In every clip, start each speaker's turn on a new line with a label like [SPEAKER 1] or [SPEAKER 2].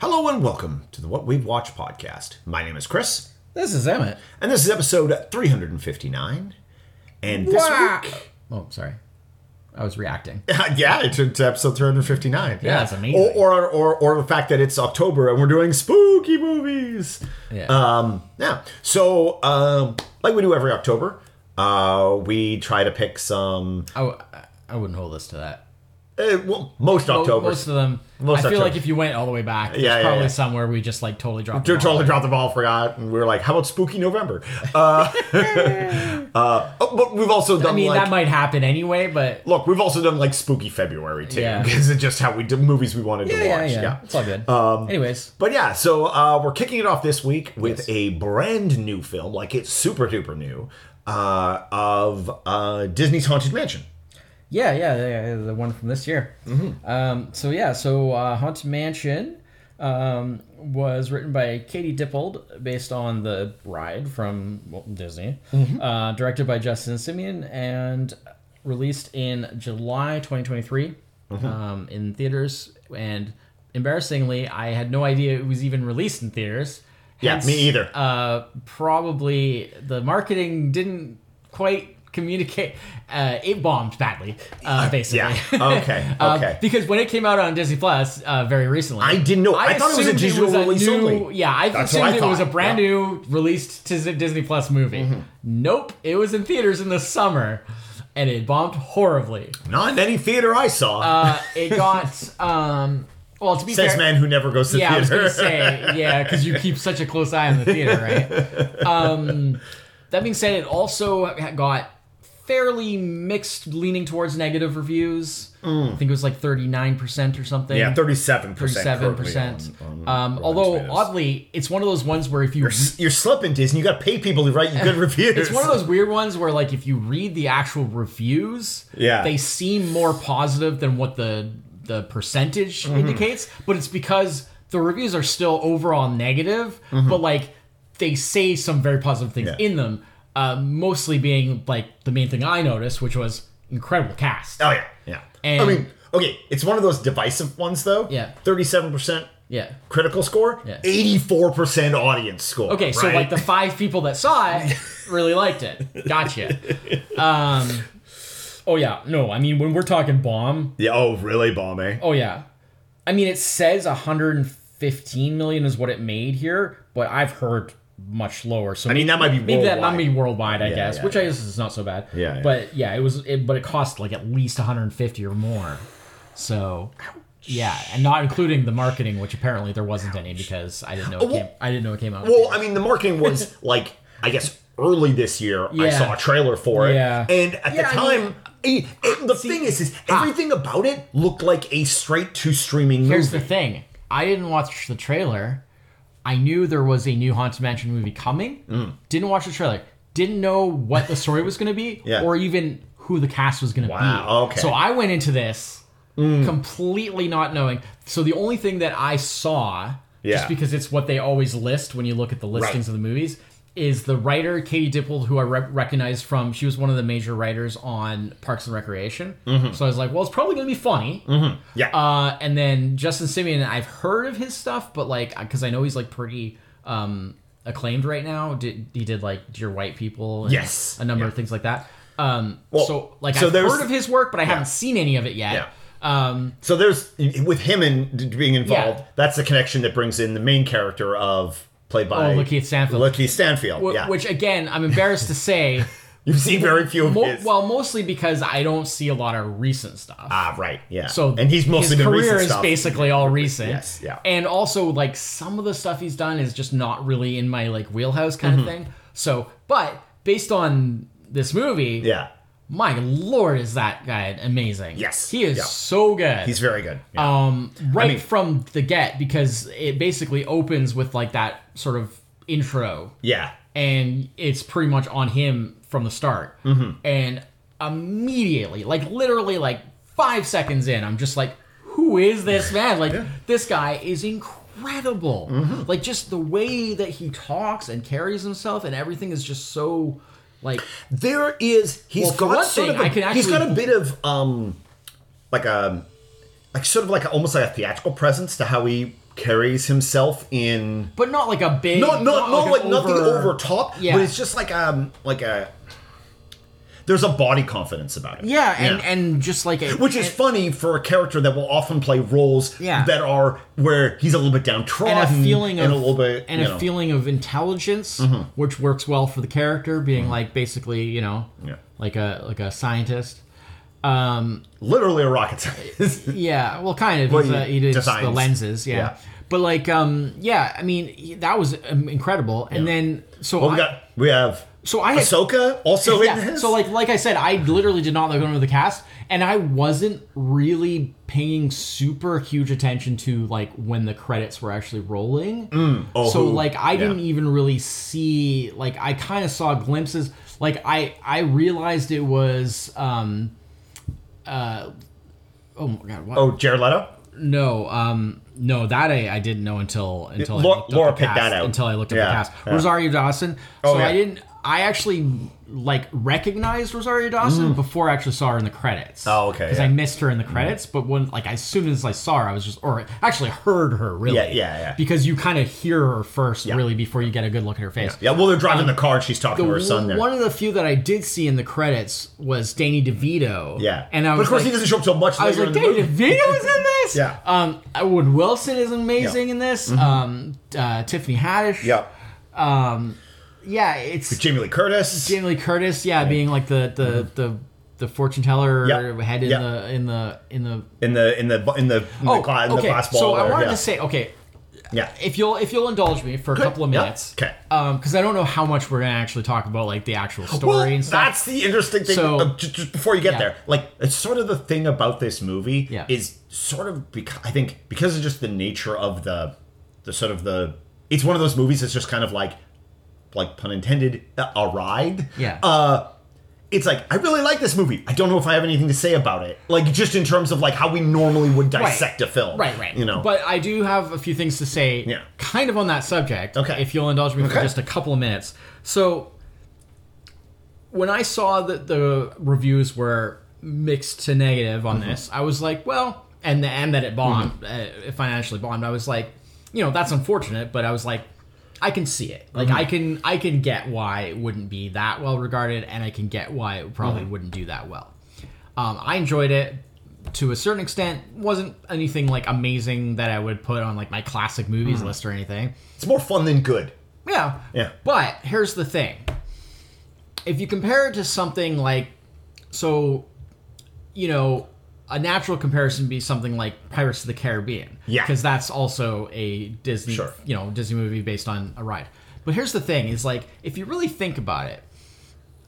[SPEAKER 1] Hello and welcome to the What We've Watched podcast. My name is Chris,
[SPEAKER 2] This is Emmett.
[SPEAKER 1] and this is episode 359. And this week,
[SPEAKER 2] Oh, sorry. I was reacting.
[SPEAKER 1] yeah, it's, it's episode 359.
[SPEAKER 2] Yeah, it's amazing.
[SPEAKER 1] Or, or or or the fact that it's October and we're doing spooky movies.
[SPEAKER 2] Yeah.
[SPEAKER 1] Um, yeah. So, um, like we do every October, uh, we try to pick some.
[SPEAKER 2] I, w- I wouldn't hold us to that.
[SPEAKER 1] Uh, well, most
[SPEAKER 2] Mo-
[SPEAKER 1] October.
[SPEAKER 2] Most of them.
[SPEAKER 1] Most
[SPEAKER 2] I feel
[SPEAKER 1] October.
[SPEAKER 2] like if you went all the way back, there's
[SPEAKER 1] Yeah, yeah,
[SPEAKER 2] probably
[SPEAKER 1] yeah.
[SPEAKER 2] somewhere we just like totally dropped. the
[SPEAKER 1] Dude,
[SPEAKER 2] ball.
[SPEAKER 1] totally dropped the ball, forgot, and we were like, "How about Spooky November?" Uh, uh, oh, but we've also done.
[SPEAKER 2] I mean,
[SPEAKER 1] like,
[SPEAKER 2] that might happen anyway, but
[SPEAKER 1] Look, we've also done like spooky February too,
[SPEAKER 2] Yeah.
[SPEAKER 1] because it's just how we do movies we wanted to watch. Yeah. Um,
[SPEAKER 2] it's all good. Anyways,
[SPEAKER 1] But yeah, so uh, we're kicking it off this week with a brand new film, like it's super duper new, uh, of uh, Disney's Haunted Mansion.
[SPEAKER 2] yeah, yeah, yeah, the one from this year.
[SPEAKER 1] Mm-hmm.
[SPEAKER 2] Um, so yeah, so uh, Haunted Mansion um, was written by Katie Dippold, based on the ride from Walt Disney,
[SPEAKER 1] Mm-hmm.
[SPEAKER 2] uh, directed by Justin Simeon, and released in July 2023
[SPEAKER 1] Mm-hmm.
[SPEAKER 2] um, in theaters. And embarrassingly, I had no idea it was even released in theaters.
[SPEAKER 1] Yeah, me either.
[SPEAKER 2] Uh, probably the marketing didn't quite communicate. Uh, it bombed badly, uh, basically.
[SPEAKER 1] Yeah. Okay.
[SPEAKER 2] Uh,
[SPEAKER 1] Okay.
[SPEAKER 2] because when it came out on Disney Plus uh, very recently,
[SPEAKER 1] I didn't know. I thought it was a
[SPEAKER 2] assumed
[SPEAKER 1] digital release
[SPEAKER 2] new,
[SPEAKER 1] only.
[SPEAKER 2] Yeah, I
[SPEAKER 1] That's what
[SPEAKER 2] assumed
[SPEAKER 1] I
[SPEAKER 2] it was
[SPEAKER 1] thought.
[SPEAKER 2] a
[SPEAKER 1] Mm-hmm.
[SPEAKER 2] brand new released to Z- Disney Plus movie. Nope, it was in theaters in the summer, and it bombed horribly.
[SPEAKER 1] Not in any theater I saw.
[SPEAKER 2] Uh, it got um, well to be
[SPEAKER 1] Says
[SPEAKER 2] fair,
[SPEAKER 1] man who never goes to
[SPEAKER 2] yeah, I was
[SPEAKER 1] theater.
[SPEAKER 2] gonna say yeah, because you keep such a close eye on the theater, right? Um, that being said, it also ha- got fairly mixed, leaning towards negative reviews. I think it was like thirty nine percent or something.
[SPEAKER 1] Mm. yeah, thirty-seven percent.
[SPEAKER 2] Thirty-seven percent. Um, although oddly, it's one of those ones where if you
[SPEAKER 1] you're slipping, Disney. You got to pay people to write you good reviews.
[SPEAKER 2] it's one of those weird ones where like if you read the actual reviews,
[SPEAKER 1] Yeah.
[SPEAKER 2] they seem more positive than what the the percentage
[SPEAKER 1] Mm-hmm.
[SPEAKER 2] indicates, but it's because the reviews are still overall negative, but like they say some very positive things
[SPEAKER 1] Mm-hmm. Yeah.
[SPEAKER 2] in them, uh, mostly being like the main thing I noticed, which was incredible cast.
[SPEAKER 1] Oh yeah, yeah. I
[SPEAKER 2] And-
[SPEAKER 1] mean, okay, it's one of those divisive ones though.
[SPEAKER 2] Yeah.
[SPEAKER 1] thirty-seven percent
[SPEAKER 2] Yeah.
[SPEAKER 1] critical score,
[SPEAKER 2] Yeah.
[SPEAKER 1] eighty-four percent audience score.
[SPEAKER 2] Okay, so
[SPEAKER 1] right?
[SPEAKER 2] like the five people that saw it really liked it. Gotcha. Um, oh yeah, no, I mean when we're talking bomb,
[SPEAKER 1] yeah, oh really, bomb, eh?
[SPEAKER 2] oh yeah, I mean it says 115 million is what it made here, but I've heard much lower. So
[SPEAKER 1] I mean, that might be
[SPEAKER 2] maybe that might
[SPEAKER 1] worldwide.
[SPEAKER 2] be worldwide, I guess,
[SPEAKER 1] yeah,
[SPEAKER 2] which I guess is not so bad.
[SPEAKER 1] Yeah, yeah.
[SPEAKER 2] but yeah, it was, it, but it cost like at least 150 or more. So. Yeah, and not including the marketing, which apparently there wasn't any because I didn't know it
[SPEAKER 1] well-
[SPEAKER 2] came. I didn't know it came out.
[SPEAKER 1] Well, I mean, the marketing was like, I guess early this year, I
[SPEAKER 2] Yeah.
[SPEAKER 1] saw a trailer for it,
[SPEAKER 2] Yeah.
[SPEAKER 1] and at
[SPEAKER 2] Yeah,
[SPEAKER 1] the
[SPEAKER 2] I ah.
[SPEAKER 1] time. eh, eh, the thing is, is everything about it looked like a straight to streaming movie.
[SPEAKER 2] Here's the thing. I didn't watch the trailer. I knew there was a new Haunted Mansion movie coming.
[SPEAKER 1] Mm.
[SPEAKER 2] Didn't watch the trailer. Didn't know what the story was going to be
[SPEAKER 1] Yeah.
[SPEAKER 2] or even who the cast was going to
[SPEAKER 1] Wow,
[SPEAKER 2] be.
[SPEAKER 1] okay. Mm.
[SPEAKER 2] So I went into this completely not knowing. So the only thing that I saw,
[SPEAKER 1] Yeah.
[SPEAKER 2] just because it's what they always list when you look at the listings
[SPEAKER 1] Right.
[SPEAKER 2] of the movies, is the writer Katie Dippold, who I re- recognized from. She was one of the major writers on Parks and Recreation.
[SPEAKER 1] Mm-hmm.
[SPEAKER 2] So I was like, well, it's probably going to be funny.
[SPEAKER 1] yeah,
[SPEAKER 2] Uh, and then Justin Simeon, I've heard of his stuff, but like, because I know he's like pretty um, acclaimed right now. Did he did like Dear White People? And
[SPEAKER 1] Yes.
[SPEAKER 2] a number of things like that. Um,
[SPEAKER 1] Well,
[SPEAKER 2] so like,
[SPEAKER 1] so
[SPEAKER 2] I've
[SPEAKER 1] there's-
[SPEAKER 2] heard of his work, but I haven't seen any of it yet. Um,
[SPEAKER 1] So there's with him and being involved.
[SPEAKER 2] Yeah.
[SPEAKER 1] That's the connection that brings in the main character of played by
[SPEAKER 2] Oh, Lakeith Stanfield.
[SPEAKER 1] Lakeith Stanfield.
[SPEAKER 2] wh-
[SPEAKER 1] yeah,
[SPEAKER 2] Which again, I'm embarrassed to say.
[SPEAKER 1] you've seen very few of
[SPEAKER 2] Mo-
[SPEAKER 1] his.
[SPEAKER 2] well, mostly because I don't see a lot of recent stuff.
[SPEAKER 1] ah, right. Yeah.
[SPEAKER 2] So
[SPEAKER 1] and he's mostly
[SPEAKER 2] his
[SPEAKER 1] been
[SPEAKER 2] career
[SPEAKER 1] recent
[SPEAKER 2] is
[SPEAKER 1] stuff.
[SPEAKER 2] basically all recent.
[SPEAKER 1] Yes, yeah.
[SPEAKER 2] And also like some of the stuff he's done is just not really in my like wheelhouse kind
[SPEAKER 1] Mm-hmm.
[SPEAKER 2] of thing. So, but based on this movie,
[SPEAKER 1] yeah,
[SPEAKER 2] my lord, is that guy amazing?
[SPEAKER 1] Yes,
[SPEAKER 2] he is
[SPEAKER 1] yeah.
[SPEAKER 2] so good.
[SPEAKER 1] he's very good. Yeah.
[SPEAKER 2] um right
[SPEAKER 1] mean-
[SPEAKER 2] from the get because it basically opens with like that sort of intro
[SPEAKER 1] yeah.
[SPEAKER 2] and it's pretty much on him from the start.
[SPEAKER 1] Mm-hmm.
[SPEAKER 2] And immediately, like literally, like five seconds in, I'm just like, who is this man? Like, this guy is incredible.
[SPEAKER 1] Mm-hmm.
[SPEAKER 2] Like, just the way that he talks and carries himself and everything is just so, like,
[SPEAKER 1] There is he's
[SPEAKER 2] Well, for
[SPEAKER 1] got
[SPEAKER 2] one
[SPEAKER 1] sort
[SPEAKER 2] thing,
[SPEAKER 1] of a,
[SPEAKER 2] I can
[SPEAKER 1] he's got a
[SPEAKER 2] actually-
[SPEAKER 1] bit of um like a like sort of like a, almost like a theatrical presence to how he carries himself in
[SPEAKER 2] but not like a big,
[SPEAKER 1] not not, not like,
[SPEAKER 2] an
[SPEAKER 1] nothing over top,
[SPEAKER 2] Yeah.
[SPEAKER 1] but it's just like um like a there's a body confidence about it.
[SPEAKER 2] Yeah, and and just like a
[SPEAKER 1] which is
[SPEAKER 2] and-
[SPEAKER 1] funny for a character that will often play roles
[SPEAKER 2] Yeah.
[SPEAKER 1] that are where he's a little bit downtrodden
[SPEAKER 2] and a feeling of
[SPEAKER 1] and a little bit
[SPEAKER 2] and
[SPEAKER 1] you
[SPEAKER 2] a
[SPEAKER 1] know, Mm-hmm.
[SPEAKER 2] feeling of intelligence, which works well for the character, being like basically you know
[SPEAKER 1] Yeah.
[SPEAKER 2] like a like a scientist. Um,
[SPEAKER 1] literally a rocket scientist.
[SPEAKER 2] yeah, well, kind of.
[SPEAKER 1] Hmm. Well,
[SPEAKER 2] He's a,
[SPEAKER 1] he
[SPEAKER 2] he did
[SPEAKER 1] designs.
[SPEAKER 2] the lenses, yeah.
[SPEAKER 1] Yeah.
[SPEAKER 2] But like, um, yeah, I mean, he- that was um, incredible. And then so
[SPEAKER 1] well,
[SPEAKER 2] I,
[SPEAKER 1] we got we have
[SPEAKER 2] so I had,
[SPEAKER 1] Ahsoka also in
[SPEAKER 2] yeah,
[SPEAKER 1] this.
[SPEAKER 2] so like like I said, I literally did not like go into the cast, and I wasn't really paying super huge attention to like when the credits were actually rolling.
[SPEAKER 1] oh,
[SPEAKER 2] so
[SPEAKER 1] who-
[SPEAKER 2] like I
[SPEAKER 1] yeah.
[SPEAKER 2] didn't e- even really see like I kind of saw glimpses. Like I I realized it was um uh oh my god what
[SPEAKER 1] Oh, Jared Leto.
[SPEAKER 2] no um no that I, I didn't know until until I
[SPEAKER 1] Laura-
[SPEAKER 2] looked
[SPEAKER 1] Laura
[SPEAKER 2] up the
[SPEAKER 1] picked
[SPEAKER 2] cast,
[SPEAKER 1] that out.
[SPEAKER 2] until I looked up
[SPEAKER 1] Yeah,
[SPEAKER 2] the cast
[SPEAKER 1] yeah. Oh,
[SPEAKER 2] Rosario Dawson so
[SPEAKER 1] yeah.
[SPEAKER 2] I didn't I actually like recognized Rosario Dawson before I actually saw her in the credits
[SPEAKER 1] Mm. Oh, okay,
[SPEAKER 2] because
[SPEAKER 1] yeah. Mm-hmm.
[SPEAKER 2] I missed her in the credits but when like as soon as I saw her I was just or actually heard her really
[SPEAKER 1] Yeah, yeah, yeah.
[SPEAKER 2] because you kind of hear her first really before you get a good look at her face
[SPEAKER 1] Yeah, well, they're driving the car. and She's talking to her son there.
[SPEAKER 2] one of Um, the few that I did see in the credits was Danny DeVito.
[SPEAKER 1] yeah,
[SPEAKER 2] and I
[SPEAKER 1] but
[SPEAKER 2] was
[SPEAKER 1] of course
[SPEAKER 2] like,
[SPEAKER 1] he doesn't show up till much
[SPEAKER 2] I was
[SPEAKER 1] later.
[SPEAKER 2] like,
[SPEAKER 1] in the
[SPEAKER 2] Danny
[SPEAKER 1] movie.
[SPEAKER 2] DeVito is in this.
[SPEAKER 1] Yeah. Mm-hmm.
[SPEAKER 2] Um, Wood Wilson is amazing in this. Um, uh, Tiffany Haddish.
[SPEAKER 1] Yeah,
[SPEAKER 2] Yeah, it's
[SPEAKER 1] Jamie Lee Curtis.
[SPEAKER 2] Jamie Lee Curtis. Yeah, being like the the the, the fortune teller
[SPEAKER 1] Mm-hmm. Yeah.
[SPEAKER 2] head in
[SPEAKER 1] Yeah.
[SPEAKER 2] the in the in the. Oh,
[SPEAKER 1] in the in the in the in the, cla- in the
[SPEAKER 2] okay.
[SPEAKER 1] glass ball.
[SPEAKER 2] so I
[SPEAKER 1] there,
[SPEAKER 2] wanted
[SPEAKER 1] yeah.
[SPEAKER 2] to say, okay,
[SPEAKER 1] yeah,
[SPEAKER 2] if you'll if you'll indulge me for a couple of
[SPEAKER 1] yeah,
[SPEAKER 2] minutes,
[SPEAKER 1] okay.
[SPEAKER 2] because I don't know how much we're gonna actually talk about like the actual story
[SPEAKER 1] Well,
[SPEAKER 2] and stuff.
[SPEAKER 1] that's the interesting thing.
[SPEAKER 2] So-
[SPEAKER 1] uh, just, just before you get
[SPEAKER 2] Yeah.
[SPEAKER 1] there, like it's sort of the thing about this movie
[SPEAKER 2] Yeah.
[SPEAKER 1] is sort of because I think because of just the nature of the the sort of the it's one of those movies that's just kind of like like pun intended a a ride.
[SPEAKER 2] Yeah.
[SPEAKER 1] Uh, it's like I really like this movie. I don't know if I have anything to say about it. Like just in terms of like how we normally would dissect a film.
[SPEAKER 2] Right, right.
[SPEAKER 1] You know.
[SPEAKER 2] but I do have a few things to say,
[SPEAKER 1] Yeah.
[SPEAKER 2] kind of on that subject.
[SPEAKER 1] Okay.
[SPEAKER 2] if you'll indulge me for
[SPEAKER 1] Okay.
[SPEAKER 2] just a couple of minutes. So, when I saw that the reviews were mixed to negative on this, I was like, well, and the and that it bombed, uh, it financially bombed. I was like, you know, that's unfortunate, but I was like. I can see it. Like I can, I can get why it wouldn't be that well regarded, and I can get why it probably wouldn't do that well. Um, I enjoyed it to a certain extent. wasn't anything like amazing that I would put on like my classic movies list or anything.
[SPEAKER 1] it's more fun than good.
[SPEAKER 2] Yeah.
[SPEAKER 1] Yeah.
[SPEAKER 2] But here's the thing: if you compare it to something like, so, you know, a natural comparison would be something like Pirates of the Caribbean.
[SPEAKER 1] Yeah.
[SPEAKER 2] Because that's also a Disney,
[SPEAKER 1] Sure.
[SPEAKER 2] you know, Disney movie based on a ride. But here's the thing: is like if you really think about it,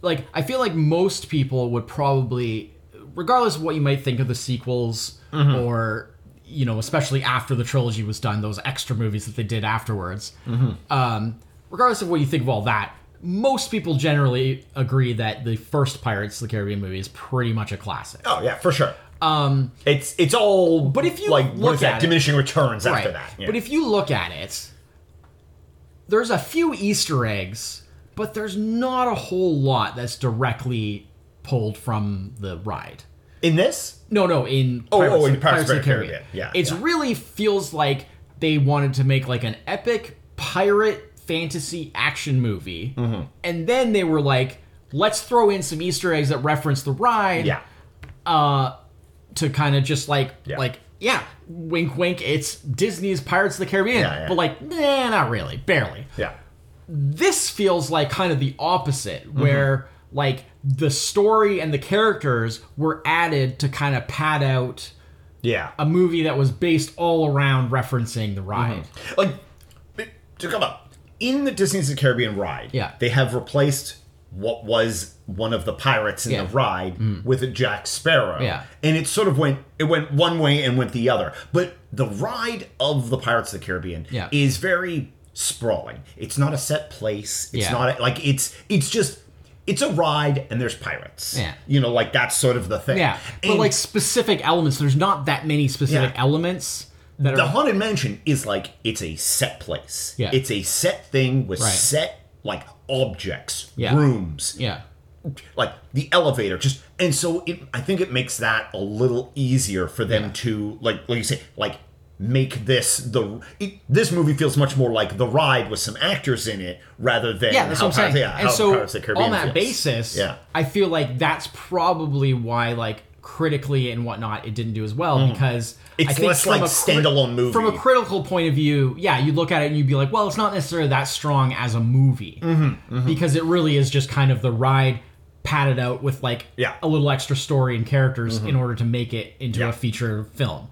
[SPEAKER 2] like I feel like most people would probably, regardless of what you might think of the sequels or you know, especially after the trilogy was done, those extra movies that they did afterwards. Um, regardless of what you think of all that, most people generally agree that the first Pirates of the Caribbean movie is pretty much a classic.
[SPEAKER 1] Oh yeah, for sure. Um, it's it's all but
[SPEAKER 2] if you
[SPEAKER 1] like what
[SPEAKER 2] look
[SPEAKER 1] is that
[SPEAKER 2] at it-
[SPEAKER 1] diminishing returns after
[SPEAKER 2] Right.
[SPEAKER 1] that. yeah.
[SPEAKER 2] But if you look at it, there's a few Easter eggs, but there's not a whole lot that's directly pulled from the ride.
[SPEAKER 1] in this,
[SPEAKER 2] No, no, in
[SPEAKER 1] Oh,
[SPEAKER 2] Pirates,
[SPEAKER 1] oh, in
[SPEAKER 2] Pirates,
[SPEAKER 1] Pirates
[SPEAKER 2] of the Caribbean.
[SPEAKER 1] yeah,
[SPEAKER 2] it's
[SPEAKER 1] yeah.
[SPEAKER 2] really feels like they wanted to make like an epic pirate fantasy action movie,
[SPEAKER 1] Mm-hmm.
[SPEAKER 2] and then they were like, let's throw in some Easter eggs that reference the ride
[SPEAKER 1] yeah,
[SPEAKER 2] to kind of just like
[SPEAKER 1] Yeah.
[SPEAKER 2] like yeah, wink wink, it's Disney's Pirates of the Caribbean,
[SPEAKER 1] Yeah, yeah.
[SPEAKER 2] but like nah, not really, barely
[SPEAKER 1] yeah,
[SPEAKER 2] this feels like kind of the opposite
[SPEAKER 1] Mm-hmm.
[SPEAKER 2] where like the story and the characters were added to kind of pad out
[SPEAKER 1] yeah.
[SPEAKER 2] a movie that was based all around referencing the ride
[SPEAKER 1] like it- to come up in the Disney's the Caribbean ride.
[SPEAKER 2] Yeah.
[SPEAKER 1] they have replaced what was one of the pirates in
[SPEAKER 2] Yeah. Mm.
[SPEAKER 1] the ride with a Jack Sparrow.
[SPEAKER 2] Yeah.
[SPEAKER 1] and it sort of went it went one way and went the other. But the ride of the Pirates of the Caribbean
[SPEAKER 2] Yeah.
[SPEAKER 1] is very sprawling. It's not a set place. It's
[SPEAKER 2] Yeah.
[SPEAKER 1] not a, like it's it's just. It's a ride and there's pirates.
[SPEAKER 2] Yeah.
[SPEAKER 1] You know, like that's sort of the thing.
[SPEAKER 2] yeah but
[SPEAKER 1] And-
[SPEAKER 2] like specific elements there's not that many specific
[SPEAKER 1] Yeah.
[SPEAKER 2] elements that
[SPEAKER 1] the
[SPEAKER 2] are
[SPEAKER 1] haunted mansion is like it's a set place.
[SPEAKER 2] Yeah.
[SPEAKER 1] It's a set thing with
[SPEAKER 2] Right.
[SPEAKER 1] set like objects,
[SPEAKER 2] Yeah.
[SPEAKER 1] rooms,
[SPEAKER 2] yeah
[SPEAKER 1] like the elevator. Just and so it, I think it makes that a little easier for them to like like you say like make this the it, this movie feels much more like the ride with some actors in it rather than
[SPEAKER 2] Yeah, that's
[SPEAKER 1] how
[SPEAKER 2] what I'm
[SPEAKER 1] Pirates-
[SPEAKER 2] saying.
[SPEAKER 1] yeah,
[SPEAKER 2] and
[SPEAKER 1] how
[SPEAKER 2] so
[SPEAKER 1] Pirates of the Caribbean
[SPEAKER 2] on that
[SPEAKER 1] feels.
[SPEAKER 2] basis,
[SPEAKER 1] Yeah.
[SPEAKER 2] I feel like that's probably why like critically and whatnot it didn't do as well because
[SPEAKER 1] Mm. It's
[SPEAKER 2] I think
[SPEAKER 1] less
[SPEAKER 2] from
[SPEAKER 1] like
[SPEAKER 2] a
[SPEAKER 1] standalone movie.
[SPEAKER 2] From a critical point of view, yeah, you look at it and you'd be like, well, it's not necessarily that strong as a movie
[SPEAKER 1] Mm-hmm.
[SPEAKER 2] because it really is just kind of the ride padded out with like
[SPEAKER 1] Yeah. Mm-hmm.
[SPEAKER 2] a little extra story and characters in order to make it into
[SPEAKER 1] Yeah.
[SPEAKER 2] a feature film.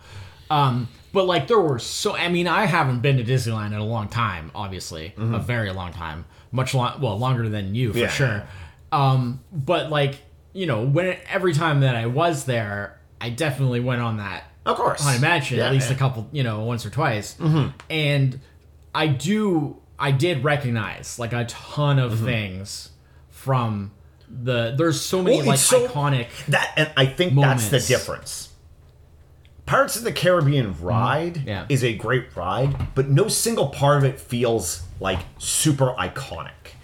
[SPEAKER 2] Um, but like there were so I mean I haven't been to Disneyland in a long time, obviously a very long time, much long well longer than you for
[SPEAKER 1] Mm-hmm. Yeah.
[SPEAKER 2] sure. Um, but like you know when every time that I was there, I definitely went on that
[SPEAKER 1] Of course.
[SPEAKER 2] haunted mansion
[SPEAKER 1] Yeah,
[SPEAKER 2] at least
[SPEAKER 1] yeah. Mm-hmm.
[SPEAKER 2] a couple you know once or twice, and I do I did recognize like a ton of
[SPEAKER 1] Mm-hmm.
[SPEAKER 2] things from the there's so many
[SPEAKER 1] Well,
[SPEAKER 2] like
[SPEAKER 1] it's so-
[SPEAKER 2] iconic
[SPEAKER 1] That and I think that's
[SPEAKER 2] Moments. Mm-hmm.
[SPEAKER 1] the difference. Pirates of the Caribbean ride
[SPEAKER 2] Yeah.
[SPEAKER 1] is a great ride, but no single part of it feels like super iconic.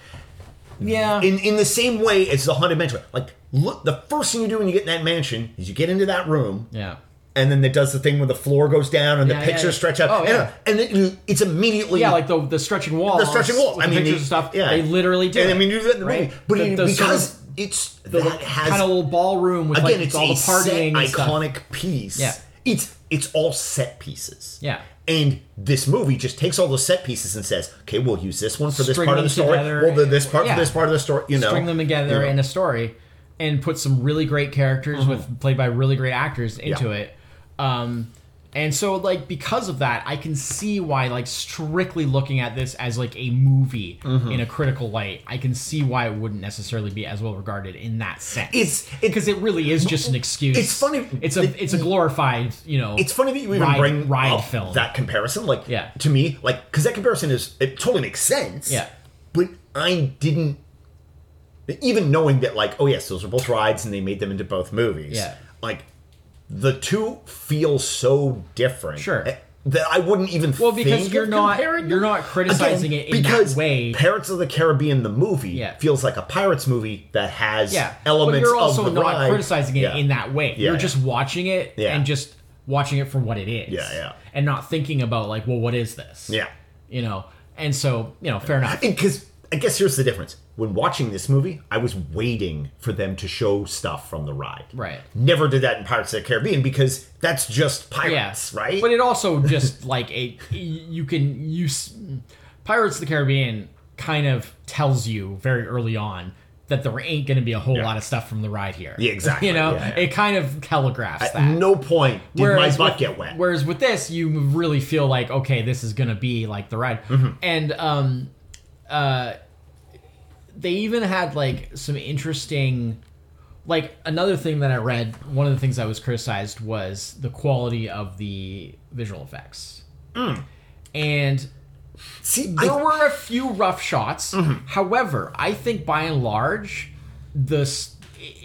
[SPEAKER 2] yeah
[SPEAKER 1] In in the same way as the haunted mansion. Like look the first thing you do when you get in that mansion is you get into that room
[SPEAKER 2] yeah.
[SPEAKER 1] and then it does the thing where the floor goes down and
[SPEAKER 2] Yeah,
[SPEAKER 1] the
[SPEAKER 2] yeah,
[SPEAKER 1] pictures
[SPEAKER 2] yeah.
[SPEAKER 1] stretch out.
[SPEAKER 2] Oh,
[SPEAKER 1] and,
[SPEAKER 2] yeah.
[SPEAKER 1] and then it's immediately
[SPEAKER 2] Yeah, like the the stretching wall,
[SPEAKER 1] the stretching wall.
[SPEAKER 2] with
[SPEAKER 1] I
[SPEAKER 2] the
[SPEAKER 1] mean,
[SPEAKER 2] pictures
[SPEAKER 1] they-
[SPEAKER 2] and stuff.
[SPEAKER 1] yeah.
[SPEAKER 2] They literally do.
[SPEAKER 1] and
[SPEAKER 2] it,
[SPEAKER 1] I mean you do that in the
[SPEAKER 2] right?
[SPEAKER 1] movie, but
[SPEAKER 2] The-
[SPEAKER 1] it-
[SPEAKER 2] the sort
[SPEAKER 1] because
[SPEAKER 2] of-
[SPEAKER 1] it's
[SPEAKER 2] the
[SPEAKER 1] that has
[SPEAKER 2] kind of little ballroom with
[SPEAKER 1] again,
[SPEAKER 2] like
[SPEAKER 1] it's
[SPEAKER 2] all
[SPEAKER 1] a
[SPEAKER 2] the partying
[SPEAKER 1] set
[SPEAKER 2] and stuff.
[SPEAKER 1] iconic piece.
[SPEAKER 2] Yeah.
[SPEAKER 1] It's it's all set pieces.
[SPEAKER 2] Yeah.
[SPEAKER 1] And this movie just takes all those set pieces and says, "Okay, we'll use this one for this
[SPEAKER 2] String
[SPEAKER 1] part of
[SPEAKER 2] them
[SPEAKER 1] the story.
[SPEAKER 2] together.
[SPEAKER 1] Well, the, this part
[SPEAKER 2] Yeah.
[SPEAKER 1] for this part of the story. You know,
[SPEAKER 2] String them together
[SPEAKER 1] Yeah.
[SPEAKER 2] in a story, and put some really great characters with played by really great actors into
[SPEAKER 1] Mm-hmm. Yeah.
[SPEAKER 2] it. Um, and so like because of that, I can see why like strictly looking at this as like a movie
[SPEAKER 1] Mm-hmm.
[SPEAKER 2] in a critical light, I can see why it wouldn't necessarily be as well regarded in that sense.
[SPEAKER 1] It's- it-
[SPEAKER 2] because it, really is just an excuse.
[SPEAKER 1] It's funny-
[SPEAKER 2] It's a it's a glorified you know.
[SPEAKER 1] It's funny that you even
[SPEAKER 2] ride-
[SPEAKER 1] bring
[SPEAKER 2] ride
[SPEAKER 1] up
[SPEAKER 2] film.
[SPEAKER 1] that comparison. Like,
[SPEAKER 2] Yeah.
[SPEAKER 1] to me, like, because that comparison is it totally makes sense.
[SPEAKER 2] Yeah.
[SPEAKER 1] but I didn't even knowing that, like, oh yes, those are both rides, and they made them into both movies.
[SPEAKER 2] Yeah.
[SPEAKER 1] like the two feel so different. eh,
[SPEAKER 2] Sure.
[SPEAKER 1] That I wouldn't even
[SPEAKER 2] Well, because
[SPEAKER 1] think
[SPEAKER 2] you're
[SPEAKER 1] of
[SPEAKER 2] not-
[SPEAKER 1] comparing them.
[SPEAKER 2] you're not criticizing it in that
[SPEAKER 1] because
[SPEAKER 2] way.
[SPEAKER 1] Pirates of the Caribbean the movie
[SPEAKER 2] Yeah.
[SPEAKER 1] feels like a pirates movie that has
[SPEAKER 2] yeah
[SPEAKER 1] elements
[SPEAKER 2] but you're also
[SPEAKER 1] of the
[SPEAKER 2] not
[SPEAKER 1] ride.
[SPEAKER 2] criticizing it
[SPEAKER 1] Yeah.
[SPEAKER 2] in that way
[SPEAKER 1] Yeah,
[SPEAKER 2] you're
[SPEAKER 1] yeah.
[SPEAKER 2] just watching it
[SPEAKER 1] Yeah.
[SPEAKER 2] and just watching it for what it is
[SPEAKER 1] Yeah, yeah.
[SPEAKER 2] and not thinking about like well what is this
[SPEAKER 1] Yeah.
[SPEAKER 2] you know and so you know fair enough
[SPEAKER 1] Because I guess here's the difference. When watching this movie, I was waiting for them to show stuff from the ride.
[SPEAKER 2] Right.
[SPEAKER 1] Never did that in Pirates of the Caribbean because that's just pirates,
[SPEAKER 2] yes
[SPEAKER 1] right?
[SPEAKER 2] but it also just like a you can use pirates of the caribbean kind of tells you very early on that there ain't going to be a whole lot of stuff from the ride here
[SPEAKER 1] Yeah, exactly.
[SPEAKER 2] you know
[SPEAKER 1] Yeah, yeah.
[SPEAKER 2] it kind of telegraphs
[SPEAKER 1] At
[SPEAKER 2] that
[SPEAKER 1] no point did my butt
[SPEAKER 2] with,
[SPEAKER 1] get wet.
[SPEAKER 2] Whereas with this, you really feel like, okay, this is gonna be like the ride.
[SPEAKER 1] Mm-hmm.
[SPEAKER 2] And um, uh, they even had like some interesting, like another thing that I read. One of the things I was criticized was the quality of the visual effects,
[SPEAKER 1] Mm.
[SPEAKER 2] and
[SPEAKER 1] See,
[SPEAKER 2] there
[SPEAKER 1] I, Mm-hmm.
[SPEAKER 2] were a few rough shots. However, I think by and large, the s-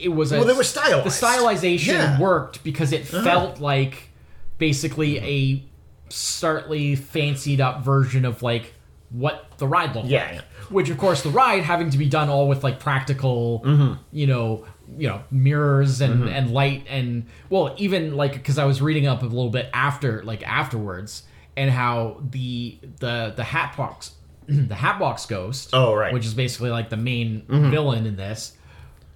[SPEAKER 2] it was a
[SPEAKER 1] well, they were stylized.
[SPEAKER 2] the stylization
[SPEAKER 1] Yeah. Uh-huh.
[SPEAKER 2] worked because it felt like basically a startly fancied up version of like what the ride looked
[SPEAKER 1] Yeah,
[SPEAKER 2] like.
[SPEAKER 1] yeah.
[SPEAKER 2] Which of course the ride having to be done all with like practical,
[SPEAKER 1] Mm-hmm.
[SPEAKER 2] you know, you know, mirrors and and light and well, even like cuz I was reading up a little bit after like afterwards and how the the the hat box the Hatbox Ghost,
[SPEAKER 1] Oh, right. Mm-hmm.
[SPEAKER 2] which is basically like the main villain in this,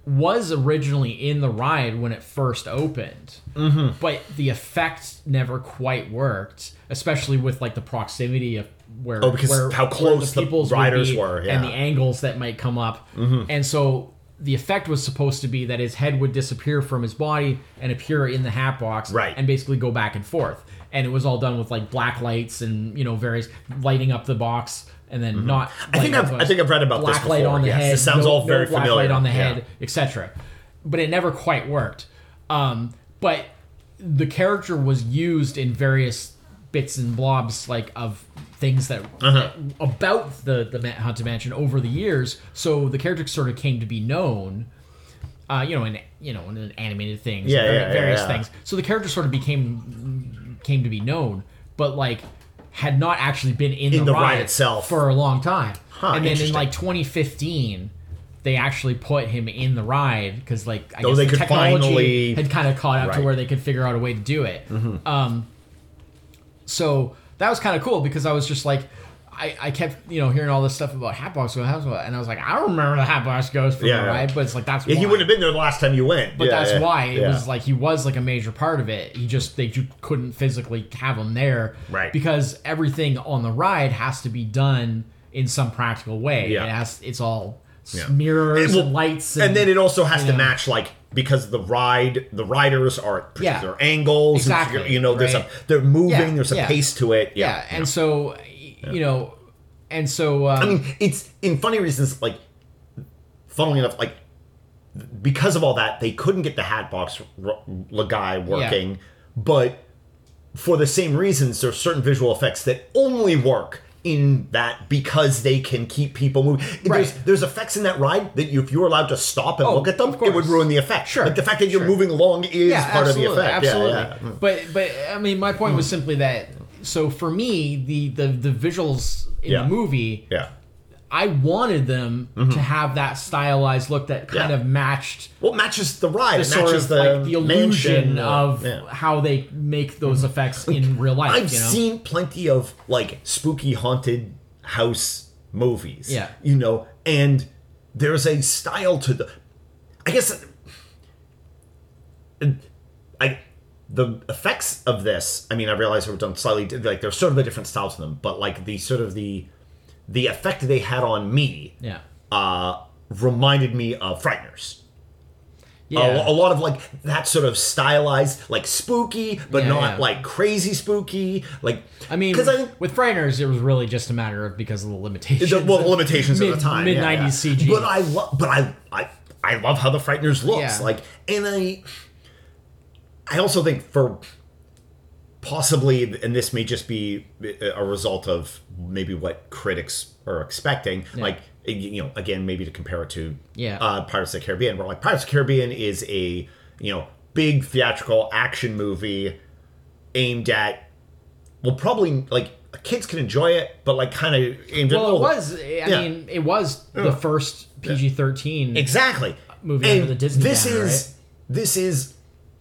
[SPEAKER 2] was originally in the ride when it first opened, mm-hmm. but the effect never quite worked, especially with like the proximity of where
[SPEAKER 1] Oh, because
[SPEAKER 2] where,
[SPEAKER 1] how close the
[SPEAKER 2] peoples would
[SPEAKER 1] riders
[SPEAKER 2] be
[SPEAKER 1] were, yeah. Mm-hmm.
[SPEAKER 2] and the angles that might come up, and so the effect was supposed to be that his head would disappear from his body and appear in the hat box,
[SPEAKER 1] Right.
[SPEAKER 2] and basically go back and forth. And it was all done with like black lights and you know various lighting up the box and
[SPEAKER 1] Mm-hmm.
[SPEAKER 2] then not.
[SPEAKER 1] I think
[SPEAKER 2] lighting up
[SPEAKER 1] I've-
[SPEAKER 2] the
[SPEAKER 1] I
[SPEAKER 2] box.
[SPEAKER 1] think I've read about this
[SPEAKER 2] black light
[SPEAKER 1] before,
[SPEAKER 2] on the
[SPEAKER 1] yes.
[SPEAKER 2] head.
[SPEAKER 1] This sounds
[SPEAKER 2] no-
[SPEAKER 1] all
[SPEAKER 2] no
[SPEAKER 1] very
[SPEAKER 2] black
[SPEAKER 1] familiar,
[SPEAKER 2] light on the
[SPEAKER 1] yeah.
[SPEAKER 2] head, etc. But it never quite worked. Um, but the character was used in various bits and blobs like of things that
[SPEAKER 1] Uh-huh.
[SPEAKER 2] about the the Ma- haunted mansion over the years. So the character sort of came to be known. Uh, you know, in you know, in animated things,
[SPEAKER 1] Yeah,
[SPEAKER 2] and vari-
[SPEAKER 1] yeah, yeah,
[SPEAKER 2] various
[SPEAKER 1] yeah.
[SPEAKER 2] things. So the character sort of became came to be known, but like had not actually been in,
[SPEAKER 1] In the ride itself.
[SPEAKER 2] for a long time.
[SPEAKER 1] Huh,
[SPEAKER 2] and then in
[SPEAKER 1] interesting.
[SPEAKER 2] like 2015, they actually put him in the ride because like I
[SPEAKER 1] Though
[SPEAKER 2] guess
[SPEAKER 1] Oh, they
[SPEAKER 2] the
[SPEAKER 1] could
[SPEAKER 2] technology
[SPEAKER 1] finally- Mm-hmm.
[SPEAKER 2] had kind of caught up to
[SPEAKER 1] Right.
[SPEAKER 2] where they could figure out a way to do it. Um, So that was kind of cool because I was just like, I, I kept you know hearing all this stuff about Hatbox Ghost, Hatbox Ghost, and I was like, I don't remember the Hatbox Ghost from
[SPEAKER 1] Yeah,
[SPEAKER 2] the
[SPEAKER 1] yeah.
[SPEAKER 2] ride, but it's like that's
[SPEAKER 1] Yeah,
[SPEAKER 2] why.
[SPEAKER 1] he wouldn't have been there the last time you went.
[SPEAKER 2] But
[SPEAKER 1] Yeah,
[SPEAKER 2] that's
[SPEAKER 1] yeah,
[SPEAKER 2] why it
[SPEAKER 1] yeah.
[SPEAKER 2] was like he was like a major part of it. He just they ju- couldn't physically have him there,
[SPEAKER 1] Right.
[SPEAKER 2] Because everything on the ride has to be done in some practical way.
[SPEAKER 1] Yeah.
[SPEAKER 2] It has. It's all s-
[SPEAKER 1] Yeah.
[SPEAKER 2] mirrors
[SPEAKER 1] And well,
[SPEAKER 2] and lights, and,
[SPEAKER 1] and then it also has to
[SPEAKER 2] Yeah.
[SPEAKER 1] match like because the ride the riders are at
[SPEAKER 2] Yeah.
[SPEAKER 1] particular angles and
[SPEAKER 2] Exactly,
[SPEAKER 1] figure- you know there's
[SPEAKER 2] right.
[SPEAKER 1] a they're moving
[SPEAKER 2] Yeah,
[SPEAKER 1] there's a
[SPEAKER 2] yeah.
[SPEAKER 1] pace to it
[SPEAKER 2] yeah.
[SPEAKER 1] yeah,
[SPEAKER 2] And so, you know, and so um,
[SPEAKER 1] I mean, it's in funny reasons like funnily enough like because of all that they couldn't get the hatbox r- r- guy working but for the same reasons there's certain visual effects that only work in that because they can keep people moving there's,
[SPEAKER 2] Right.
[SPEAKER 1] there's effects in that ride that you, if you were allowed to stop and
[SPEAKER 2] Oh,
[SPEAKER 1] look at them
[SPEAKER 2] of
[SPEAKER 1] it would
[SPEAKER 2] course.
[SPEAKER 1] ruin the effect
[SPEAKER 2] Sure,
[SPEAKER 1] like the fact that you're
[SPEAKER 2] sure.
[SPEAKER 1] moving along is part of the effect Yeah,
[SPEAKER 2] Absolutely.
[SPEAKER 1] yeah, Hmm.
[SPEAKER 2] But but I mean, my point was simply that. So for me, the the the visuals in
[SPEAKER 1] Yeah.
[SPEAKER 2] the movie,
[SPEAKER 1] yeah. Mm-hmm.
[SPEAKER 2] I wanted them to have that stylized look that kind
[SPEAKER 1] Yeah.
[SPEAKER 2] of matched
[SPEAKER 1] Well, it matches the ride.
[SPEAKER 2] the
[SPEAKER 1] it
[SPEAKER 2] sort
[SPEAKER 1] matches
[SPEAKER 2] of
[SPEAKER 1] the,
[SPEAKER 2] like the illusion
[SPEAKER 1] mansion, uh,
[SPEAKER 2] of
[SPEAKER 1] yeah.
[SPEAKER 2] how they make those effects in real life.
[SPEAKER 1] I've
[SPEAKER 2] you know?
[SPEAKER 1] seen plenty of like spooky haunted house movies.
[SPEAKER 2] Yeah.
[SPEAKER 1] You know, and there's a style to the I guess and I the effects of this, I mean, I realize they were done slightly di- like there's sort of a different style to them, but like the sort of the the effect they had on me
[SPEAKER 2] Yeah.
[SPEAKER 1] uh reminded me of Frighteners.
[SPEAKER 2] Yeah.
[SPEAKER 1] A, a lot of like that sort of stylized, like spooky, but
[SPEAKER 2] Yeah,
[SPEAKER 1] not
[SPEAKER 2] yeah.
[SPEAKER 1] like crazy spooky. Like
[SPEAKER 2] I mean,
[SPEAKER 1] because I think
[SPEAKER 2] with Frighteners, it was really just a matter of because of the limitations.
[SPEAKER 1] the, well, the limitations
[SPEAKER 2] mid,
[SPEAKER 1] of the time,
[SPEAKER 2] Mid
[SPEAKER 1] yeah, yeah.
[SPEAKER 2] nineties CG.
[SPEAKER 1] But I love, but I, I, I love how the Frighteners looks
[SPEAKER 2] Yeah.
[SPEAKER 1] like, and I, I also think for possibly, and this may just be uh, a result of maybe what critics are expecting, like you know, again, maybe to compare it to
[SPEAKER 2] Yeah.
[SPEAKER 1] uh, Pirates of the Caribbean, where like Pirates of the Caribbean is a you know big theatrical action movie aimed at well probably like kids can enjoy it but like kind of aimed at
[SPEAKER 2] well, it
[SPEAKER 1] older-
[SPEAKER 2] was. I
[SPEAKER 1] Yeah.
[SPEAKER 2] mean, it was the first PG thirteen.
[SPEAKER 1] Exactly.
[SPEAKER 2] Movie under the Disney
[SPEAKER 1] This
[SPEAKER 2] banner,
[SPEAKER 1] is this is.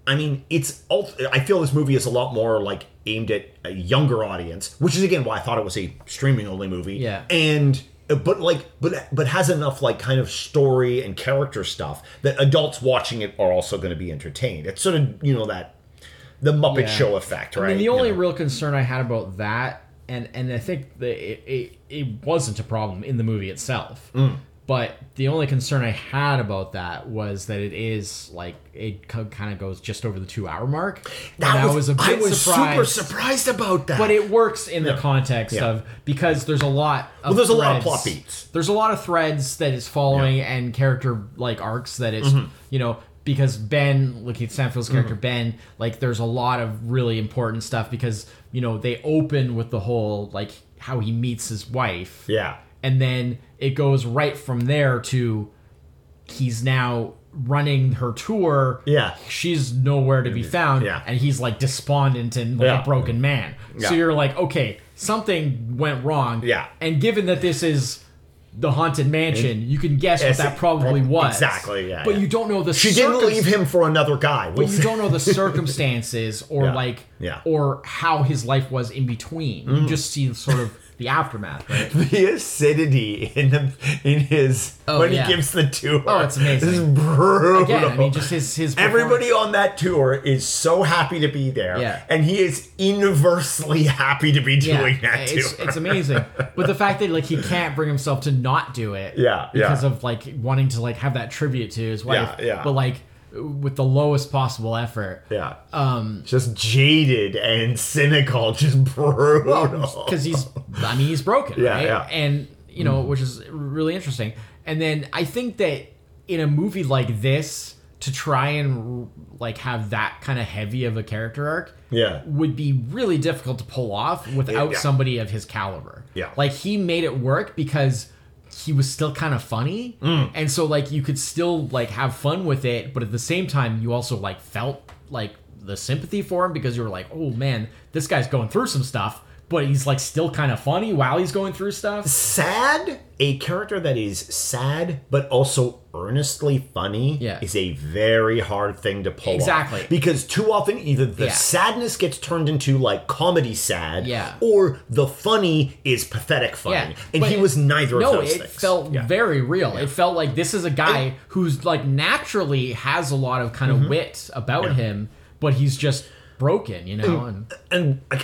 [SPEAKER 1] I mean, it's. Ult- I feel this movie is a lot more like aimed at a younger audience, which is again why I thought it was a streaming only movie.
[SPEAKER 2] Yeah.
[SPEAKER 1] And uh, but like but but has enough like kind of story and character stuff that adults watching it are also going to be entertained. It's sort of you know that the Muppet
[SPEAKER 2] Yeah.
[SPEAKER 1] Show effect, right?
[SPEAKER 2] I mean, the
[SPEAKER 1] You
[SPEAKER 2] only
[SPEAKER 1] know.
[SPEAKER 2] real concern I had about that, and and I think that it, it, it wasn't a problem in the movie itself.
[SPEAKER 1] Mm.
[SPEAKER 2] But the only concern I had about that was that it is like it kind of goes just over the two hour mark. And
[SPEAKER 1] that was,
[SPEAKER 2] I was a bit
[SPEAKER 1] I was super
[SPEAKER 2] surprised,
[SPEAKER 1] surprised about that.
[SPEAKER 2] but it works in
[SPEAKER 1] Yeah.
[SPEAKER 2] the context
[SPEAKER 1] Yeah.
[SPEAKER 2] of because there's a lot. Of
[SPEAKER 1] Well, there's a lot of
[SPEAKER 2] threads-
[SPEAKER 1] plot beats.
[SPEAKER 2] There's a lot of threads that it's following and character like arcs that
[SPEAKER 1] Mm-hmm.
[SPEAKER 2] it's you know because Ben, like it's Sanfield's character Ben, like there's a lot of really important stuff because you know they open with the whole like how he meets his wife.
[SPEAKER 1] yeah.
[SPEAKER 2] And then it goes right from there to he's now running her tour.
[SPEAKER 1] Yeah.
[SPEAKER 2] She's nowhere to be found.
[SPEAKER 1] Yeah.
[SPEAKER 2] And he's like despondent and like
[SPEAKER 1] Yeah.
[SPEAKER 2] a broken man.
[SPEAKER 1] Yeah.
[SPEAKER 2] So you're like, okay, something went wrong.
[SPEAKER 1] Yeah.
[SPEAKER 2] And given that this is the haunted mansion, you can guess
[SPEAKER 1] Yes,
[SPEAKER 2] what that
[SPEAKER 1] it-
[SPEAKER 2] probably was.
[SPEAKER 1] exactly, yeah,
[SPEAKER 2] But
[SPEAKER 1] yeah.
[SPEAKER 2] you don't know the
[SPEAKER 1] She didn't
[SPEAKER 2] circum-
[SPEAKER 1] leave him for another guy. We'll
[SPEAKER 2] but you
[SPEAKER 1] say-
[SPEAKER 2] don't know the circumstances or
[SPEAKER 1] Yeah.
[SPEAKER 2] like
[SPEAKER 1] Yeah. Mm.
[SPEAKER 2] or how his life was in between. You just see sort of the aftermath, right?
[SPEAKER 1] the acidity in the in his
[SPEAKER 2] Oh,
[SPEAKER 1] when
[SPEAKER 2] yeah.
[SPEAKER 1] he gives the tour.
[SPEAKER 2] Oh, it's amazing.
[SPEAKER 1] This is brutal.
[SPEAKER 2] Again, I mean, just his his
[SPEAKER 1] Everybody on that tour is so happy to be there,
[SPEAKER 2] Yeah.
[SPEAKER 1] and he is universally happy to be doing that
[SPEAKER 2] it's,
[SPEAKER 1] tour.
[SPEAKER 2] it's amazing. But the fact that like he can't bring himself to not do it,
[SPEAKER 1] Yeah, yeah.
[SPEAKER 2] because of like wanting to like have that tribute to his wife,
[SPEAKER 1] Yeah, yeah.
[SPEAKER 2] but like with the lowest possible effort,
[SPEAKER 1] yeah, um, just jaded and cynical, just brutal.
[SPEAKER 2] because he's I mean he's broken,
[SPEAKER 1] Yeah,
[SPEAKER 2] right?
[SPEAKER 1] yeah. Mm-hmm.
[SPEAKER 2] And you know, which is really interesting. And then I think that in a movie like this, to try and like have that kind of heavy of a character arc,
[SPEAKER 1] Yeah.
[SPEAKER 2] would be really difficult to pull off without
[SPEAKER 1] yeah.
[SPEAKER 2] somebody of his caliber.
[SPEAKER 1] Yeah.
[SPEAKER 2] like he made it work because he was still kind of funny
[SPEAKER 1] Mm.
[SPEAKER 2] and so like you could still like have fun with it but at the same time you also like felt like the sympathy for him because you were like oh man this guy's going through some stuff but he's like still kind of funny while he's going through stuff.
[SPEAKER 1] sad a character that is sad but also earnestly funny
[SPEAKER 2] Yeah.
[SPEAKER 1] is a very hard thing to pull off.
[SPEAKER 2] Exactly.
[SPEAKER 1] because too often either the
[SPEAKER 2] Yeah.
[SPEAKER 1] sadness gets turned into like comedy sad
[SPEAKER 2] Yeah.
[SPEAKER 1] or the funny is pathetic funny
[SPEAKER 2] Yeah,
[SPEAKER 1] and
[SPEAKER 2] but-
[SPEAKER 1] he was neither
[SPEAKER 2] No,
[SPEAKER 1] of those
[SPEAKER 2] it
[SPEAKER 1] things
[SPEAKER 2] felt
[SPEAKER 1] Yeah.
[SPEAKER 2] very real. It felt like this is a guy who's like naturally has a lot of kind of
[SPEAKER 1] Mm-hmm.
[SPEAKER 2] wit about him, but he's just broken, you know. And
[SPEAKER 1] and I,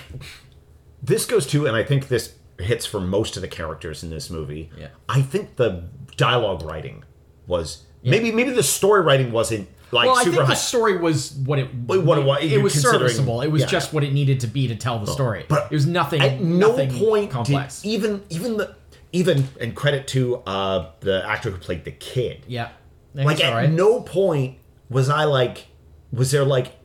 [SPEAKER 1] this goes to, and I think this hits for most of the characters in this movie.
[SPEAKER 2] Yeah.
[SPEAKER 1] I think the dialogue writing was maybe maybe the story writing wasn't like
[SPEAKER 2] well, I
[SPEAKER 1] super
[SPEAKER 2] think
[SPEAKER 1] high,
[SPEAKER 2] the story was what it
[SPEAKER 1] what it was,
[SPEAKER 2] It,
[SPEAKER 1] you're
[SPEAKER 2] was
[SPEAKER 1] considering-
[SPEAKER 2] serviceable. It was
[SPEAKER 1] yeah. Oh,
[SPEAKER 2] just what it needed to be to tell the story.
[SPEAKER 1] but
[SPEAKER 2] it was nothing.
[SPEAKER 1] at no
[SPEAKER 2] nothing
[SPEAKER 1] point
[SPEAKER 2] complex.
[SPEAKER 1] did even even the even and credit to uh, the actor who played the kid.
[SPEAKER 2] yeah,
[SPEAKER 1] like
[SPEAKER 2] It's
[SPEAKER 1] at
[SPEAKER 2] all right.
[SPEAKER 1] no point was I like was there like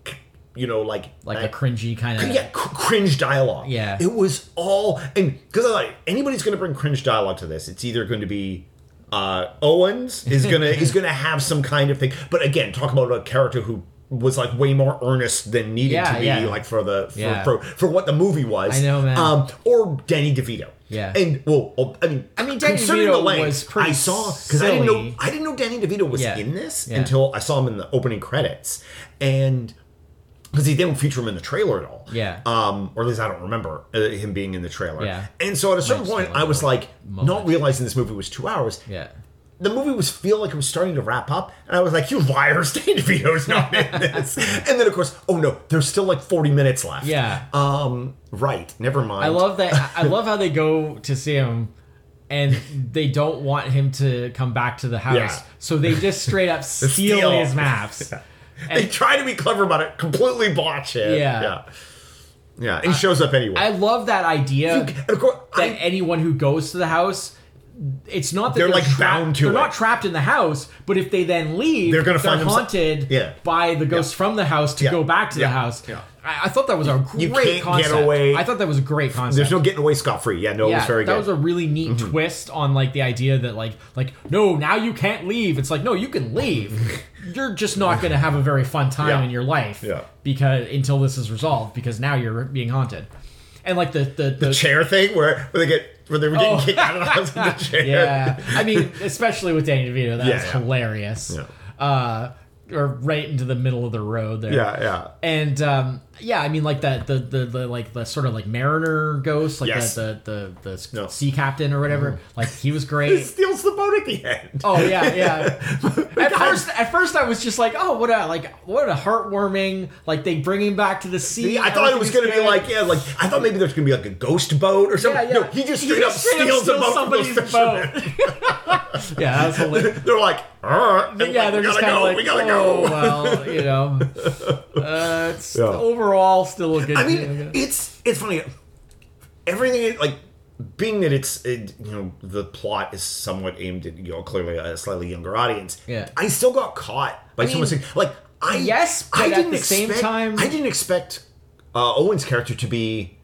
[SPEAKER 1] you know like
[SPEAKER 2] like
[SPEAKER 1] I-
[SPEAKER 2] a cringy kind of
[SPEAKER 1] yeah, cr- cringe dialogue.
[SPEAKER 2] Yeah.
[SPEAKER 1] it was all and because I like anybody's going to bring cringe dialogue to this, it's either going to be uh, Owens is gonna is gonna have some kind of thing. But again, talk about a character who was like way more earnest than needed
[SPEAKER 2] Yeah,
[SPEAKER 1] to be,
[SPEAKER 2] yeah.
[SPEAKER 1] like for the for,
[SPEAKER 2] Yeah.
[SPEAKER 1] for for what the movie was.
[SPEAKER 2] I know, man.
[SPEAKER 1] Um, or Danny DeVito.
[SPEAKER 2] Yeah.
[SPEAKER 1] and well, oh, I mean, I
[SPEAKER 2] mean, Danny
[SPEAKER 1] concerning
[SPEAKER 2] DeVito
[SPEAKER 1] the length,
[SPEAKER 2] was pretty
[SPEAKER 1] I saw because I didn't
[SPEAKER 2] silly.
[SPEAKER 1] know I didn't know Danny DeVito was
[SPEAKER 2] Yeah.
[SPEAKER 1] in this
[SPEAKER 2] Yeah.
[SPEAKER 1] until I saw him in the opening credits and because he didn't feature him in the trailer at all.
[SPEAKER 2] Yeah.
[SPEAKER 1] Um, or at least I don't remember uh, him being in the trailer.
[SPEAKER 2] Yeah.
[SPEAKER 1] And so at a certain
[SPEAKER 2] Might
[SPEAKER 1] point,
[SPEAKER 2] still
[SPEAKER 1] I was like,
[SPEAKER 2] moment.
[SPEAKER 1] not realizing this movie was two hours.
[SPEAKER 2] yeah.
[SPEAKER 1] The movie was feel like it was starting to wrap up, and I was like, "You liars! Dan DeVito's not in this." and then of course, oh no, there's still like 40 minutes left.
[SPEAKER 2] Yeah.
[SPEAKER 1] Um. Right. Never mind.
[SPEAKER 2] I love that. I love how they go to see him, and they don't want him to come back to the house,
[SPEAKER 1] Yeah.
[SPEAKER 2] so they just straight up steal,
[SPEAKER 1] Steal.
[SPEAKER 2] his maps.
[SPEAKER 1] They try to be clever about it, completely botch it.
[SPEAKER 2] Yeah.
[SPEAKER 1] Yeah. Yeah. And he shows up anyway.
[SPEAKER 2] I love that idea
[SPEAKER 1] and of course,
[SPEAKER 2] that
[SPEAKER 1] I-
[SPEAKER 2] anyone who goes to the house. It's not that
[SPEAKER 1] They're, like,
[SPEAKER 2] trapped-
[SPEAKER 1] bound to
[SPEAKER 2] They're
[SPEAKER 1] it.
[SPEAKER 2] not trapped in the house, but if they then leave,
[SPEAKER 1] They're gonna find themselves-
[SPEAKER 2] haunted
[SPEAKER 1] Yeah.
[SPEAKER 2] by the ghost from the house to
[SPEAKER 1] Yeah.
[SPEAKER 2] go back to the
[SPEAKER 1] Yeah.
[SPEAKER 2] house.
[SPEAKER 1] Yeah.
[SPEAKER 2] I, I thought that was a great
[SPEAKER 1] You can't get
[SPEAKER 2] concept.
[SPEAKER 1] away-
[SPEAKER 2] I thought that was a great concept.
[SPEAKER 1] there's no getting away scot free. Yeah. No, it was very
[SPEAKER 2] that
[SPEAKER 1] good. Mm-hmm.
[SPEAKER 2] was a really neat twist on like the idea that like like no, now you can't leave. It's like no, you can leave. you're just not going to have a very fun time
[SPEAKER 1] Yeah.
[SPEAKER 2] in your life
[SPEAKER 1] Yeah.
[SPEAKER 2] because until this is resolved because now you're being haunted. And like the the, the,
[SPEAKER 1] chair thing where, where they get where they were getting
[SPEAKER 2] Oh.
[SPEAKER 1] kicked out of the house in the chair.
[SPEAKER 2] yeah, I mean, especially with Danny DeVito, that
[SPEAKER 1] Yeah,
[SPEAKER 2] was
[SPEAKER 1] yeah.
[SPEAKER 2] hilarious. Uh, or right into the middle of the road there.
[SPEAKER 1] Yeah, yeah.
[SPEAKER 2] and um, yeah, I mean, like that the, the the like the sort of like mariner ghost, like
[SPEAKER 1] Yes.
[SPEAKER 2] the the the, the
[SPEAKER 1] No. Mm-hmm.
[SPEAKER 2] sea captain or whatever. Like he was
[SPEAKER 1] He
[SPEAKER 2] great.
[SPEAKER 1] steals the boat at the end.
[SPEAKER 2] Oh yeah, yeah. at first, at first, I was just like, "Oh, what a like, what a heartwarming! Like they bring him back to the sea."
[SPEAKER 1] I thought it was going
[SPEAKER 2] everything is
[SPEAKER 1] to be
[SPEAKER 2] good.
[SPEAKER 1] like, yeah, like, I thought maybe there's going to be like a ghost boat or something.
[SPEAKER 2] Yeah, yeah.
[SPEAKER 1] No, he just straight up steals the boat from those fishermen.
[SPEAKER 2] boat. yeah, that was hilarious.
[SPEAKER 1] They're like, all right,
[SPEAKER 2] yeah, they're
[SPEAKER 1] we
[SPEAKER 2] just
[SPEAKER 1] gotta
[SPEAKER 2] kind of
[SPEAKER 1] go,
[SPEAKER 2] like,
[SPEAKER 1] we gotta
[SPEAKER 2] oh,
[SPEAKER 1] go.
[SPEAKER 2] well, you know, uh, it's
[SPEAKER 1] Yeah.
[SPEAKER 2] overall still a good.
[SPEAKER 1] I mean, it's it's funny. Everything like being that it's it, you know the plot is somewhat aimed at you know clearly a slightly younger audience.
[SPEAKER 2] Yeah.
[SPEAKER 1] I still got caught by so much.
[SPEAKER 2] mean,
[SPEAKER 1] thing- Like I
[SPEAKER 2] yes, but
[SPEAKER 1] I
[SPEAKER 2] at
[SPEAKER 1] didn't
[SPEAKER 2] the same
[SPEAKER 1] expect,
[SPEAKER 2] time-
[SPEAKER 1] I didn't expect uh, Owen's character to be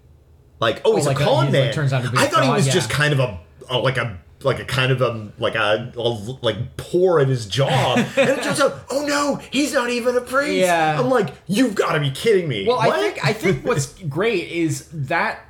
[SPEAKER 1] like oh he's
[SPEAKER 2] like a-
[SPEAKER 1] a con
[SPEAKER 2] he's, like,
[SPEAKER 1] man.
[SPEAKER 2] turns out to be a
[SPEAKER 1] I thought he
[SPEAKER 2] fraud,
[SPEAKER 1] was
[SPEAKER 2] yeah.
[SPEAKER 1] just kind of a, a like a like a kind of a like a, a like poor at his job, and it turns out oh no he's not even a priest.
[SPEAKER 2] Yeah.
[SPEAKER 1] I'm like you've got to be kidding me.
[SPEAKER 2] well,
[SPEAKER 1] What?
[SPEAKER 2] I think I think what's great is that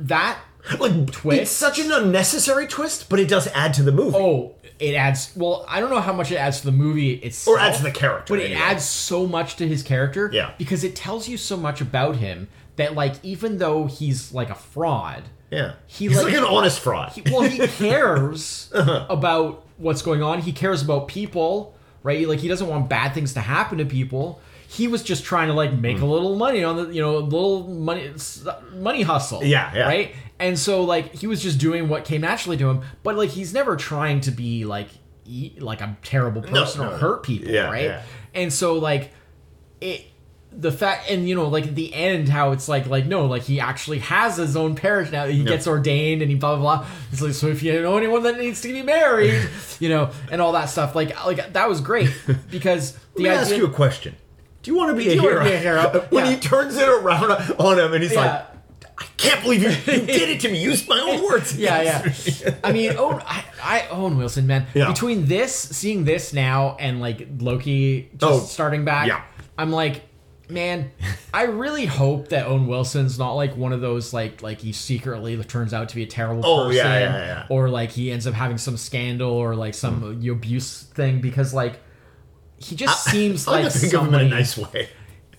[SPEAKER 2] that
[SPEAKER 1] like
[SPEAKER 2] Twist?
[SPEAKER 1] It's such an unnecessary twist, but it does add to the movie.
[SPEAKER 2] oh it adds well i don't know how much it adds to the movie itself
[SPEAKER 1] Or adds to the character,
[SPEAKER 2] but it
[SPEAKER 1] anyway.
[SPEAKER 2] adds so much to his character
[SPEAKER 1] Yeah.
[SPEAKER 2] because it tells you so much about him that like even though he's like a fraud
[SPEAKER 1] yeah,
[SPEAKER 2] he,
[SPEAKER 1] he's
[SPEAKER 2] like-
[SPEAKER 1] like, an honest fraud. Uh-huh.
[SPEAKER 2] he- well he cares about what's going on he cares about people right like he doesn't want bad things to happen to people he was just trying to like
[SPEAKER 1] Hmm.
[SPEAKER 2] make a little money on the you know a little money s- money hustle
[SPEAKER 1] Yeah, yeah.
[SPEAKER 2] right and so like he was just doing what came naturally to him but like he's never trying to be like e- like a terrible person
[SPEAKER 1] no,
[SPEAKER 2] or
[SPEAKER 1] no.
[SPEAKER 2] hurt people
[SPEAKER 1] Yeah,
[SPEAKER 2] right
[SPEAKER 1] yeah.
[SPEAKER 2] and so like it the fact and you know like at the end how it's like like no like he actually has his own parish now he gets ordained and he blah blah blah it's like so if you know anyone that needs to be married you know and all that stuff like like that was great because the
[SPEAKER 1] Let me
[SPEAKER 2] idea
[SPEAKER 1] ask you a question: Do you want to be, a
[SPEAKER 2] you
[SPEAKER 1] hero?
[SPEAKER 2] wanna be a hero?
[SPEAKER 1] when
[SPEAKER 2] Yeah.
[SPEAKER 1] he turns it around on him, and he's
[SPEAKER 2] yeah
[SPEAKER 1] like, "I can't believe you, you did it to me. Use my own words."
[SPEAKER 2] yeah yeah i mean owen I, I owen wilson man
[SPEAKER 1] Yeah.
[SPEAKER 2] between this seeing this now and like loki just
[SPEAKER 1] Oh,
[SPEAKER 2] starting back
[SPEAKER 1] yeah.
[SPEAKER 2] i'm like man, I really hope that Owen Wilson's not like one of those like like he secretly turns out to be a terrible
[SPEAKER 1] Oh,
[SPEAKER 2] person,
[SPEAKER 1] yeah, yeah, yeah. Hmm.
[SPEAKER 2] or like he ends up having some scandal or like some abuse thing because like he just seems
[SPEAKER 1] I like,
[SPEAKER 2] like
[SPEAKER 1] to think
[SPEAKER 2] somebody,
[SPEAKER 1] of him in a nice way.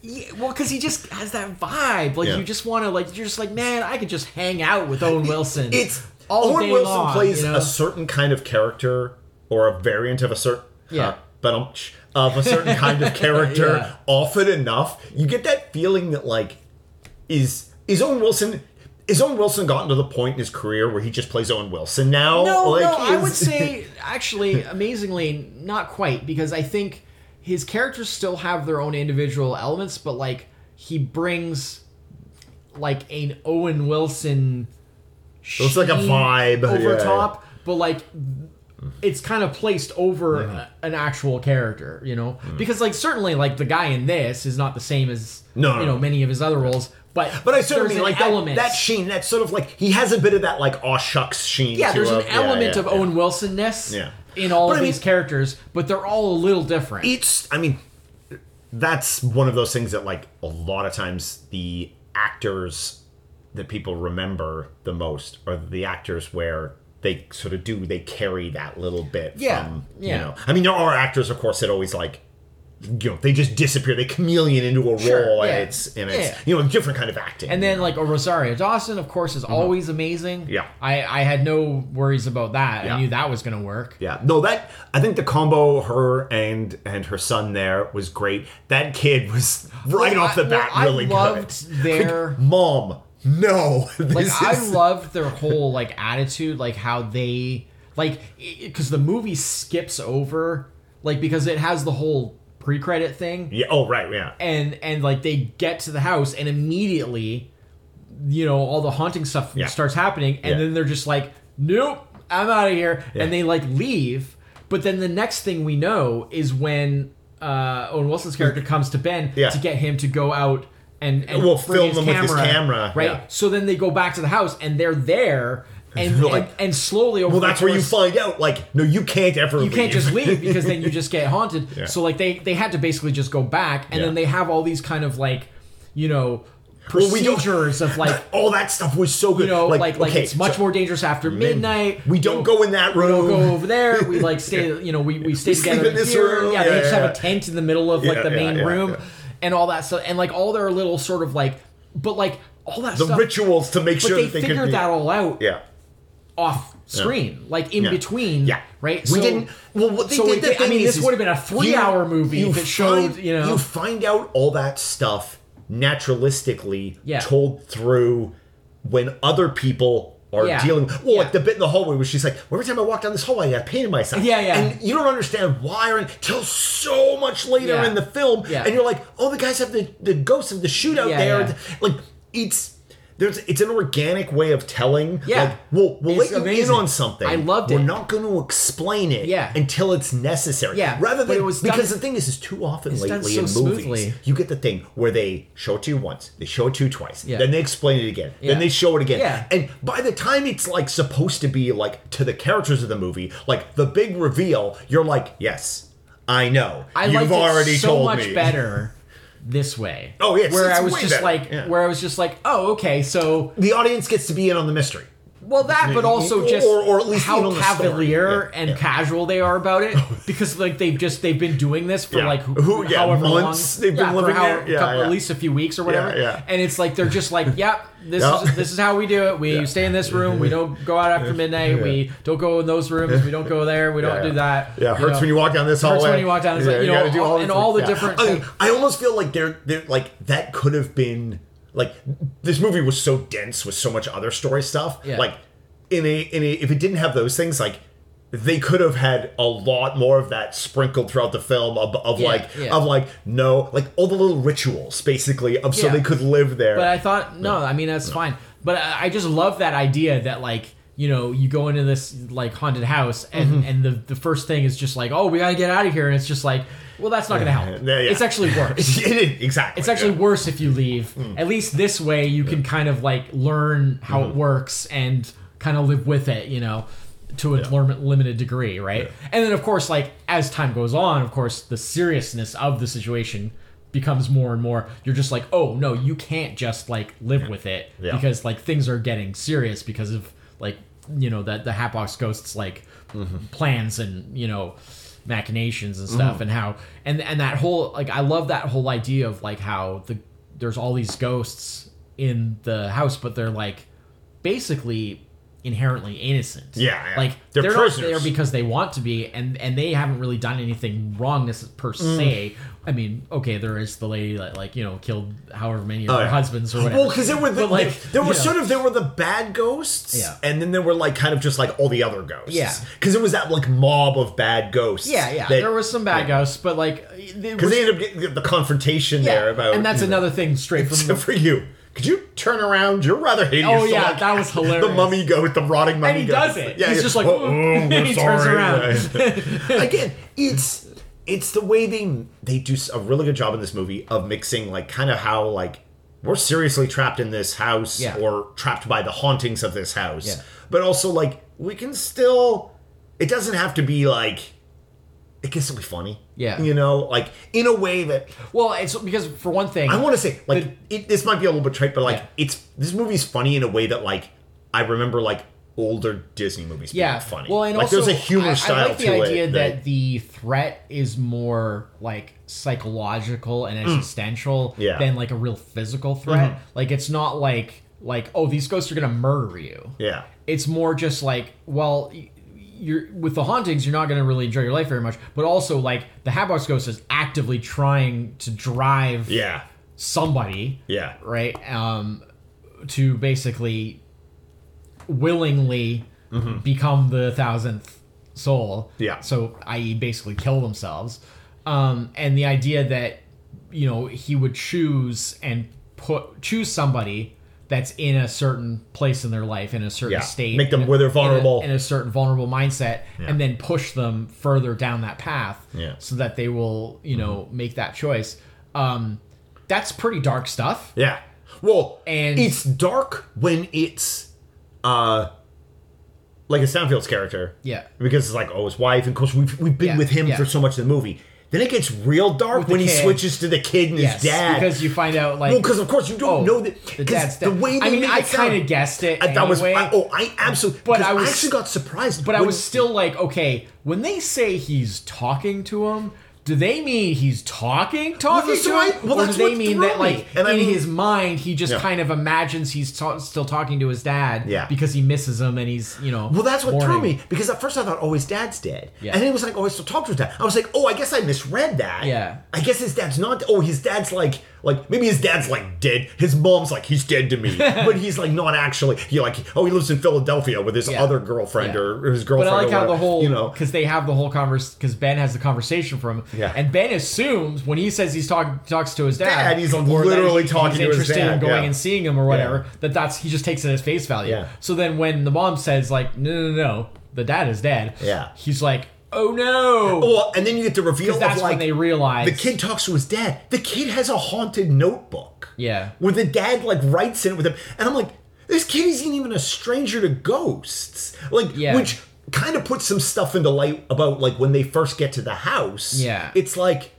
[SPEAKER 2] yeah, well, because he just has that vibe. Like
[SPEAKER 1] Yeah.
[SPEAKER 2] you just want to like you're just like man, I could just hang out with Owen Wilson.
[SPEAKER 1] It's
[SPEAKER 2] all
[SPEAKER 1] Owen
[SPEAKER 2] day
[SPEAKER 1] Wilson
[SPEAKER 2] long,
[SPEAKER 1] plays
[SPEAKER 2] you know?
[SPEAKER 1] a certain kind of character or a variant of a certain
[SPEAKER 2] Yeah.
[SPEAKER 1] but um, of a certain kind of character
[SPEAKER 2] Yeah.
[SPEAKER 1] often enough. You get that feeling that like is is Owen Wilson is Owen Wilson gotten to the point in his career where he just plays Owen Wilson now?
[SPEAKER 2] No,
[SPEAKER 1] like,
[SPEAKER 2] no, I
[SPEAKER 1] is-
[SPEAKER 2] would say actually, amazingly, not quite, because I think his characters still have their own individual elements, but like he brings like an Owen Wilson.
[SPEAKER 1] it's like a
[SPEAKER 2] sheen
[SPEAKER 1] vibe,
[SPEAKER 2] over
[SPEAKER 1] yeah.
[SPEAKER 2] top, but like it's kind of placed over a- an actual character, you know,
[SPEAKER 1] Hmm.
[SPEAKER 2] because like certainly like the guy in this is not the same as
[SPEAKER 1] No, no,
[SPEAKER 2] you know
[SPEAKER 1] no.
[SPEAKER 2] many of his other roles, but
[SPEAKER 1] But I sort of
[SPEAKER 2] there's
[SPEAKER 1] mean
[SPEAKER 2] an
[SPEAKER 1] like that, that sheen, that sort of like he has a bit of that like aw shucks sheen.
[SPEAKER 2] yeah,
[SPEAKER 1] to
[SPEAKER 2] there's an
[SPEAKER 1] a- yeah,
[SPEAKER 2] element
[SPEAKER 1] yeah,
[SPEAKER 2] of
[SPEAKER 1] yeah.
[SPEAKER 2] Owen Wilsonness
[SPEAKER 1] Yeah.
[SPEAKER 2] in all
[SPEAKER 1] But
[SPEAKER 2] of
[SPEAKER 1] I mean- E-
[SPEAKER 2] these characters, but they're all a little different.
[SPEAKER 1] it's i mean that's one of those things that like a lot of times the actors that people remember the most are the actors where they sort of do they carry that little bit
[SPEAKER 2] Yeah,
[SPEAKER 1] from
[SPEAKER 2] yeah.
[SPEAKER 1] you know i mean there are actors of course that always like you know they just disappear they chameleon into a
[SPEAKER 2] Sure,
[SPEAKER 1] role
[SPEAKER 2] yeah.
[SPEAKER 1] and it's and it's
[SPEAKER 2] Yeah.
[SPEAKER 1] you know a different kind of acting
[SPEAKER 2] and then like a Rosario Dawson, of course, is always amazing.
[SPEAKER 1] Uh-huh. Yeah.
[SPEAKER 2] I I had no worries about that.
[SPEAKER 1] Yeah.
[SPEAKER 2] I knew that was gonna work.
[SPEAKER 1] Yeah, no, that I think the combo her and and her son there was great. That kid was right
[SPEAKER 2] Well,
[SPEAKER 1] off the
[SPEAKER 2] I-
[SPEAKER 1] bat
[SPEAKER 2] well, I
[SPEAKER 1] really
[SPEAKER 2] loved
[SPEAKER 1] good.
[SPEAKER 2] their-
[SPEAKER 1] Like, mom. No, this
[SPEAKER 2] Like I
[SPEAKER 1] is
[SPEAKER 2] loved their whole like attitude, like how they like because the movie skips over like because it has the whole pre-credit thing
[SPEAKER 1] yeah. Oh right, yeah.
[SPEAKER 2] and and like they get to the house and immediately you know all the haunting stuff
[SPEAKER 1] Yeah.
[SPEAKER 2] starts happening and
[SPEAKER 1] Yeah.
[SPEAKER 2] then they're just like nope i'm out of here and they like leave but then the next thing we know is when uh, owen wilson's character comes to ben
[SPEAKER 1] Hmm. Yeah.
[SPEAKER 2] to get him to go out and, and
[SPEAKER 1] Well,
[SPEAKER 2] bring
[SPEAKER 1] film them with his camera,
[SPEAKER 2] right
[SPEAKER 1] yeah.
[SPEAKER 2] so then they go back to the house and they're there and
[SPEAKER 1] They're
[SPEAKER 2] and,
[SPEAKER 1] like-
[SPEAKER 2] and slowly over
[SPEAKER 1] Well,
[SPEAKER 2] the
[SPEAKER 1] that's where you
[SPEAKER 2] course-
[SPEAKER 1] find out. Like, no, you can't ever.
[SPEAKER 2] you can't just leave because then you just get haunted.
[SPEAKER 1] Yeah.
[SPEAKER 2] So like they they had to basically just go back, and
[SPEAKER 1] Yeah.
[SPEAKER 2] then they have all these kind of like, you know,
[SPEAKER 1] Well, we don't-
[SPEAKER 2] procedures of like
[SPEAKER 1] All that stuff was so good.
[SPEAKER 2] you know like like,
[SPEAKER 1] okay,
[SPEAKER 2] it's much
[SPEAKER 1] so
[SPEAKER 2] more dangerous after midnight.
[SPEAKER 1] We don't go in that room.
[SPEAKER 2] We don't go over there. We like stay. You know, we, we stay
[SPEAKER 1] We sleep
[SPEAKER 2] together
[SPEAKER 1] in this
[SPEAKER 2] here.
[SPEAKER 1] room.
[SPEAKER 2] Yeah, they
[SPEAKER 1] Yeah,
[SPEAKER 2] just
[SPEAKER 1] yeah,
[SPEAKER 2] have
[SPEAKER 1] yeah.
[SPEAKER 2] a tent in the middle of
[SPEAKER 1] Yeah,
[SPEAKER 2] like the
[SPEAKER 1] yeah,
[SPEAKER 2] main
[SPEAKER 1] yeah,
[SPEAKER 2] room,
[SPEAKER 1] yeah.
[SPEAKER 2] and all that stuff, and like all their little sort of like, but like all that
[SPEAKER 1] the
[SPEAKER 2] stuff.
[SPEAKER 1] rituals to make
[SPEAKER 2] but
[SPEAKER 1] sure
[SPEAKER 2] they
[SPEAKER 1] that they
[SPEAKER 2] figured
[SPEAKER 1] could be,
[SPEAKER 2] that all out
[SPEAKER 1] Yeah,
[SPEAKER 2] off screen, like in
[SPEAKER 1] Yeah.
[SPEAKER 2] between.
[SPEAKER 1] yeah.
[SPEAKER 2] right.
[SPEAKER 1] We
[SPEAKER 2] So-
[SPEAKER 1] didn't. Well, what they
[SPEAKER 2] so
[SPEAKER 1] did.
[SPEAKER 2] we
[SPEAKER 1] the
[SPEAKER 2] did- I
[SPEAKER 1] thing
[SPEAKER 2] mean,
[SPEAKER 1] is-
[SPEAKER 2] this
[SPEAKER 1] is
[SPEAKER 2] would've been a three-hour movie
[SPEAKER 1] you
[SPEAKER 2] that showed,
[SPEAKER 1] find-
[SPEAKER 2] you know-
[SPEAKER 1] find out all that stuff naturalistically
[SPEAKER 2] Yeah.
[SPEAKER 1] told through when other people are
[SPEAKER 2] Yeah.
[SPEAKER 1] dealing. Well, like
[SPEAKER 2] Yeah.
[SPEAKER 1] the bit in the hallway where she's like, every time I walk down this hallway, I got pain in my side.
[SPEAKER 2] Yeah, yeah.
[SPEAKER 1] And you don't understand why or until so much later
[SPEAKER 2] Yeah.
[SPEAKER 1] in the film,
[SPEAKER 2] Yeah.
[SPEAKER 1] and you're like, oh, the guys have the the ghosts of the shootout
[SPEAKER 2] Yeah,
[SPEAKER 1] there.
[SPEAKER 2] yeah.
[SPEAKER 1] Like it's. There's, it's an organic way of telling.
[SPEAKER 2] Yeah.
[SPEAKER 1] Like, we'll, we'll let
[SPEAKER 2] It's
[SPEAKER 1] you in
[SPEAKER 2] amazing.
[SPEAKER 1] on something.
[SPEAKER 2] I loved
[SPEAKER 1] We're
[SPEAKER 2] it.
[SPEAKER 1] not not going to explain it
[SPEAKER 2] Yeah.
[SPEAKER 1] until it's necessary.
[SPEAKER 2] Yeah,
[SPEAKER 1] Rather
[SPEAKER 2] but
[SPEAKER 1] than
[SPEAKER 2] it was done-
[SPEAKER 1] because the thing is, is too often
[SPEAKER 2] It's done
[SPEAKER 1] lately
[SPEAKER 2] so
[SPEAKER 1] in movies,
[SPEAKER 2] smoothly.
[SPEAKER 1] you get the thing where they show it to you once, they show it to you twice,
[SPEAKER 2] Yeah.
[SPEAKER 1] then they explain it again,
[SPEAKER 2] Yeah.
[SPEAKER 1] then they show it again,
[SPEAKER 2] Yeah.
[SPEAKER 1] and by the time it's like supposed to be like to the characters of the movie, like the big reveal, you're like, yes, I know,
[SPEAKER 2] I
[SPEAKER 1] you've
[SPEAKER 2] liked
[SPEAKER 1] already
[SPEAKER 2] it so
[SPEAKER 1] told
[SPEAKER 2] much
[SPEAKER 1] me.
[SPEAKER 2] better this way.
[SPEAKER 1] Oh, yeah, it's-
[SPEAKER 2] where
[SPEAKER 1] it's
[SPEAKER 2] I was
[SPEAKER 1] way
[SPEAKER 2] just
[SPEAKER 1] better,
[SPEAKER 2] like,
[SPEAKER 1] yeah.
[SPEAKER 2] where I was just like, oh, okay, so
[SPEAKER 1] The audience gets to be in on the mystery.
[SPEAKER 2] well that, but also just
[SPEAKER 1] Or- or at least you know
[SPEAKER 2] how
[SPEAKER 1] the story.
[SPEAKER 2] cavalier
[SPEAKER 1] Yeah,
[SPEAKER 2] and
[SPEAKER 1] yeah.
[SPEAKER 2] casual they are about it, because like they've just they've been doing this for
[SPEAKER 1] Yeah.
[SPEAKER 2] like who,
[SPEAKER 1] Who- yeah,
[SPEAKER 2] however
[SPEAKER 1] months
[SPEAKER 2] long
[SPEAKER 1] they've been
[SPEAKER 2] yeah,
[SPEAKER 1] living
[SPEAKER 2] for how,
[SPEAKER 1] there. Yeah,
[SPEAKER 2] couple-
[SPEAKER 1] yeah.
[SPEAKER 2] at least a few weeks or whatever,
[SPEAKER 1] yeah.
[SPEAKER 2] and it's like they're just like, yep, this
[SPEAKER 1] Yeah.
[SPEAKER 2] is this is how we do it. We stay in this room. We don't go out after midnight. We don't go in those rooms. We don't go there. We don't
[SPEAKER 1] Yeah,
[SPEAKER 2] do that.
[SPEAKER 1] Yeah, hurts
[SPEAKER 2] know.
[SPEAKER 1] when you walk down this hallway.
[SPEAKER 2] Hurts when you walk down this- you know,
[SPEAKER 1] gotta do
[SPEAKER 2] all-
[SPEAKER 1] these
[SPEAKER 2] and all
[SPEAKER 1] things.
[SPEAKER 2] the different
[SPEAKER 1] I, mean,
[SPEAKER 2] things.
[SPEAKER 1] I almost feel like they're they're like that could have been like this movie was so dense with so much other story stuff.
[SPEAKER 2] Yeah.
[SPEAKER 1] Like in a in a if it didn't have those things, like they could have had a lot more of that sprinkled throughout the film of, of
[SPEAKER 2] Yeah,
[SPEAKER 1] like
[SPEAKER 2] yeah.
[SPEAKER 1] of like no like all the little rituals basically of so
[SPEAKER 2] Yeah.
[SPEAKER 1] they could live there.
[SPEAKER 2] But I thought no, I mean that's fine. But I, I just love that idea that like you know you go into this like haunted house and
[SPEAKER 1] Mm-hmm.
[SPEAKER 2] and the the first thing is just like oh we gotta get out of here and it's just like well that's not gonna help.
[SPEAKER 1] Yeah, yeah.
[SPEAKER 2] It's actually worse.
[SPEAKER 1] It- exactly.
[SPEAKER 2] It's actually
[SPEAKER 1] yeah. Hmm.
[SPEAKER 2] worse if you leave. At least this way you can kind of like learn how
[SPEAKER 1] Mm-hmm.
[SPEAKER 2] it works and kind of live with it, you know, to a lim- limited degree, right? And then of course like as time goes on, of course the seriousness of the situation becomes more and more you're just like oh no you can't just like live with it
[SPEAKER 1] Yeah.
[SPEAKER 2] because like things are getting serious because of like you know that the hatbox ghosts like
[SPEAKER 1] Mm-hmm.
[SPEAKER 2] plans and you know machinations and stuff and how and and that whole like i love that whole idea of like how the there's all these ghosts in the house but they're like basically inherently innocent
[SPEAKER 1] Yeah, yeah.
[SPEAKER 2] like
[SPEAKER 1] They're
[SPEAKER 2] they're, not
[SPEAKER 1] prisoners.
[SPEAKER 2] there because they want to be and and they haven't really done anything wrong necess- per
[SPEAKER 1] Mm.
[SPEAKER 2] se i mean okay there is the lady that like you know killed however many of
[SPEAKER 1] Oh,
[SPEAKER 2] her
[SPEAKER 1] yeah.
[SPEAKER 2] husbands or whatever
[SPEAKER 1] Well, because there were the,
[SPEAKER 2] But, like,
[SPEAKER 1] like there were
[SPEAKER 2] you know.
[SPEAKER 1] sort of there were the bad ghosts,
[SPEAKER 2] Yeah.
[SPEAKER 1] and then there were like kind of just like all the other ghosts.
[SPEAKER 2] Yeah.
[SPEAKER 1] because it was that like mob of bad ghosts.
[SPEAKER 2] yeah yeah
[SPEAKER 1] that-
[SPEAKER 2] there was some bad
[SPEAKER 1] yeah.
[SPEAKER 2] ghosts but like they
[SPEAKER 1] Because they ended up getting the confrontation there about,
[SPEAKER 2] and that's
[SPEAKER 1] you know,
[SPEAKER 2] another thing straight from the
[SPEAKER 1] except for you. Could you turn around? You're rather hideous.
[SPEAKER 2] Oh,
[SPEAKER 1] The,
[SPEAKER 2] yeah,
[SPEAKER 1] like,
[SPEAKER 2] that was hilarious.
[SPEAKER 1] The mummy ghost, the rotting mummy
[SPEAKER 2] and he
[SPEAKER 1] ghost.
[SPEAKER 2] does it.
[SPEAKER 1] Yeah,
[SPEAKER 2] he's
[SPEAKER 1] yeah.
[SPEAKER 2] just like,
[SPEAKER 1] Oh, oh,
[SPEAKER 2] "Ooh," and
[SPEAKER 1] we're
[SPEAKER 2] he turns
[SPEAKER 1] sorry.
[SPEAKER 2] around.
[SPEAKER 1] Yeah. again it's it's the way they they do a really good job in this movie of mixing like kind of how like we're seriously trapped in this house
[SPEAKER 2] Yeah.
[SPEAKER 1] or trapped by the hauntings of this house
[SPEAKER 2] Yeah.
[SPEAKER 1] but also like we can still it doesn't have to be like it can still be funny
[SPEAKER 2] Yeah.
[SPEAKER 1] you know like in a way that
[SPEAKER 2] Well, it's because for one thing,
[SPEAKER 1] I want to say like it, this might be a little bit trite, but like
[SPEAKER 2] Yeah.
[SPEAKER 1] it's this movie's funny in a way that like I remember like older Disney movies being
[SPEAKER 2] yeah,
[SPEAKER 1] funny.
[SPEAKER 2] Well, and
[SPEAKER 1] like
[SPEAKER 2] also
[SPEAKER 1] there's a humor
[SPEAKER 2] I,
[SPEAKER 1] style
[SPEAKER 2] I like the
[SPEAKER 1] to
[SPEAKER 2] idea
[SPEAKER 1] it
[SPEAKER 2] that, the threat is more like psychological and existential
[SPEAKER 1] Mm. Yeah. Mm-hmm.
[SPEAKER 2] than like a real physical threat. Like it's not like like oh these ghosts are gonna murder you.
[SPEAKER 1] yeah.
[SPEAKER 2] It's more just like well. y- You're, with the hauntings, you're not going to really enjoy your life very much. But also, like the Hatbox Ghost is actively trying to drive
[SPEAKER 1] Yeah.
[SPEAKER 2] somebody
[SPEAKER 1] Yeah.
[SPEAKER 2] right um to basically willingly become the thousandth soul
[SPEAKER 1] Mm-hmm. Yeah.
[SPEAKER 2] so i.e basically kill themselves um and the idea that you know he would choose and put choose somebody that's in a certain place in their life in a certain
[SPEAKER 1] Yeah.
[SPEAKER 2] state
[SPEAKER 1] Make them
[SPEAKER 2] in a-
[SPEAKER 1] where they're
[SPEAKER 2] in a-
[SPEAKER 1] vulnerable.
[SPEAKER 2] in a, certain vulnerable mindset and then push them further down that path
[SPEAKER 1] Yeah. Mm-hmm.
[SPEAKER 2] so that they will you know make that choice um that's pretty dark stuff
[SPEAKER 1] Yeah. Well,
[SPEAKER 2] And-
[SPEAKER 1] it's dark when it's uh like a Stanfield's character.
[SPEAKER 2] Yeah.
[SPEAKER 1] Because it's like, oh, his wife, and of course we've we've been
[SPEAKER 2] Yeah,
[SPEAKER 1] with him
[SPEAKER 2] yeah.
[SPEAKER 1] for so much of the movie. Then it gets real dark
[SPEAKER 2] the
[SPEAKER 1] when he
[SPEAKER 2] kid.
[SPEAKER 1] switches to the kid and
[SPEAKER 2] yes
[SPEAKER 1] his dad.
[SPEAKER 2] because you find out like
[SPEAKER 1] well, because of course you don't
[SPEAKER 2] oh,
[SPEAKER 1] know that
[SPEAKER 2] the
[SPEAKER 1] 'cause
[SPEAKER 2] dad's
[SPEAKER 1] the
[SPEAKER 2] dead.
[SPEAKER 1] way they
[SPEAKER 2] I mean
[SPEAKER 1] make
[SPEAKER 2] I
[SPEAKER 1] it sound-
[SPEAKER 2] kind of guessed it
[SPEAKER 1] I, that was
[SPEAKER 2] anyway.
[SPEAKER 1] I, oh, I absolutely.
[SPEAKER 2] But
[SPEAKER 1] 'cause
[SPEAKER 2] I was-
[SPEAKER 1] actually got surprised.
[SPEAKER 2] But I
[SPEAKER 1] when-
[SPEAKER 2] was still like, okay, when they say he's talking to him, do they mean he's talking, talking
[SPEAKER 1] that's
[SPEAKER 2] to
[SPEAKER 1] what I-
[SPEAKER 2] him,
[SPEAKER 1] well,
[SPEAKER 2] or do
[SPEAKER 1] that's
[SPEAKER 2] they
[SPEAKER 1] what
[SPEAKER 2] mean
[SPEAKER 1] threw
[SPEAKER 2] that
[SPEAKER 1] me.
[SPEAKER 2] like
[SPEAKER 1] And I
[SPEAKER 2] in
[SPEAKER 1] mean-
[SPEAKER 2] his mind he just
[SPEAKER 1] Yeah.
[SPEAKER 2] kind of imagines he's ta- still talking to his dad,
[SPEAKER 1] Yeah.
[SPEAKER 2] because he misses him and he's you know.
[SPEAKER 1] Well, that's what threw
[SPEAKER 2] mourning.
[SPEAKER 1] me because at first I thought, oh, his dad's dead,
[SPEAKER 2] Yeah.
[SPEAKER 1] and then it was like, oh, I still talked to his dad. I was like, oh, I guess I misread that.
[SPEAKER 2] Yeah.
[SPEAKER 1] I guess his dad's not. Oh, his dad's like, like maybe his dad's like dead. His mom's like, he's dead to me, but he's like not actually. He like, oh, he lives in Philadelphia with his
[SPEAKER 2] Yeah.
[SPEAKER 1] other girlfriend
[SPEAKER 2] Yeah.
[SPEAKER 1] or, or his
[SPEAKER 2] But
[SPEAKER 1] girlfriend.
[SPEAKER 2] I like
[SPEAKER 1] or
[SPEAKER 2] how the
[SPEAKER 1] whatever,
[SPEAKER 2] whole,
[SPEAKER 1] you know,
[SPEAKER 2] because they have the whole converse, because Ben has the conversation from him,
[SPEAKER 1] Yeah.
[SPEAKER 2] and Ben assumes when he says he's talking talks to his dad,
[SPEAKER 1] Dad, he's
[SPEAKER 2] or that
[SPEAKER 1] literally talking to his
[SPEAKER 2] interested
[SPEAKER 1] dad,
[SPEAKER 2] in going
[SPEAKER 1] yeah.
[SPEAKER 2] and seeing him or whatever. That that's he just takes it as face value.
[SPEAKER 1] Yeah.
[SPEAKER 2] So then when the mom says like, no, no, no, no, the dad is dead.
[SPEAKER 1] Yeah.
[SPEAKER 2] he's like, oh no,
[SPEAKER 1] well, and then you get the reveal
[SPEAKER 2] 'Cause
[SPEAKER 1] of
[SPEAKER 2] that's
[SPEAKER 1] like
[SPEAKER 2] when they realize
[SPEAKER 1] the kid talks to his dad. The kid has a haunted notebook.
[SPEAKER 2] Yeah.
[SPEAKER 1] Where the dad like writes in it with him. And I'm like, this kid isn't even a stranger to ghosts. Like
[SPEAKER 2] Yeah.
[SPEAKER 1] which kind of puts some stuff into light about like when they first get to the house.
[SPEAKER 2] Yeah.
[SPEAKER 1] It's like,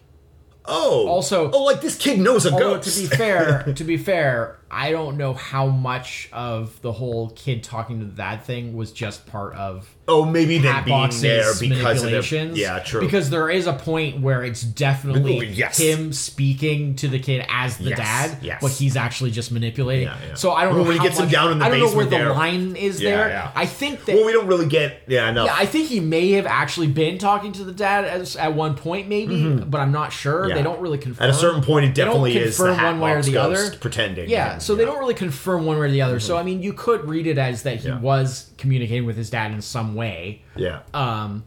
[SPEAKER 1] oh
[SPEAKER 2] Also-
[SPEAKER 1] Oh, like this kid knows a
[SPEAKER 2] Although,
[SPEAKER 1] ghost.
[SPEAKER 2] to be fair, to be fair, I don't know how much of the whole kid talking to the dad thing was just part of
[SPEAKER 1] oh, maybe them
[SPEAKER 2] hat
[SPEAKER 1] being
[SPEAKER 2] boxes,
[SPEAKER 1] there because of the
[SPEAKER 2] manipulations.
[SPEAKER 1] Yeah, true.
[SPEAKER 2] Because there is a point where it's definitely
[SPEAKER 1] Ooh, yes.
[SPEAKER 2] him speaking to the kid as the
[SPEAKER 1] Yes,
[SPEAKER 2] dad,
[SPEAKER 1] yes.
[SPEAKER 2] but he's actually just manipulating.
[SPEAKER 1] Yeah, yeah.
[SPEAKER 2] So I don't
[SPEAKER 1] Well,
[SPEAKER 2] know
[SPEAKER 1] when he
[SPEAKER 2] how
[SPEAKER 1] gets him
[SPEAKER 2] much-
[SPEAKER 1] down in the
[SPEAKER 2] I don't know where
[SPEAKER 1] basement there.
[SPEAKER 2] the line is
[SPEAKER 1] Yeah,
[SPEAKER 2] there.
[SPEAKER 1] yeah.
[SPEAKER 2] I think that
[SPEAKER 1] well, we don't really get yeah, no.
[SPEAKER 2] yeah, I think he may have actually been talking to the dad as, at one point, maybe, but I'm not sure.
[SPEAKER 1] Mm-hmm. Yeah.
[SPEAKER 2] They don't really confirm.
[SPEAKER 1] At a certain point, it
[SPEAKER 2] They don't
[SPEAKER 1] definitely is the
[SPEAKER 2] confirm
[SPEAKER 1] hat
[SPEAKER 2] one way or
[SPEAKER 1] box
[SPEAKER 2] the
[SPEAKER 1] ghost
[SPEAKER 2] other.
[SPEAKER 1] pretending. Mm-hmm.
[SPEAKER 2] Yeah, so they don't really confirm one way or the other. So I mean, you could read it as that he
[SPEAKER 1] Yeah.
[SPEAKER 2] was communicating with his dad in some way,
[SPEAKER 1] Yeah.
[SPEAKER 2] um,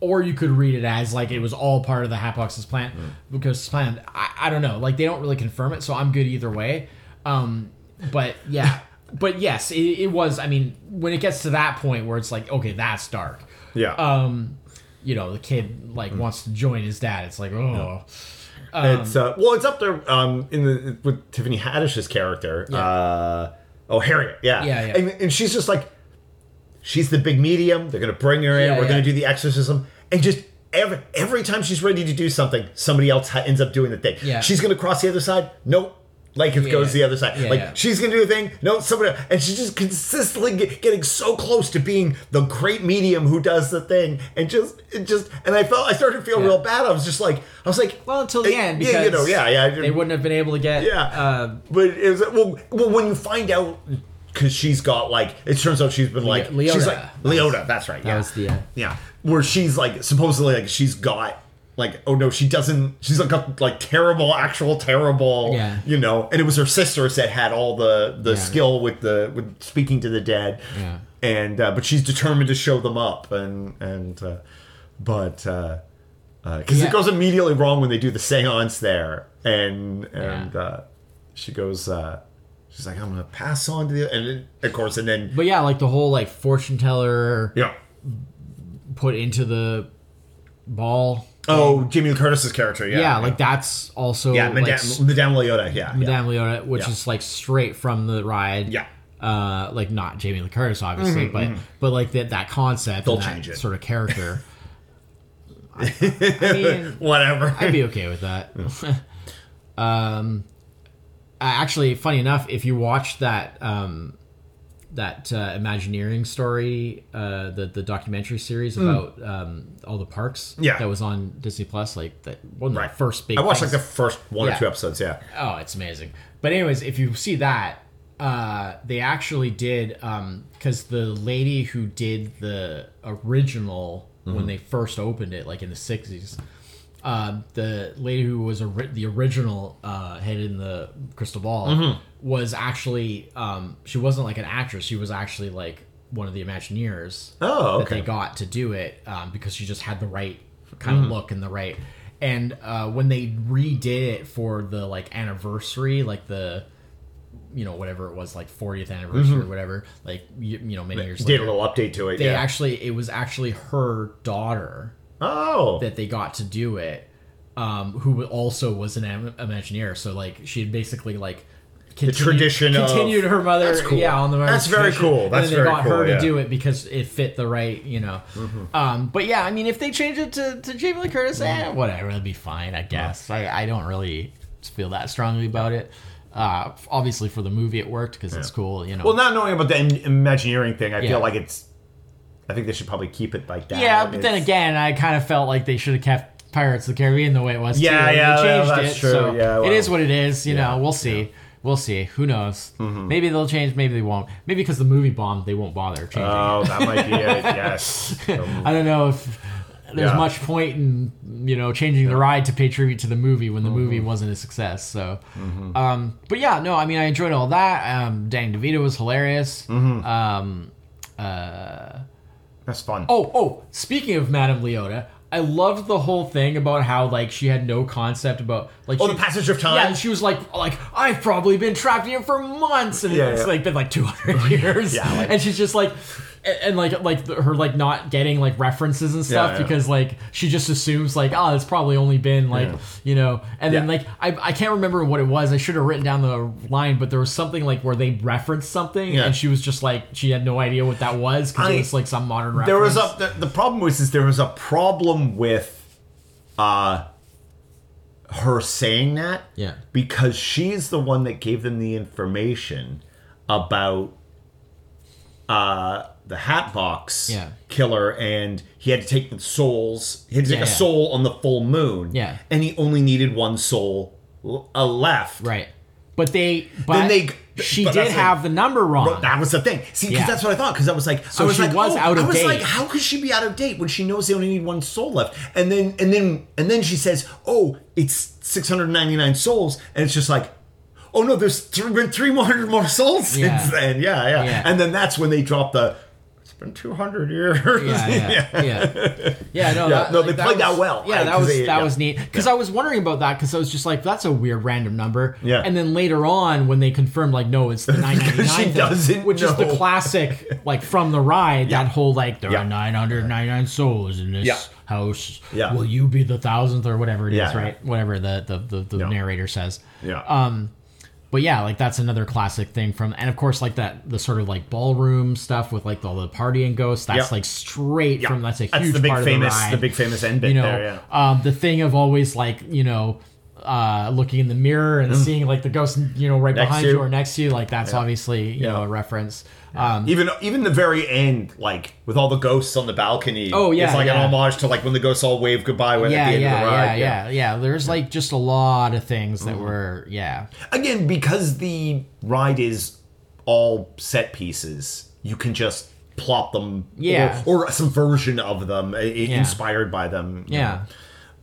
[SPEAKER 2] or you could read it as like it was all part of the Hatbox's plan
[SPEAKER 1] Hmm.
[SPEAKER 2] because his plan. I, I don't know. Like they don't really confirm it, so I'm good either way. Um, but yeah, but yes, it, it was. I mean, when it gets to that point where it's like, okay, that's dark.
[SPEAKER 1] yeah.
[SPEAKER 2] Um, you know, the kid like
[SPEAKER 1] Hmm.
[SPEAKER 2] wants to join his dad. It's like, oh,
[SPEAKER 1] it's uh, well, it's up there um, in the with Tiffany Haddish's character. Uh, oh, Harriet, yeah,
[SPEAKER 2] Yeah, yeah.
[SPEAKER 1] And, and she's just like, she's the big medium. They're gonna bring her in.
[SPEAKER 2] Yeah,
[SPEAKER 1] We're
[SPEAKER 2] yeah.
[SPEAKER 1] gonna do the exorcism, and just Every, every time she's ready to do something, somebody else ha- ends up doing the thing.
[SPEAKER 3] Yeah.
[SPEAKER 1] She's going to cross the other side. Nope. Like it goes the other side.
[SPEAKER 3] Yeah,
[SPEAKER 1] like
[SPEAKER 3] yeah.
[SPEAKER 1] she's gonna do a thing. No, somebody, else. and she's just consistently get, getting so close to being the great medium who does the thing, and just, it just, and I felt, I started to feel
[SPEAKER 3] Yeah.
[SPEAKER 1] real bad. I was just like, I was like,
[SPEAKER 3] Well, until the
[SPEAKER 1] eh,
[SPEAKER 3] end, because
[SPEAKER 1] yeah, you know, yeah, yeah.
[SPEAKER 3] they wouldn't have been able to get.
[SPEAKER 1] Yeah.
[SPEAKER 3] Uh,
[SPEAKER 1] but it was well, well when you find out because she's got like it turns out she's been like
[SPEAKER 3] Le-
[SPEAKER 1] she's
[SPEAKER 3] Leota.
[SPEAKER 1] like Leota. That's right.
[SPEAKER 3] that
[SPEAKER 1] yeah.
[SPEAKER 3] was the. Uh,
[SPEAKER 1] yeah, where she's like supposedly like she's got like oh no she doesn't she's like got like terrible actual terrible
[SPEAKER 3] Yeah.
[SPEAKER 1] you know and it was her sisters that had all the the
[SPEAKER 3] Yeah.
[SPEAKER 1] skill with the with speaking to the dead
[SPEAKER 3] Yeah.
[SPEAKER 1] and uh, but she's determined to show them up and and uh, but uh because
[SPEAKER 3] Yeah.
[SPEAKER 1] it goes immediately wrong when they do the seance there and and uh she goes uh she's like i'm gonna pass on to the and then, of course and then
[SPEAKER 2] But yeah, like the whole like fortune teller
[SPEAKER 1] yeah
[SPEAKER 2] put into the ball.
[SPEAKER 1] oh jimmy Lee curtis's character yeah
[SPEAKER 2] Yeah, like that's also
[SPEAKER 1] Yeah,
[SPEAKER 2] like,
[SPEAKER 1] Madame,
[SPEAKER 2] s-
[SPEAKER 1] Madame Leota. Yeah, yeah,
[SPEAKER 2] Madame Leota, which
[SPEAKER 1] Yeah.
[SPEAKER 2] is like straight from the ride.
[SPEAKER 1] yeah. Mm-hmm,
[SPEAKER 2] Uh, like not Jamie Lee Curtis, obviously, but but like that that concept,
[SPEAKER 1] They'll
[SPEAKER 2] and that
[SPEAKER 1] change it.
[SPEAKER 2] sort of character. I, I mean,
[SPEAKER 1] Whatever.
[SPEAKER 2] I'd be okay with that. um, uh, actually, funny enough, if you watch that um, that uh, Imagineering story, uh, the the documentary series about um, all the parks,
[SPEAKER 1] Hmm. Yeah.
[SPEAKER 2] that was on Disney Plus, like that one of
[SPEAKER 1] Right.
[SPEAKER 2] the first big.
[SPEAKER 1] I watched like
[SPEAKER 2] things.
[SPEAKER 1] the first one
[SPEAKER 2] Yeah.
[SPEAKER 1] or two episodes. Yeah.
[SPEAKER 2] Oh, it's amazing. But anyways, if you see that, uh, they actually did because the lady who did the original
[SPEAKER 1] Mm-hmm.
[SPEAKER 2] when they first opened it, like in the sixties, um, the lady who was ori- the original uh, head in the crystal ball
[SPEAKER 1] Mm-hmm.
[SPEAKER 2] was actually um, she wasn't like an actress. She was actually like one of the Imagineers
[SPEAKER 1] Oh,
[SPEAKER 2] that they
[SPEAKER 1] okay.
[SPEAKER 2] got to do it um, because she just had the right kind
[SPEAKER 1] Mm-hmm.
[SPEAKER 2] of look and the right. And uh, when they redid it for the like anniversary, like the you know whatever it was, like 40th anniversary or whatever, like you, you know many years
[SPEAKER 1] Mm-hmm. Did a
[SPEAKER 2] later,
[SPEAKER 1] little update to it.
[SPEAKER 2] they
[SPEAKER 1] yeah.
[SPEAKER 2] actually it was actually her daughter
[SPEAKER 1] oh.
[SPEAKER 2] that they got to do it, um, who also was an Im- Imagineer. So like she had basically like continued,
[SPEAKER 1] tradition of-
[SPEAKER 2] continued her mother.
[SPEAKER 1] That's cool.
[SPEAKER 2] Yeah, on the mother
[SPEAKER 1] That's very
[SPEAKER 2] tradition.
[SPEAKER 1] cool. That's
[SPEAKER 2] and
[SPEAKER 1] very
[SPEAKER 2] then they got
[SPEAKER 1] cool,
[SPEAKER 2] her
[SPEAKER 1] yeah. Mm-hmm.
[SPEAKER 2] to do it because it fit the right, you know. Um, but yeah, I mean, if they change it to to Jamie Lee Curtis, eh,
[SPEAKER 1] Mm-hmm.
[SPEAKER 2] whatever, it'd be fine, I guess. I I don't really feel that strongly about it. Uh, obviously for the movie it worked because it's cool, you know.
[SPEAKER 1] well, not knowing about the im- Imagineering thing, I
[SPEAKER 2] Yeah.
[SPEAKER 1] feel like it's. I think they should probably keep it like that.
[SPEAKER 2] Yeah, but then
[SPEAKER 1] Uh, It's-
[SPEAKER 2] again, I kind of felt like they should have kept Pirates of the Caribbean the way it was.
[SPEAKER 1] Yeah,
[SPEAKER 2] too.
[SPEAKER 1] yeah,
[SPEAKER 2] they
[SPEAKER 1] well,
[SPEAKER 2] changed
[SPEAKER 1] that's
[SPEAKER 2] it.
[SPEAKER 1] true.
[SPEAKER 2] So
[SPEAKER 1] Yeah, Mm-hmm.
[SPEAKER 2] it is
[SPEAKER 1] well,
[SPEAKER 2] what it is. You know, we'll see. We'll see. Who knows? Maybe they'll change. Maybe they won't. Maybe because the movie bombed, they won't bother changing.
[SPEAKER 1] Oh, that might be it. Yes. Um,
[SPEAKER 2] I don't know if there's
[SPEAKER 1] Yeah.
[SPEAKER 2] much point in you know changing the ride to pay tribute to the movie when the
[SPEAKER 1] Mm-hmm.
[SPEAKER 2] movie wasn't a success. So, um, but yeah, no, I mean I enjoyed all that. Um, Danny DeVito was hilarious.
[SPEAKER 1] Mm-hmm.
[SPEAKER 2] Um,
[SPEAKER 1] that's fun.
[SPEAKER 2] Oh, oh, speaking of Madame Leota, I loved the whole thing about how like she had no concept about like
[SPEAKER 1] Oh,
[SPEAKER 2] she-
[SPEAKER 1] the passage of time.
[SPEAKER 2] Yeah, and she was like like I've probably been trapped here for months and
[SPEAKER 1] Yeah,
[SPEAKER 2] it's
[SPEAKER 1] yeah.
[SPEAKER 2] like been like 200 years.
[SPEAKER 1] Yeah, like-
[SPEAKER 2] and she's just like and, and, like like the- her like not getting like references and stuff
[SPEAKER 1] yeah.
[SPEAKER 2] because like she just assumes like oh it's probably only been like you know and
[SPEAKER 1] Yeah.
[SPEAKER 2] then like I, I can't remember what it was I should have written down the line but there was something like where they referenced something
[SPEAKER 1] Yeah.
[SPEAKER 2] and she was just like she had no idea what that was because
[SPEAKER 1] I-
[SPEAKER 2] it was like some modern reference
[SPEAKER 1] there was a the, the problem was is there was a problem with uh her saying that
[SPEAKER 2] Yeah.
[SPEAKER 1] because she's the one that gave them the information about uh the hat box
[SPEAKER 2] Yeah.
[SPEAKER 1] killer and he had to take the souls he had to take
[SPEAKER 2] Yeah,
[SPEAKER 1] a
[SPEAKER 2] yeah.
[SPEAKER 1] soul on the full moon
[SPEAKER 2] Yeah.
[SPEAKER 1] and he only needed one soul l- uh, left
[SPEAKER 2] Right. But they but
[SPEAKER 1] Then they-
[SPEAKER 2] she
[SPEAKER 1] but
[SPEAKER 2] did
[SPEAKER 1] that's the-
[SPEAKER 2] have the number wrong.
[SPEAKER 1] But that was the thing. See, because
[SPEAKER 2] Yeah.
[SPEAKER 1] that's what I thought. Because I was like, I was
[SPEAKER 2] she
[SPEAKER 1] like,
[SPEAKER 2] was
[SPEAKER 1] oh,
[SPEAKER 2] out of
[SPEAKER 1] I was
[SPEAKER 2] date.
[SPEAKER 1] like, how could she be out of date when she knows they only need one soul left? And then, and then, and then she says, oh, it's six hundred ninety nine souls, and it's just like. Oh no! There's th- been three hundred more souls since
[SPEAKER 2] Yeah.
[SPEAKER 1] then. Yeah, yeah,
[SPEAKER 2] Yeah.
[SPEAKER 1] And then that's when they drop the. It's been two hundred years.
[SPEAKER 2] yeah, yeah, yeah, yeah.
[SPEAKER 1] Yeah,
[SPEAKER 2] No, that,
[SPEAKER 1] no, they played that
[SPEAKER 2] was-
[SPEAKER 1] well.
[SPEAKER 2] Yeah,
[SPEAKER 1] Like,
[SPEAKER 2] that
[SPEAKER 1] 'cause
[SPEAKER 2] was
[SPEAKER 1] they-
[SPEAKER 2] that
[SPEAKER 1] yeah.
[SPEAKER 2] was neat because I was wondering about that because I was just like, that's a weird random number.
[SPEAKER 1] Yeah.
[SPEAKER 2] And then later on, when they confirmed, like, no, it's the nine ninety nine.
[SPEAKER 1] She doesn't
[SPEAKER 2] which is the
[SPEAKER 1] know.
[SPEAKER 2] classic, like from the ride, that whole like there
[SPEAKER 1] Yeah.
[SPEAKER 2] are nine hundred ninety nine souls in this
[SPEAKER 1] Yeah.
[SPEAKER 2] house.
[SPEAKER 1] Yeah.
[SPEAKER 2] Will you be the thousandth or whatever it is,
[SPEAKER 1] Yeah.
[SPEAKER 2] right? Whatever the the the, the
[SPEAKER 1] Yeah.
[SPEAKER 2] narrator says.
[SPEAKER 1] Yeah.
[SPEAKER 2] Um, but yeah, like that's another classic thing from, and of course, like that the sort of like ballroom stuff with like all the partying ghosts. That's
[SPEAKER 1] Yep.
[SPEAKER 2] like straight
[SPEAKER 1] Yeah,
[SPEAKER 2] from that's a huge
[SPEAKER 1] that's the big
[SPEAKER 2] part
[SPEAKER 1] famous,
[SPEAKER 2] of the ride.
[SPEAKER 1] big famous end bit
[SPEAKER 2] you know,
[SPEAKER 1] there. Yeah.
[SPEAKER 2] um, the thing of always like you know, uh, looking in the mirror and seeing like the ghost you know right
[SPEAKER 1] Mm. Next
[SPEAKER 2] behind
[SPEAKER 1] to
[SPEAKER 2] you
[SPEAKER 1] you.
[SPEAKER 2] or next to you. Like that's obviously you
[SPEAKER 1] Yeah.
[SPEAKER 2] know a reference. Um,
[SPEAKER 1] Even even the very end, like with all the ghosts on the balcony.
[SPEAKER 2] Oh, yeah,
[SPEAKER 1] it's like
[SPEAKER 2] yeah.
[SPEAKER 1] an homage to like when the ghosts all wave goodbye when at
[SPEAKER 2] yeah,
[SPEAKER 1] the end
[SPEAKER 2] yeah,
[SPEAKER 1] of the ride. Mm-hmm.
[SPEAKER 2] yeah, yeah, yeah. There's like just a lot of things that were yeah.
[SPEAKER 1] Again, because the ride is all set pieces, you can just plop them,
[SPEAKER 2] Yeah.
[SPEAKER 1] or, or some version of them i- i-
[SPEAKER 2] Yeah.
[SPEAKER 1] inspired by them. you
[SPEAKER 2] Yeah.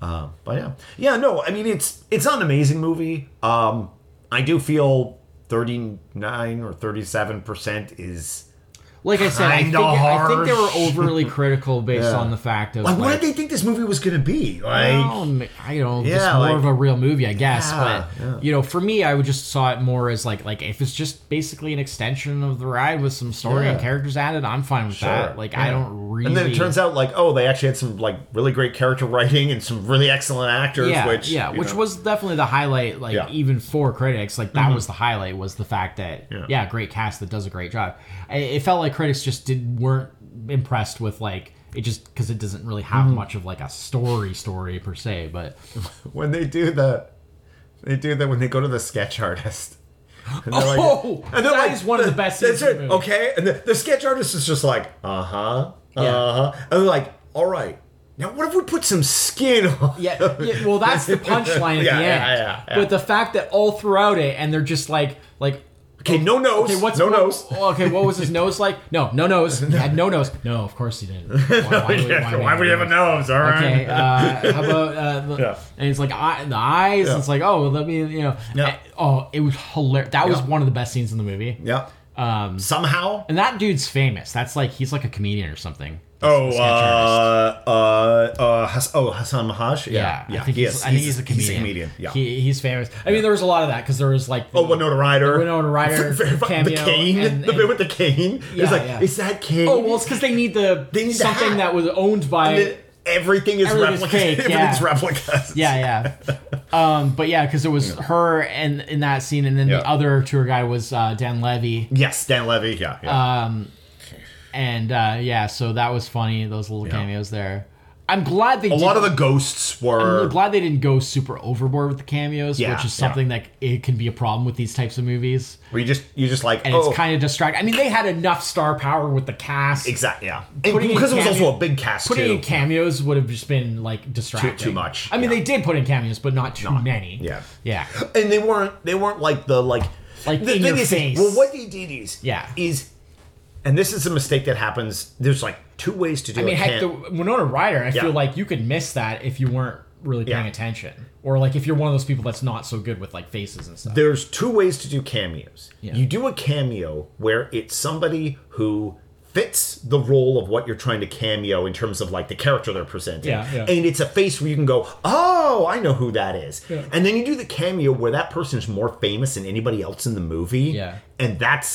[SPEAKER 1] Uh, but yeah, yeah, no, I mean it's it's not an amazing movie. Um, I do feel thirty nine or thirty seven percent is
[SPEAKER 2] Like I said, I think,
[SPEAKER 1] Kinda
[SPEAKER 2] I think they were
[SPEAKER 1] harsh.
[SPEAKER 2] overly critical based on the fact of
[SPEAKER 1] like, what
[SPEAKER 2] like,
[SPEAKER 1] did they think this movie was gonna be? Like,
[SPEAKER 2] well, m- Oh, I don't know, just
[SPEAKER 1] Yeah,
[SPEAKER 2] more
[SPEAKER 1] like-
[SPEAKER 2] of a real movie, I guess.
[SPEAKER 1] Yeah,
[SPEAKER 2] but you know, for me, I would just saw it more as like like if it's just basically an extension of the ride with some story and
[SPEAKER 1] Yeah.
[SPEAKER 2] characters added, I'm fine with that.
[SPEAKER 1] Sure,
[SPEAKER 2] Like
[SPEAKER 1] yeah.
[SPEAKER 2] I don't really.
[SPEAKER 1] and then it turns out like oh they actually had some like really great character writing and some really excellent actors,
[SPEAKER 2] yeah,
[SPEAKER 1] which
[SPEAKER 2] yeah,
[SPEAKER 1] you
[SPEAKER 2] which
[SPEAKER 1] know.
[SPEAKER 2] was definitely the highlight. Like
[SPEAKER 1] Yeah. Mm-hmm.
[SPEAKER 2] even for critics, like that was the highlight was the fact that yeah.
[SPEAKER 1] Yeah.
[SPEAKER 2] great cast that does a great job. I- It felt like critics just did weren't impressed with like it just because it doesn't really have
[SPEAKER 1] Mm-hmm.
[SPEAKER 2] much of like a story story per se, but.
[SPEAKER 1] when they do the they do that when they go to the sketch artist. And they're
[SPEAKER 2] Oh, that is one of the best
[SPEAKER 1] That's
[SPEAKER 2] scenes in
[SPEAKER 1] it.
[SPEAKER 2] the movie.
[SPEAKER 1] Okay, and the, the sketch artist is just like, uh huh,
[SPEAKER 2] Yeah.
[SPEAKER 1] uh huh, and they're like, all right, now what if we put some skin on?
[SPEAKER 2] Yeah, yeah, well, that's the punchline at
[SPEAKER 1] Yeah,
[SPEAKER 2] the
[SPEAKER 1] yeah,
[SPEAKER 2] end.
[SPEAKER 1] yeah, yeah.
[SPEAKER 2] But the fact that all throughout it, and they're just like, like,
[SPEAKER 1] Okay, no nose.
[SPEAKER 2] okay, what's
[SPEAKER 1] no
[SPEAKER 2] what-
[SPEAKER 1] nose.
[SPEAKER 2] oh, Okay, what was his nose like? No, no nose. He had no nose. No, of course he didn't. Why, why would-
[SPEAKER 1] Yeah,
[SPEAKER 2] would
[SPEAKER 1] why
[SPEAKER 2] he
[SPEAKER 1] would you have a nose? All right.
[SPEAKER 2] Okay, uh, how about uh, the,
[SPEAKER 1] Yeah.
[SPEAKER 2] and it's like eye, the eyes. It's like oh, let me you know.
[SPEAKER 1] Yeah.
[SPEAKER 2] eh, Oh, it was hilarious. That was
[SPEAKER 1] Yeah.
[SPEAKER 2] one of the best scenes in the movie.
[SPEAKER 1] Yeah.
[SPEAKER 2] Um,
[SPEAKER 1] Somehow.
[SPEAKER 2] and that dude's famous. That's like he's like a comedian or something.
[SPEAKER 1] Oh,
[SPEAKER 2] sketch
[SPEAKER 1] uh, uh, uh, Hass- oh, Hassan Mahaj.
[SPEAKER 2] Yeah,
[SPEAKER 1] Yeah, yeah.
[SPEAKER 2] I think
[SPEAKER 1] he
[SPEAKER 2] he's,
[SPEAKER 1] is.
[SPEAKER 2] I think he's, a comedian.
[SPEAKER 1] He's a comedian. Yeah.
[SPEAKER 2] he, he's famous. I mean, there was a lot of that because there was like
[SPEAKER 1] Oh, Winona Ryder.
[SPEAKER 2] Winona Ryder
[SPEAKER 1] the
[SPEAKER 2] cameo
[SPEAKER 1] cane.
[SPEAKER 2] and-
[SPEAKER 1] the
[SPEAKER 2] and-
[SPEAKER 1] bit with the cane.
[SPEAKER 2] Yeah,
[SPEAKER 1] it's like,
[SPEAKER 2] yeah.
[SPEAKER 1] is that cane?
[SPEAKER 2] Oh well, it's because they need the
[SPEAKER 1] They need the
[SPEAKER 2] something
[SPEAKER 1] hat.
[SPEAKER 2] that was owned by.
[SPEAKER 1] And then everything is
[SPEAKER 2] Everything is
[SPEAKER 1] replicas.
[SPEAKER 2] fake, yeah.
[SPEAKER 1] Everything's replicas.
[SPEAKER 2] yeah, yeah. Um, but yeah, because it was her and in that scene, and then
[SPEAKER 1] Yeah.
[SPEAKER 2] the other tour guy was uh, Dan Levy,
[SPEAKER 1] Yes, Dan Levy. Yeah. yeah.
[SPEAKER 2] Uh, and uh, yeah, so that was funny. Those little cameos there. I'm glad they.
[SPEAKER 1] a lot of the ghosts were.
[SPEAKER 2] I'm glad they didn't go super overboard with the cameos,
[SPEAKER 1] Yeah,
[SPEAKER 2] which is
[SPEAKER 1] yeah.
[SPEAKER 2] something that it can be a problem with these types of movies.
[SPEAKER 1] where you just you just like
[SPEAKER 2] And
[SPEAKER 1] oh
[SPEAKER 2] it's kind of distracting. I mean, they had enough star power with the cast.
[SPEAKER 1] exactly yeah And
[SPEAKER 2] putting in
[SPEAKER 1] because it was
[SPEAKER 2] cameo-
[SPEAKER 1] also a big cast
[SPEAKER 2] Putting
[SPEAKER 1] too.
[SPEAKER 2] in cameos would have just been like distracting.
[SPEAKER 1] too much,
[SPEAKER 2] I mean,
[SPEAKER 1] yeah.
[SPEAKER 2] they did put in cameos, but not too many.
[SPEAKER 1] yeah.
[SPEAKER 2] Yeah.
[SPEAKER 1] and they weren't they weren't like the like
[SPEAKER 2] Like,
[SPEAKER 1] the
[SPEAKER 2] in your
[SPEAKER 1] is,
[SPEAKER 2] face.
[SPEAKER 1] well what they did is
[SPEAKER 2] Yeah.
[SPEAKER 1] is and this is a mistake that happens there's like two ways to do
[SPEAKER 2] I mean,
[SPEAKER 1] it
[SPEAKER 2] heck,
[SPEAKER 1] Can't-
[SPEAKER 2] the Winona Ryder, I
[SPEAKER 1] Yeah.
[SPEAKER 2] feel like you could miss that if you weren't really paying
[SPEAKER 1] Yeah.
[SPEAKER 2] attention, or like if you're one of those people that's not so good with like faces and stuff.
[SPEAKER 1] there's two ways to do cameos.
[SPEAKER 2] Yeah.
[SPEAKER 1] You do a cameo where it's somebody who fits the role of what you're trying to cameo in terms of like the character they're presenting.
[SPEAKER 2] Yeah, yeah.
[SPEAKER 1] And it's a face where you can go, "Oh, I know who that is." And then you do the cameo where that person's more famous than anybody else in the movie.
[SPEAKER 2] Yeah.
[SPEAKER 1] And that's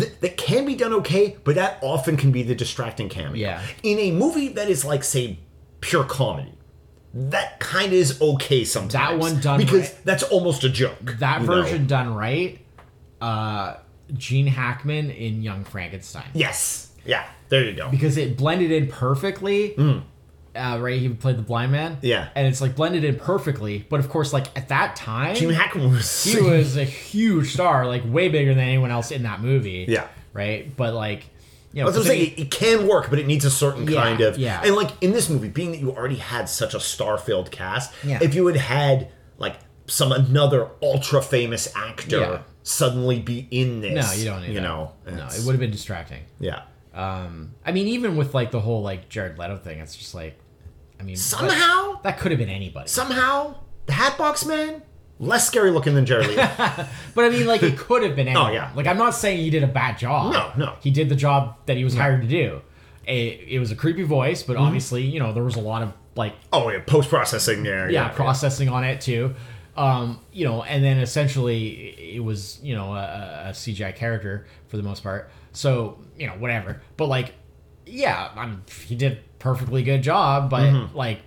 [SPEAKER 1] th- that can be done okay, but that often can be the distracting cameo.
[SPEAKER 2] Yeah.
[SPEAKER 1] In a movie that is like say pure comedy, that kind of is okay sometimes.
[SPEAKER 2] one done
[SPEAKER 1] because
[SPEAKER 2] right-
[SPEAKER 1] that's almost a joke.
[SPEAKER 2] that
[SPEAKER 1] you know?
[SPEAKER 2] version done right, uh, Gene Hackman in Young Frankenstein,
[SPEAKER 1] Yes. Yeah. There you go.
[SPEAKER 2] because it blended in perfectly. Uh, right, he played the blind man.
[SPEAKER 1] Mm. Yeah.
[SPEAKER 2] and it's like blended in perfectly. But of course, like at that time,
[SPEAKER 1] Gene Hackman was.
[SPEAKER 2] he was a huge star, like way bigger than anyone else in that movie.
[SPEAKER 1] Yeah.
[SPEAKER 2] Right? But like you know,
[SPEAKER 1] That's what I'm
[SPEAKER 2] considering-
[SPEAKER 1] saying. It, it can work, but it needs a certain
[SPEAKER 2] Yeah,
[SPEAKER 1] kind of.
[SPEAKER 2] yeah.
[SPEAKER 1] And like in this movie, being that you already had such a star-filled cast,
[SPEAKER 2] Yeah.
[SPEAKER 1] if you had had like some another ultra famous actor
[SPEAKER 2] Yeah.
[SPEAKER 1] suddenly be in this,
[SPEAKER 2] No, you don't need
[SPEAKER 1] You
[SPEAKER 2] that.
[SPEAKER 1] know.
[SPEAKER 2] No,
[SPEAKER 1] it's-
[SPEAKER 2] it would have been distracting.
[SPEAKER 1] Yeah.
[SPEAKER 2] I mean, even with like the whole like Jared Leto thing, it's just like I mean
[SPEAKER 1] Somehow-
[SPEAKER 2] that, that could have been anybody.
[SPEAKER 1] Somehow the Hatbox Man less scary looking than Jared Leto.
[SPEAKER 2] But I mean like it could have been anyone.
[SPEAKER 1] Oh, yeah.
[SPEAKER 2] Like I'm not saying he did a bad job.
[SPEAKER 1] No, no.
[SPEAKER 2] He did the job that he was hired to do. It, it was a creepy voice,
[SPEAKER 1] Mm-hmm.
[SPEAKER 2] but obviously, you know, there was a lot of like
[SPEAKER 1] oh yeah, post processing there.
[SPEAKER 2] yeah, processing on it too. Um, you know, and then essentially it was you know a, a CGI character for the most part. So you know whatever, but like yeah, I'm, he did a perfectly good job, but like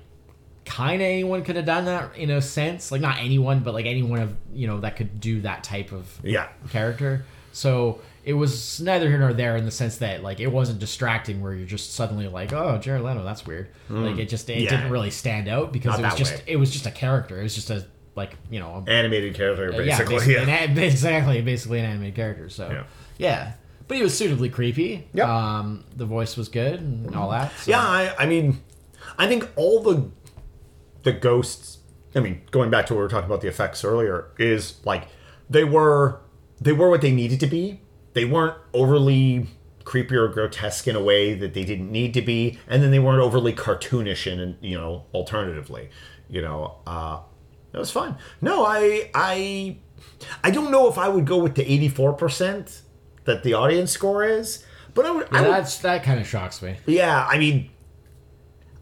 [SPEAKER 2] kind of anyone could have done that in a sense. Like not anyone, but like anyone of you know that could do that type of
[SPEAKER 1] Yeah.
[SPEAKER 2] character. So it was neither here nor there in the sense that like it wasn't distracting where you're just suddenly like, oh, Jared Leto, that's weird. Like it just it
[SPEAKER 1] Yeah.
[SPEAKER 2] didn't really stand out
[SPEAKER 1] Not
[SPEAKER 2] because it was
[SPEAKER 1] that
[SPEAKER 2] just
[SPEAKER 1] way.
[SPEAKER 2] it was just a character. It was just a like you know a,
[SPEAKER 1] Animated character,
[SPEAKER 2] yeah,
[SPEAKER 1] basically.
[SPEAKER 2] basically
[SPEAKER 1] Yeah.
[SPEAKER 2] an, exactly basically an animated character. So
[SPEAKER 1] Yeah.
[SPEAKER 2] yeah. But he was suitably creepy.
[SPEAKER 1] Yep.
[SPEAKER 2] Um, the voice was good and all that. So.
[SPEAKER 1] Yeah, I, I mean, I think all the the ghosts. I mean, going back to what we were talking about the effects earlier, is like they were they were what they needed to be. They weren't overly creepy or grotesque in a way that they didn't need to be, and then they weren't overly cartoonish and and, you know, alternatively, you know, uh, that was fine. No, I I I don't know if I would go with the eighty four percent that the audience score is, but I would. I
[SPEAKER 2] Yeah,
[SPEAKER 1] would
[SPEAKER 2] that's that kind of shocks me.
[SPEAKER 1] yeah, I mean,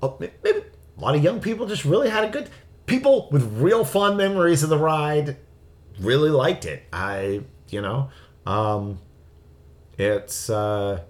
[SPEAKER 1] oh, m- maybe a lot of young people just really had a good. People with real fond memories of the ride really liked it. I, you know, um, it's uh,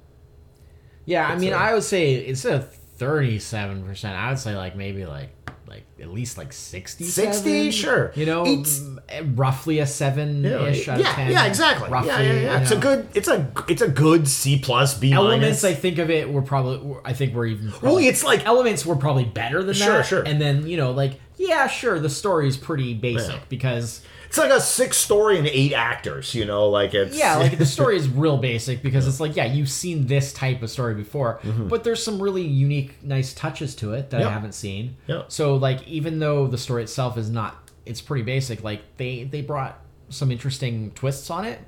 [SPEAKER 2] Yeah, I mean,
[SPEAKER 1] a-
[SPEAKER 2] I would say instead of thirty-seven percent, I would say like maybe like like at least like sixty.
[SPEAKER 1] 60, sure.
[SPEAKER 2] You know,
[SPEAKER 1] It's-
[SPEAKER 2] m- roughly a seven-ish
[SPEAKER 1] yeah,
[SPEAKER 2] out of
[SPEAKER 1] yeah,
[SPEAKER 2] ten.
[SPEAKER 1] exactly.
[SPEAKER 2] Roughly,
[SPEAKER 1] yeah, yeah, yeah.
[SPEAKER 2] you
[SPEAKER 1] It's a
[SPEAKER 2] know.
[SPEAKER 1] good. It's a it's a good C plus B
[SPEAKER 2] Elements,
[SPEAKER 1] minus.
[SPEAKER 2] I think of it, were probably. were- I think we're even.
[SPEAKER 1] Well,
[SPEAKER 2] probably-
[SPEAKER 1] it's like
[SPEAKER 2] elements were probably better than
[SPEAKER 1] Sure,
[SPEAKER 2] that.
[SPEAKER 1] sure.
[SPEAKER 2] And then you know, like yeah, sure, the story's pretty basic
[SPEAKER 1] Yeah.
[SPEAKER 2] because
[SPEAKER 1] it's like a six story and eight actors. You know, like it's
[SPEAKER 2] yeah, like the story is real basic because it's like yeah, you've seen this type of story before, but there's some really unique, nice touches to it that
[SPEAKER 1] Mm-hmm. Yeah.
[SPEAKER 2] I haven't seen.
[SPEAKER 1] Yeah.
[SPEAKER 2] So like even though the story itself is not, it's pretty basic. Like they they brought some interesting twists on it,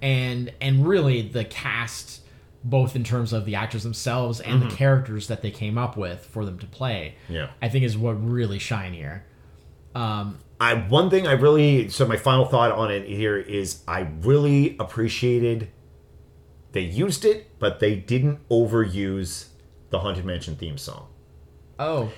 [SPEAKER 2] and and really the cast, both in terms of the actors themselves and the characters that they came up with for them to play.
[SPEAKER 1] Mm-hmm. Yeah.
[SPEAKER 2] I think is what really shine here. Um,
[SPEAKER 1] I one thing I really so my final thought on it here is I really appreciated they used it, but they didn't overuse the Haunted Mansion theme song.
[SPEAKER 2] Oh.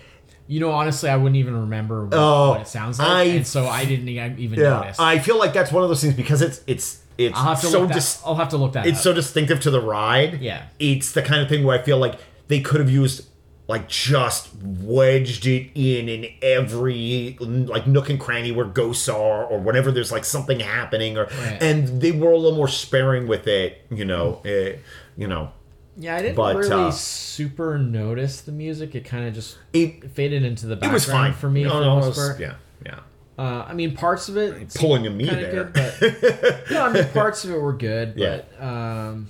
[SPEAKER 2] You know, honestly, I wouldn't even remember what,
[SPEAKER 1] Oh,
[SPEAKER 2] what it sounds like,
[SPEAKER 1] I-
[SPEAKER 2] and so I didn't e- even notice. I,
[SPEAKER 1] I feel like that's one of those things because it's it's it's
[SPEAKER 2] will have to
[SPEAKER 1] so
[SPEAKER 2] look that.
[SPEAKER 1] dis-
[SPEAKER 2] I'll have to look that
[SPEAKER 1] it's
[SPEAKER 2] up.
[SPEAKER 1] so distinctive to the ride.
[SPEAKER 2] Yeah.
[SPEAKER 1] it's the kind of thing where I feel like they could have used like just wedged it in in every like nook and cranny where ghosts are or whenever there's like something happening or
[SPEAKER 2] Right.
[SPEAKER 1] and they were a little more sparing with it you know eh, you know
[SPEAKER 2] yeah, I didn't
[SPEAKER 1] but,
[SPEAKER 2] really
[SPEAKER 1] uh,
[SPEAKER 2] super notice the music. It kind of just
[SPEAKER 1] it
[SPEAKER 2] faded into the
[SPEAKER 1] it
[SPEAKER 2] background
[SPEAKER 1] was fine
[SPEAKER 2] for me.
[SPEAKER 1] No,
[SPEAKER 2] for the
[SPEAKER 1] no, it
[SPEAKER 2] most
[SPEAKER 1] was-
[SPEAKER 2] part.
[SPEAKER 1] yeah yeah
[SPEAKER 2] Uh, I mean, parts of it seemed
[SPEAKER 1] pulling a me
[SPEAKER 2] kinda
[SPEAKER 1] there
[SPEAKER 2] Good, but, no, I mean, parts of it were good.
[SPEAKER 1] Yeah.
[SPEAKER 2] But, um,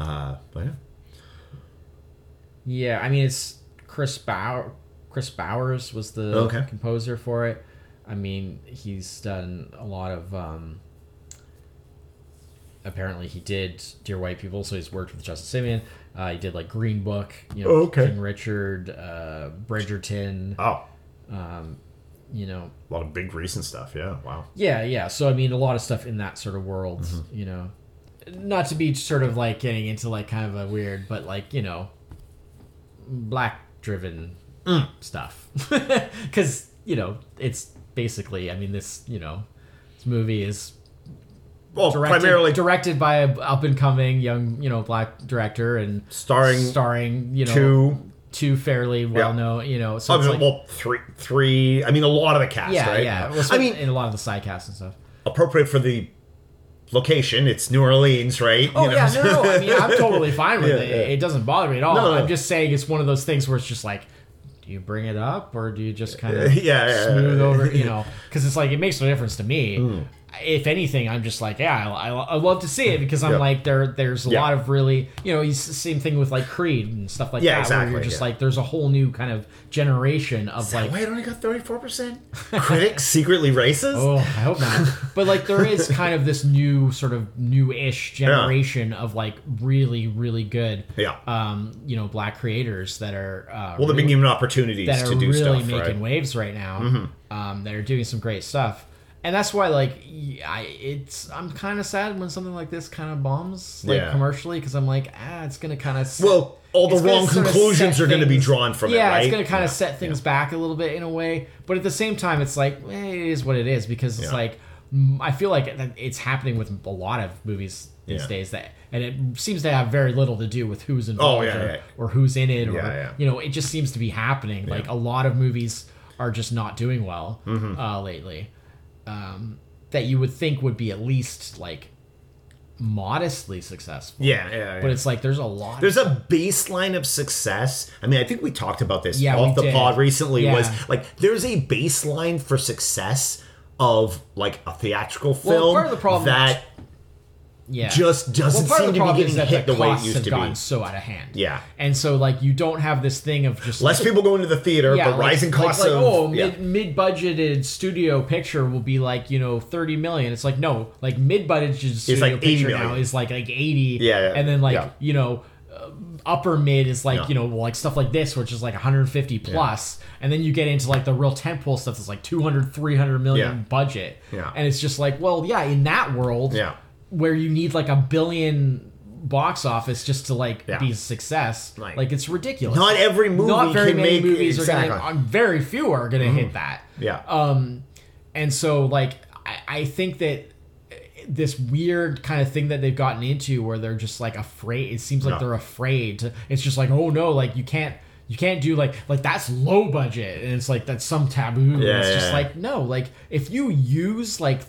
[SPEAKER 1] uh but yeah.
[SPEAKER 2] yeah, I mean, it's Chris Bauer. Chris Bowers was the
[SPEAKER 1] Okay.
[SPEAKER 2] composer for it. I mean, he's done a lot of. Um, apparently, he did Dear White People, so he's worked with Justin Simeon. Uh, he did like Green Book, you know,
[SPEAKER 1] Oh, okay.
[SPEAKER 2] King Richard, uh, Bridgerton.
[SPEAKER 1] oh
[SPEAKER 2] Um, you know,
[SPEAKER 1] a lot of big recent stuff yeah wow
[SPEAKER 2] yeah, yeah. So I mean, a lot of stuff in that sort of world,
[SPEAKER 1] Mm-hmm.
[SPEAKER 2] you know. Not to be sort of like getting into like kind of a weird, but like you know, black driven
[SPEAKER 1] Mm.
[SPEAKER 2] stuff, because you know it's basically. I mean, this you know, this movie is
[SPEAKER 1] well
[SPEAKER 2] directed,
[SPEAKER 1] Oh, primarily
[SPEAKER 2] directed by a up and coming young you know black director and
[SPEAKER 1] starring
[SPEAKER 2] starring you know
[SPEAKER 1] two
[SPEAKER 2] two fairly well known you know. So
[SPEAKER 1] I
[SPEAKER 2] it's
[SPEAKER 1] mean,
[SPEAKER 2] like,
[SPEAKER 1] well three three i mean a lot of the cast
[SPEAKER 2] yeah,
[SPEAKER 1] right
[SPEAKER 2] yeah.
[SPEAKER 1] i mean
[SPEAKER 2] in a lot of the side casts and stuff.
[SPEAKER 1] appropriate for the location. It's New Orleans, right?
[SPEAKER 2] Oh yeah, no, no, no. I mean, I'm totally fine with
[SPEAKER 1] Yeah,
[SPEAKER 2] it.
[SPEAKER 1] yeah.
[SPEAKER 2] It doesn't bother me at all.
[SPEAKER 1] No, no.
[SPEAKER 2] I'm just saying it's one of those things where it's just like, do you bring it up or do you just kind
[SPEAKER 1] Yeah,
[SPEAKER 2] of
[SPEAKER 1] yeah, yeah. Mm.
[SPEAKER 2] smooth over? You know, because it's like it makes no difference to me. If anything, I'm just like, yeah, I, I, I love to see it because I'm
[SPEAKER 1] Yeah.
[SPEAKER 2] like, there, there's a
[SPEAKER 1] Yeah.
[SPEAKER 2] lot of really, you know, it's the same thing with like Creed and stuff like
[SPEAKER 1] Yeah,
[SPEAKER 2] that. Where
[SPEAKER 1] exactly,
[SPEAKER 2] you're just
[SPEAKER 1] yeah.
[SPEAKER 2] like, there's a whole new kind of generation of like
[SPEAKER 1] Wait, it only got thirty four percent. Critics secretly racist.
[SPEAKER 2] Oh, I hope not. but like, there is kind of this new sort of new-ish generation of like really, really good,
[SPEAKER 1] Yeah.
[SPEAKER 2] um, you know, black creators that are uh,
[SPEAKER 1] well, they're being
[SPEAKER 2] really,
[SPEAKER 1] given opportunities
[SPEAKER 2] that
[SPEAKER 1] to
[SPEAKER 2] are
[SPEAKER 1] do
[SPEAKER 2] really
[SPEAKER 1] stuff,
[SPEAKER 2] making
[SPEAKER 1] right? Mm-hmm.
[SPEAKER 2] waves right now. Um, that are doing some great stuff, and that's why like y- I, it's I'm kind of sad when something like this kind of bombs like
[SPEAKER 1] Yeah.
[SPEAKER 2] commercially because I'm like ah, it's gonna kind of
[SPEAKER 1] Well, all the
[SPEAKER 2] it's gonna
[SPEAKER 1] wrong
[SPEAKER 2] sort of
[SPEAKER 1] conclusions
[SPEAKER 2] set
[SPEAKER 1] are going to be
[SPEAKER 2] things-
[SPEAKER 1] drawn from
[SPEAKER 2] yeah,
[SPEAKER 1] it, right?
[SPEAKER 2] it's going to kind of set things back a little bit in a way, but at the same time, it's like eh, it is what it is because it's
[SPEAKER 1] Yeah.
[SPEAKER 2] like mm, I feel like that it's happening with a lot of movies these
[SPEAKER 1] Yeah.
[SPEAKER 2] days that and it seems to have very little to do with who's
[SPEAKER 1] Oh,
[SPEAKER 2] involved
[SPEAKER 1] yeah,
[SPEAKER 2] or,
[SPEAKER 1] yeah.
[SPEAKER 2] or who's in it or
[SPEAKER 1] Yeah, yeah.
[SPEAKER 2] you know it just seems to be happening. Like a lot of movies are just not doing well
[SPEAKER 1] Mm-hmm.
[SPEAKER 2] uh, lately. Um, that you would think would be at least like modestly successful,
[SPEAKER 1] Yeah, yeah, yeah.
[SPEAKER 2] but it's like there's a lot.
[SPEAKER 1] there's a baseline of success. I mean, I think we talked about this
[SPEAKER 2] Yeah, we
[SPEAKER 1] off the
[SPEAKER 2] did.
[SPEAKER 1] pod recently.
[SPEAKER 2] Yeah.
[SPEAKER 1] Was like there's a baseline for success of like a theatrical
[SPEAKER 2] Well,
[SPEAKER 1] film
[SPEAKER 2] part of the problem
[SPEAKER 1] that
[SPEAKER 2] yeah.
[SPEAKER 1] just doesn't
[SPEAKER 2] part
[SPEAKER 1] seem
[SPEAKER 2] of
[SPEAKER 1] to
[SPEAKER 2] the
[SPEAKER 1] be
[SPEAKER 2] problem
[SPEAKER 1] getting
[SPEAKER 2] is that
[SPEAKER 1] hit the, way it
[SPEAKER 2] costs
[SPEAKER 1] used
[SPEAKER 2] have
[SPEAKER 1] to
[SPEAKER 2] gotten
[SPEAKER 1] be.
[SPEAKER 2] so out of hand.
[SPEAKER 1] Yeah.
[SPEAKER 2] and so like you don't have this thing of just
[SPEAKER 1] Less people go into the theater, but
[SPEAKER 2] like-
[SPEAKER 1] rising
[SPEAKER 2] like-
[SPEAKER 1] costs
[SPEAKER 2] like,
[SPEAKER 1] of
[SPEAKER 2] oh
[SPEAKER 1] yeah.
[SPEAKER 2] mid mid budgeted studio picture will be like you know thirty million. It's like no, like mid budgeted studio
[SPEAKER 1] like 80
[SPEAKER 2] picture
[SPEAKER 1] million.
[SPEAKER 2] now is like like eighty.
[SPEAKER 1] Yeah, yeah,
[SPEAKER 2] and then like
[SPEAKER 1] yeah.
[SPEAKER 2] you know. uh, Upper mid is like
[SPEAKER 1] Yeah.
[SPEAKER 2] you know like stuff like this, which is like 150 plus, and then you get into like the real tentpole stuff that's like 200, 300 million
[SPEAKER 1] Yeah.
[SPEAKER 2] budget,
[SPEAKER 1] Yeah.
[SPEAKER 2] and it's just like well yeah in that world
[SPEAKER 1] Yeah.
[SPEAKER 2] where you need like a billion box office just to like
[SPEAKER 1] Yeah.
[SPEAKER 2] be a success
[SPEAKER 1] Right.
[SPEAKER 2] like it's ridiculous
[SPEAKER 1] Not every movie
[SPEAKER 2] not very
[SPEAKER 1] can
[SPEAKER 2] many
[SPEAKER 1] make
[SPEAKER 2] movies are
[SPEAKER 1] exactly. Mm-hmm.
[SPEAKER 2] gonna uh, very few are gonna hit that
[SPEAKER 1] yeah.
[SPEAKER 2] um and so like I, I think that eh, this weird kind of thing that they've gotten into where they're just like afraid it seems like
[SPEAKER 1] Yeah.
[SPEAKER 2] they're afraid to, it's just like oh no like you can't you can't do like like that's low budget and it's like that's some taboo and
[SPEAKER 1] Yeah,
[SPEAKER 2] it's
[SPEAKER 1] yeah,
[SPEAKER 2] just
[SPEAKER 1] yeah.
[SPEAKER 2] like no like if you use like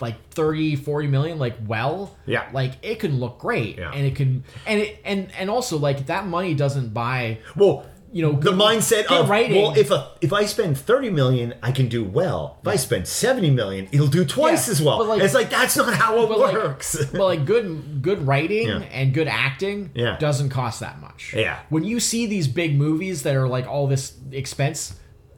[SPEAKER 2] like 30 40 million like well
[SPEAKER 1] Yeah.
[SPEAKER 2] like it can look great
[SPEAKER 1] Yeah.
[SPEAKER 2] and it can and it and and also like that money doesn't buy
[SPEAKER 1] well,
[SPEAKER 2] you know
[SPEAKER 1] the
[SPEAKER 2] good-
[SPEAKER 1] mindset
[SPEAKER 2] good
[SPEAKER 1] of
[SPEAKER 2] writing.
[SPEAKER 1] well, if a, if I spend thirty million, I can do well. If I spend seventy million, it'll do twice
[SPEAKER 2] Yeah,
[SPEAKER 1] as well.
[SPEAKER 2] but like-
[SPEAKER 1] it's like that's not how it
[SPEAKER 2] but like-
[SPEAKER 1] works.
[SPEAKER 2] But like good good writing
[SPEAKER 1] Yeah.
[SPEAKER 2] and good acting
[SPEAKER 1] Yeah.
[SPEAKER 2] doesn't cost that much.
[SPEAKER 1] Yeah.
[SPEAKER 2] When you see these big movies that are like all this expense,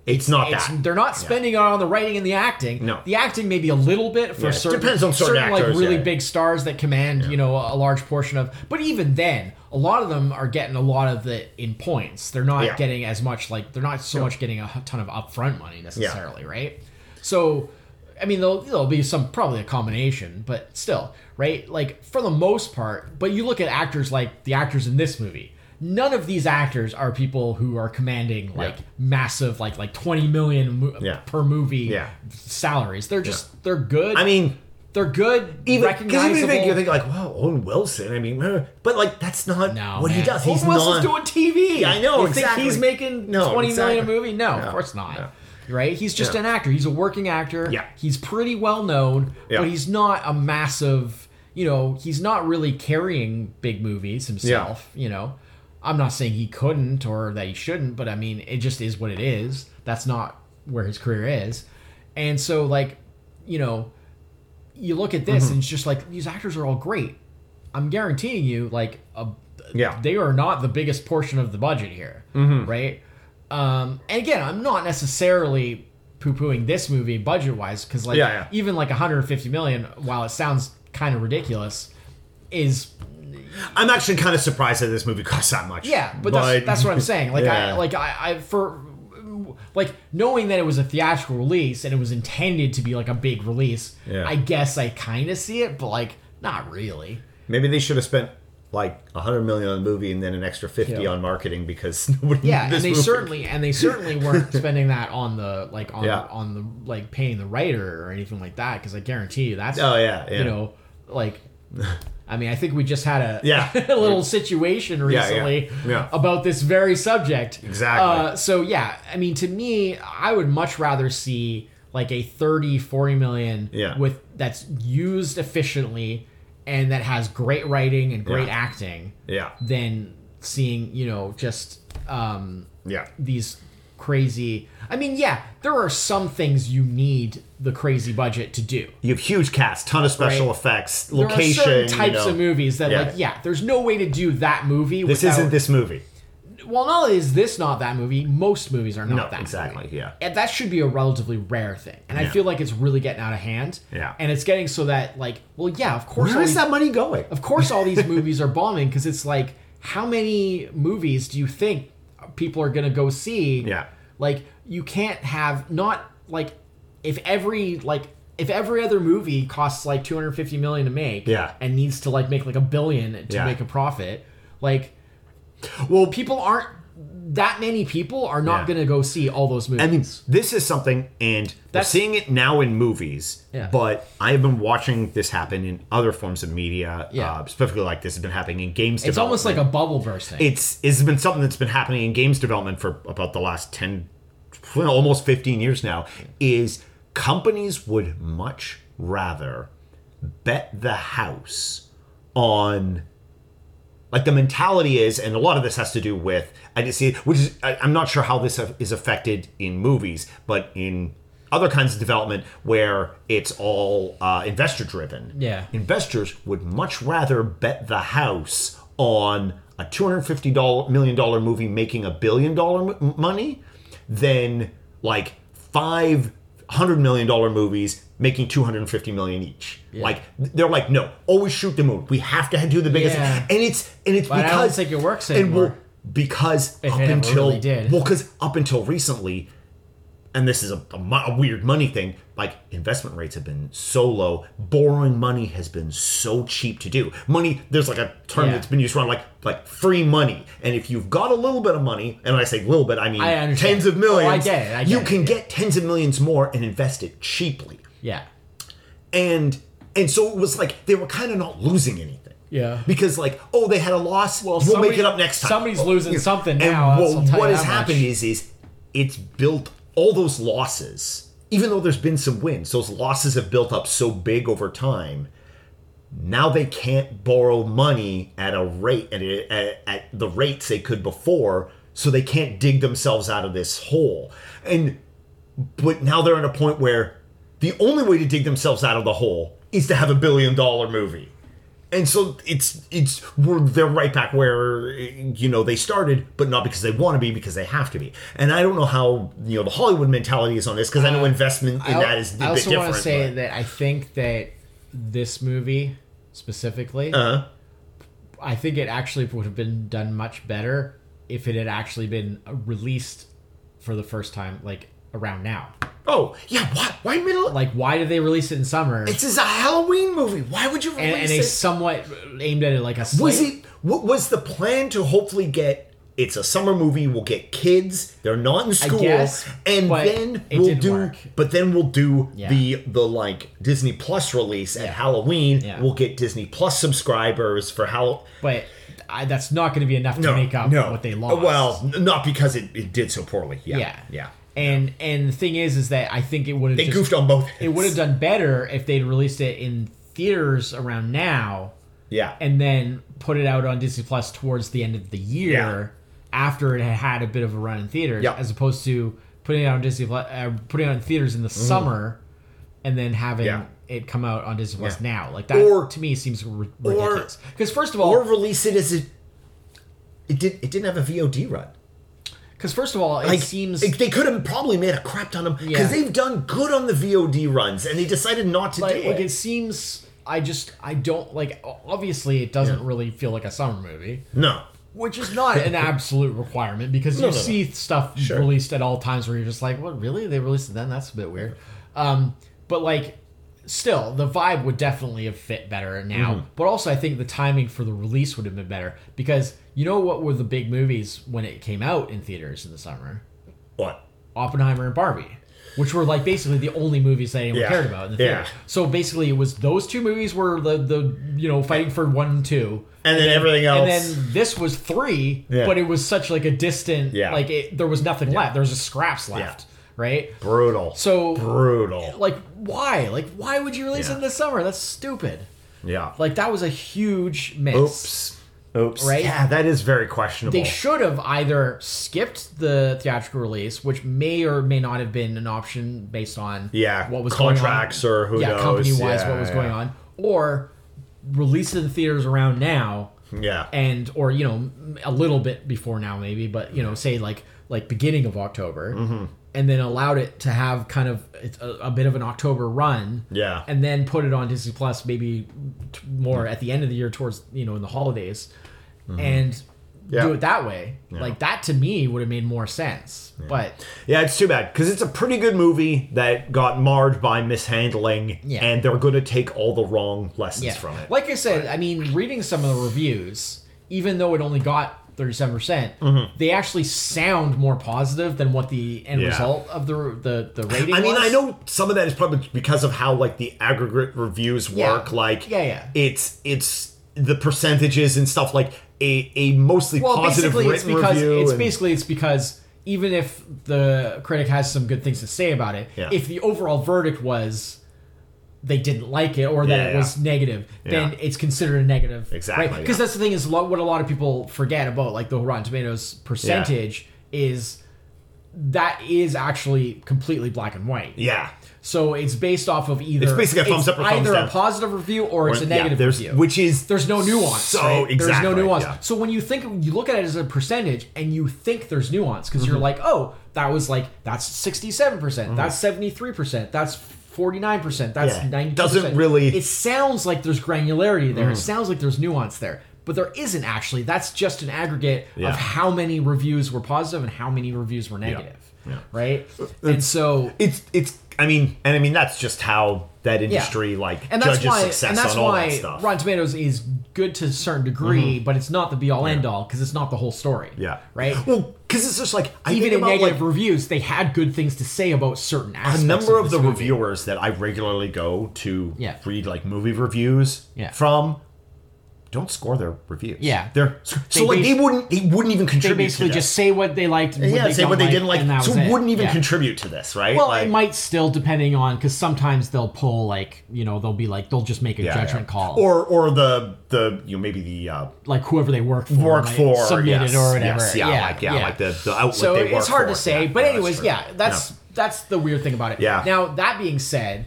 [SPEAKER 1] it's not
[SPEAKER 2] it's,
[SPEAKER 1] that.
[SPEAKER 2] they're not spending it on the writing and the acting.
[SPEAKER 1] No.
[SPEAKER 2] The acting maybe a little bit for
[SPEAKER 1] Yeah, it
[SPEAKER 2] certain
[SPEAKER 1] depends on certain actors,
[SPEAKER 2] like really
[SPEAKER 1] yeah.
[SPEAKER 2] big stars that command, you know, a large portion of but even then, a lot of them are getting a lot of the in points. They're not
[SPEAKER 1] Yeah.
[SPEAKER 2] getting as much like they're not so much getting a ton of upfront money necessarily, right? So I mean, there'll, there'll be some probably a combination, but still, right? Like for the most part, but you look at actors like the actors in this movie. None of these actors are people who are commanding like massive, like like twenty million mo-
[SPEAKER 1] Yeah.
[SPEAKER 2] per movie
[SPEAKER 1] Yeah.
[SPEAKER 2] salaries. They're just they're good.
[SPEAKER 1] I mean,
[SPEAKER 2] they're good.
[SPEAKER 1] even because
[SPEAKER 2] recognizable.
[SPEAKER 1] even think you think like, wow, Owen Wilson. I mean, uh, but like that's not
[SPEAKER 2] no,
[SPEAKER 1] what he
[SPEAKER 2] man.
[SPEAKER 1] does.
[SPEAKER 2] Owen
[SPEAKER 1] He's
[SPEAKER 2] Wilson's
[SPEAKER 1] not.
[SPEAKER 2] doing TV.
[SPEAKER 1] Yeah, I know,
[SPEAKER 2] You
[SPEAKER 1] exactly.
[SPEAKER 2] think he's making
[SPEAKER 1] No,
[SPEAKER 2] twenty million
[SPEAKER 1] exactly.
[SPEAKER 2] a movie? No,
[SPEAKER 1] No,
[SPEAKER 2] of course not.
[SPEAKER 1] no.
[SPEAKER 2] Right? He's just
[SPEAKER 1] Yeah.
[SPEAKER 2] an actor. He's a working actor.
[SPEAKER 1] Yeah.
[SPEAKER 2] He's pretty well known,
[SPEAKER 1] Yeah.
[SPEAKER 2] but he's not a massive. You know, he's not really carrying big movies himself. You know, I'm not saying he couldn't or that he shouldn't, but I mean, it just is what it is. That's not where his career is, and so like, you know, you look at
[SPEAKER 1] Mm-hmm.
[SPEAKER 2] this and it's just like these actors are all great. I'm guaranteeing you, like, a,
[SPEAKER 1] Yeah. Mm-hmm.
[SPEAKER 2] they are not the biggest portion of the budget here, right? Um, and again, I'm not necessarily poo-pooing this movie budget-wise because, like,
[SPEAKER 1] Yeah, yeah.
[SPEAKER 2] even like 150 million, while it sounds kind of ridiculous, is
[SPEAKER 1] I'm actually kind of surprised that this movie costs that much.
[SPEAKER 2] yeah, but, that's, that's what I'm saying. Like I
[SPEAKER 1] Yeah.
[SPEAKER 2] like I, I for like knowing that it was a theatrical release and it was intended to be like a big release.
[SPEAKER 1] Yeah.
[SPEAKER 2] I guess I kind of see it, but like not really.
[SPEAKER 1] Maybe they should have spent like a hundred million on the movie and then an extra fifty
[SPEAKER 2] Yeah.
[SPEAKER 1] on marketing because nobody.
[SPEAKER 2] Yeah,
[SPEAKER 1] this
[SPEAKER 2] and they
[SPEAKER 1] movie.
[SPEAKER 2] certainly and they certainly weren't spending that on the like on
[SPEAKER 1] Yeah.
[SPEAKER 2] on the like paying the writer or anything like that because I guarantee you that's
[SPEAKER 1] Oh yeah, yeah.
[SPEAKER 2] you know like. I mean, I think we just had a,
[SPEAKER 1] Yeah.
[SPEAKER 2] a little situation
[SPEAKER 1] Yeah, yeah,
[SPEAKER 2] recently
[SPEAKER 1] yeah.
[SPEAKER 2] about this very subject.
[SPEAKER 1] Exactly.
[SPEAKER 2] Uh, so yeah, I mean, to me, I would much rather see like a 30, 40 million
[SPEAKER 1] Yeah.
[SPEAKER 2] with that's used efficiently and that has great writing and great
[SPEAKER 1] Yeah.
[SPEAKER 2] acting
[SPEAKER 1] yeah,
[SPEAKER 2] than seeing, you know, just um,
[SPEAKER 1] yeah,
[SPEAKER 2] these crazy. I mean, yeah, there are some things you need the crazy budget to do.
[SPEAKER 1] You have huge cast, ton of special
[SPEAKER 2] Right.
[SPEAKER 1] effects,
[SPEAKER 2] There
[SPEAKER 1] location.
[SPEAKER 2] are certain types
[SPEAKER 1] you know.
[SPEAKER 2] of movies that,
[SPEAKER 1] Yeah.
[SPEAKER 2] like, yeah, there's no way to do that movie.
[SPEAKER 1] This
[SPEAKER 2] without,
[SPEAKER 1] isn't this movie.
[SPEAKER 2] Well, not only is this not that movie, most movies are not
[SPEAKER 1] No,
[SPEAKER 2] that
[SPEAKER 1] exactly.
[SPEAKER 2] movie.
[SPEAKER 1] Yeah.
[SPEAKER 2] And that should be a relatively rare thing, and I
[SPEAKER 1] Yeah.
[SPEAKER 2] feel like it's really getting out of hand.
[SPEAKER 1] Yeah.
[SPEAKER 2] and it's getting so that like, well, yeah, of course.
[SPEAKER 1] Where
[SPEAKER 2] all
[SPEAKER 1] is
[SPEAKER 2] these-
[SPEAKER 1] that money going?
[SPEAKER 2] of course all these movies are bombing because it's like how many movies do you think people are gonna go see
[SPEAKER 1] Yeah.
[SPEAKER 2] like you can't have not like if every like if every other movie costs like 250 million to make
[SPEAKER 1] Yeah.
[SPEAKER 2] and needs to like make like a billion to
[SPEAKER 1] Yeah.
[SPEAKER 2] make a profit like
[SPEAKER 1] Well,
[SPEAKER 2] people aren't that many people are not
[SPEAKER 1] Yeah.
[SPEAKER 2] going to go see all those movies.
[SPEAKER 1] I mean, this is something, and
[SPEAKER 2] That's-
[SPEAKER 1] we're seeing it now in movies.
[SPEAKER 2] Yeah.
[SPEAKER 1] But I have been watching this happen in other forms of media.
[SPEAKER 2] Yeah.
[SPEAKER 1] Uh, specifically, like this has been happening in games.
[SPEAKER 2] it's almost like a bubble bursting.
[SPEAKER 1] it's it's been something that's been happening in games development for about the last 10 well, almost 15 years now is companies would much rather bet the house on like the mentality is and a lot of this has to do with i just see which is I, i'm not sure how this is affected in movies but in other kinds of development where it's all uh, investor driven
[SPEAKER 2] Yeah.
[SPEAKER 1] investors would much rather bet the house on a $250 million movie making a billion dollar m- money than like five hundred million dollar movies making 250 million each like they're like no always shoot the moon we have to do the biggest
[SPEAKER 2] Yeah.
[SPEAKER 1] and it's and it's
[SPEAKER 2] I don't
[SPEAKER 1] because
[SPEAKER 2] think it works
[SPEAKER 1] and we're-
[SPEAKER 2] anymore.
[SPEAKER 1] because up
[SPEAKER 2] it ever
[SPEAKER 1] until
[SPEAKER 2] really did.
[SPEAKER 1] well because up until recently and this is a, a mo- a weird money thing like investment rates have been so low borrowing money has been so cheap to do money there's like a term
[SPEAKER 2] Yeah.
[SPEAKER 1] that's been used around like like free money and if you've got a little bit of money and when i say little bit i mean
[SPEAKER 2] I understand.
[SPEAKER 1] tens of
[SPEAKER 2] Oh,
[SPEAKER 1] millions
[SPEAKER 2] I get it, I get
[SPEAKER 1] you
[SPEAKER 2] it,
[SPEAKER 1] can
[SPEAKER 2] yeah.
[SPEAKER 1] get tens of millions more and invest it cheaply
[SPEAKER 2] yeah.
[SPEAKER 1] and and so it was like they were kind of not losing anything
[SPEAKER 2] Yeah.
[SPEAKER 1] because like oh they had a loss we'll
[SPEAKER 2] somebody-
[SPEAKER 1] make it up next time
[SPEAKER 2] somebody's losing
[SPEAKER 1] you know,
[SPEAKER 2] something
[SPEAKER 1] and
[SPEAKER 2] now,
[SPEAKER 1] well,
[SPEAKER 2] I'll tell you
[SPEAKER 1] what has
[SPEAKER 2] that much.
[SPEAKER 1] happened is is it's built all those losses even though there's been some wins those losses have built up so big over time now they can't borrow money at a rate at, at, at the rates they could before so they can't dig themselves out of this hole and but now they're at a point where the only way to dig themselves out of the hole is to have a billion dollar movie and so it's it's we're, they're right back where you know they started but not because they want to be because they have to be and i don't know how you know the hollywood mentality is on this because i know investment in
[SPEAKER 2] Uh, I,
[SPEAKER 1] that is a
[SPEAKER 2] I
[SPEAKER 1] bit
[SPEAKER 2] also
[SPEAKER 1] different
[SPEAKER 2] want to say
[SPEAKER 1] but-
[SPEAKER 2] that I think that this movie specifically,
[SPEAKER 1] Uh-huh.
[SPEAKER 2] I think it actually would have been done much better if it had actually been released for the first time, like around now.
[SPEAKER 1] oh yeah why, why middle
[SPEAKER 2] Like, why did they release it in summer?
[SPEAKER 1] This is a Halloween movie. Why would you release
[SPEAKER 2] and, and they
[SPEAKER 1] it?
[SPEAKER 2] somewhat aimed at it like a slight,
[SPEAKER 1] was it? What was the plan to hopefully get? It's a summer movie. We'll get kids. They're not in school,
[SPEAKER 2] guess,
[SPEAKER 1] and
[SPEAKER 2] but
[SPEAKER 1] then
[SPEAKER 2] it
[SPEAKER 1] we'll
[SPEAKER 2] didn't
[SPEAKER 1] do.
[SPEAKER 2] work.
[SPEAKER 1] But then we'll do
[SPEAKER 2] Yeah.
[SPEAKER 1] the the like Disney Plus release at Halloween.
[SPEAKER 2] Yeah.
[SPEAKER 1] We'll get Disney Plus subscribers for Halloween.
[SPEAKER 2] but I, that's not going to be enough to
[SPEAKER 1] No,
[SPEAKER 2] make up
[SPEAKER 1] no.
[SPEAKER 2] what they lost.
[SPEAKER 1] Uh, Well, n- not because it, it did so poorly. Yeah,
[SPEAKER 2] yeah,
[SPEAKER 1] yeah.
[SPEAKER 2] And and the thing is, is that I think it would have
[SPEAKER 1] They
[SPEAKER 2] just-
[SPEAKER 1] goofed on both.
[SPEAKER 2] It would have done better if they'd released it in theaters around now
[SPEAKER 1] Yeah,
[SPEAKER 2] and then put it out on Disney Plus towards the end of the year
[SPEAKER 1] Yeah.
[SPEAKER 2] after it had had a bit of a run in theaters,
[SPEAKER 1] Yeah.
[SPEAKER 2] as opposed to putting it out on Disney Plus, uh, putting it out in theaters in the summer and then having
[SPEAKER 1] Mm. Yeah.
[SPEAKER 2] it come out on Disney Plus
[SPEAKER 1] Yeah.
[SPEAKER 2] now. Like that
[SPEAKER 1] Or-
[SPEAKER 2] to me seems ri- ridiculous. Because first of all,
[SPEAKER 1] or release it as a. It did. It didn't have a VOD run.
[SPEAKER 2] because first of all, it
[SPEAKER 1] Like,
[SPEAKER 2] seems
[SPEAKER 1] it- they could have probably made a crap ton of because
[SPEAKER 2] Yeah.
[SPEAKER 1] they've done good on the VOD runs and they decided not to
[SPEAKER 2] like,
[SPEAKER 1] do
[SPEAKER 2] like
[SPEAKER 1] it.
[SPEAKER 2] it seems. I just I don't like. o- Obviously, it doesn't really feel like a summer movie.
[SPEAKER 1] no,
[SPEAKER 2] which is not an absolute requirement because
[SPEAKER 1] No,
[SPEAKER 2] you
[SPEAKER 1] no, no.
[SPEAKER 2] see stuff
[SPEAKER 1] Sure.
[SPEAKER 2] released at all times where you're just like, "What really? They released it then? That's a bit weird." Um, but like, still, the vibe would definitely have fit better
[SPEAKER 1] Mm-hmm.
[SPEAKER 2] now. But also, I think the timing for the release would have been better because you know what were the big movies when it came out in theaters in the summer?
[SPEAKER 1] what?
[SPEAKER 2] Oppenheimer and Barbie, which were like basically the only movies that anyone
[SPEAKER 1] Yeah.
[SPEAKER 2] cared about in the
[SPEAKER 1] Yeah.
[SPEAKER 2] theater. So basically, it was those two movies were the the you know fighting for one and two.
[SPEAKER 1] And then everything else.
[SPEAKER 2] And then this was three,
[SPEAKER 1] Yeah.
[SPEAKER 2] but it was such like a distant,
[SPEAKER 1] Yeah.
[SPEAKER 2] like it, there was nothing left. There was just scraps left, right?
[SPEAKER 1] brutal.
[SPEAKER 2] So,
[SPEAKER 1] brutal.
[SPEAKER 2] like, why? Like, why would you release
[SPEAKER 1] Yeah.
[SPEAKER 2] it this summer? That's stupid.
[SPEAKER 1] yeah.
[SPEAKER 2] Like, that was a huge miss.
[SPEAKER 1] Oops. Oops.
[SPEAKER 2] Right?
[SPEAKER 1] Yeah, that is very questionable.
[SPEAKER 2] They should have either skipped the theatrical release, which may or may not have been an option based on
[SPEAKER 1] Yeah,
[SPEAKER 2] what was
[SPEAKER 1] contracts
[SPEAKER 2] going on.
[SPEAKER 1] or who
[SPEAKER 2] yeah,
[SPEAKER 1] knows.
[SPEAKER 2] company wise,
[SPEAKER 1] Yeah,
[SPEAKER 2] what was
[SPEAKER 1] yeah.
[SPEAKER 2] going on, or release it in theaters around now.
[SPEAKER 1] yeah.
[SPEAKER 2] and or you know a little bit before now maybe but you know say like like beginning of october
[SPEAKER 1] Mm-hmm.
[SPEAKER 2] and then allowed it to have kind of it's a, a bit of an october run
[SPEAKER 1] Yeah. Mm.
[SPEAKER 2] and then put it on disney plus maybe t- more at the end of the year towards you know in the holidays and
[SPEAKER 1] Mm-hmm. Yeah.
[SPEAKER 2] do it that way like that to me would have made more sense but
[SPEAKER 1] yeah, it's too bad because it's a pretty good movie that got marred by mishandling,
[SPEAKER 2] Yeah.
[SPEAKER 1] and they're going to take all the wrong lessons
[SPEAKER 2] yeah
[SPEAKER 1] from it.
[SPEAKER 2] like i said i mean reading some of the reviews even though it only got 37%, percent they actually sound more positive than what the end
[SPEAKER 1] Mm-hmm. Yeah.
[SPEAKER 2] result of the the, the rating
[SPEAKER 1] I mean,
[SPEAKER 2] was.
[SPEAKER 1] I know some of that is probably because of how like the aggregate reviews
[SPEAKER 2] Yeah.
[SPEAKER 1] work. Like,
[SPEAKER 2] Yeah, yeah.
[SPEAKER 1] it's it's the percentages and stuff. Like a a mostly
[SPEAKER 2] well,
[SPEAKER 1] positive
[SPEAKER 2] basically,
[SPEAKER 1] written
[SPEAKER 2] it's because
[SPEAKER 1] review.
[SPEAKER 2] it's
[SPEAKER 1] and-
[SPEAKER 2] basically it's because even if the critic has some good things to say about it,
[SPEAKER 1] Yeah.
[SPEAKER 2] if the overall verdict was they didn't like it or that
[SPEAKER 1] Yeah,
[SPEAKER 2] it
[SPEAKER 1] yeah.
[SPEAKER 2] was negative,
[SPEAKER 1] Yeah.
[SPEAKER 2] then it's considered a negative,
[SPEAKER 1] Exactly,
[SPEAKER 2] Because
[SPEAKER 1] yeah.
[SPEAKER 2] that's the thing is a lot, what a lot of people forget about like the Rotten Tomatoes percentage is that is actually completely black and white.
[SPEAKER 1] yeah.
[SPEAKER 2] So it's based off of either
[SPEAKER 1] It's basically a thumbs
[SPEAKER 2] it's
[SPEAKER 1] up or thumbs
[SPEAKER 2] either
[SPEAKER 1] down.
[SPEAKER 2] a positive review or it's
[SPEAKER 1] Or-
[SPEAKER 2] a
[SPEAKER 1] yeah,
[SPEAKER 2] negative
[SPEAKER 1] there's,
[SPEAKER 2] review
[SPEAKER 1] which is
[SPEAKER 2] there's no nuance.
[SPEAKER 1] So
[SPEAKER 2] right? There's
[SPEAKER 1] exactly,
[SPEAKER 2] no nuance.
[SPEAKER 1] yeah.
[SPEAKER 2] So when you think you look at it as a percentage and you think there's nuance because
[SPEAKER 1] Mm-hmm.
[SPEAKER 2] you're like, oh, that was like that's 67 percent, that's 73 percent, that's 49 percent, that's
[SPEAKER 1] Yeah.
[SPEAKER 2] 90.
[SPEAKER 1] Doesn't really- Mm-hmm.
[SPEAKER 2] It sounds like there's granularity there. It sounds like there's nuance there. But there isn't actually. That's just an aggregate
[SPEAKER 1] Yeah.
[SPEAKER 2] of how many reviews were positive and how many reviews were negative,
[SPEAKER 1] Yeah. Uh,
[SPEAKER 2] right? And so
[SPEAKER 1] it's it's. I mean, and I mean that's just how that industry like
[SPEAKER 2] and that's
[SPEAKER 1] judges
[SPEAKER 2] why,
[SPEAKER 1] success
[SPEAKER 2] and that's
[SPEAKER 1] on all
[SPEAKER 2] why
[SPEAKER 1] that stuff. Mm-hmm.
[SPEAKER 2] Rotten Tomatoes is good to a certain degree, but it's not the be all end all because it's not the whole story.
[SPEAKER 1] yeah.
[SPEAKER 2] right.
[SPEAKER 1] Well, because it's just like I
[SPEAKER 2] Even
[SPEAKER 1] think
[SPEAKER 2] in
[SPEAKER 1] about, like,
[SPEAKER 2] negative reviews, they had good things to say about certain aspects.
[SPEAKER 1] a number of
[SPEAKER 2] this
[SPEAKER 1] the
[SPEAKER 2] movie.
[SPEAKER 1] reviewers that I regularly go to
[SPEAKER 2] Yeah.
[SPEAKER 1] read like movie reviews
[SPEAKER 2] Yeah.
[SPEAKER 1] from don't score their reviews.
[SPEAKER 2] Yeah.
[SPEAKER 1] they're so
[SPEAKER 2] They
[SPEAKER 1] like they
[SPEAKER 2] bas-
[SPEAKER 1] wouldn't they wouldn't even
[SPEAKER 2] They
[SPEAKER 1] contribute.
[SPEAKER 2] basically
[SPEAKER 1] to
[SPEAKER 2] just
[SPEAKER 1] this.
[SPEAKER 2] say what they liked. And
[SPEAKER 1] yeah
[SPEAKER 2] what they
[SPEAKER 1] say
[SPEAKER 2] don't
[SPEAKER 1] what they
[SPEAKER 2] like,
[SPEAKER 1] didn't like.
[SPEAKER 2] and that
[SPEAKER 1] So
[SPEAKER 2] was it.
[SPEAKER 1] wouldn't even
[SPEAKER 2] Yeah.
[SPEAKER 1] contribute to this, right?
[SPEAKER 2] Well,
[SPEAKER 1] Like-
[SPEAKER 2] it might still depending on because sometimes they'll pull like you know they'll be like they'll just make a
[SPEAKER 1] yeah,
[SPEAKER 2] judgment
[SPEAKER 1] yeah.
[SPEAKER 2] call
[SPEAKER 1] or or the the you know maybe the uh,
[SPEAKER 2] like whoever they work for
[SPEAKER 1] work
[SPEAKER 2] like,
[SPEAKER 1] for
[SPEAKER 2] submitted
[SPEAKER 1] yes,
[SPEAKER 2] or whatever.
[SPEAKER 1] yes, yeah, like yeah, like the, the outlet
[SPEAKER 2] so
[SPEAKER 1] they work
[SPEAKER 2] it's hard
[SPEAKER 1] for.
[SPEAKER 2] to say.
[SPEAKER 1] Yeah,
[SPEAKER 2] but
[SPEAKER 1] yeah, that's
[SPEAKER 2] anyways,
[SPEAKER 1] true.
[SPEAKER 2] yeah, that's that's the weird thing about it.
[SPEAKER 1] Yeah.
[SPEAKER 2] Now that being said,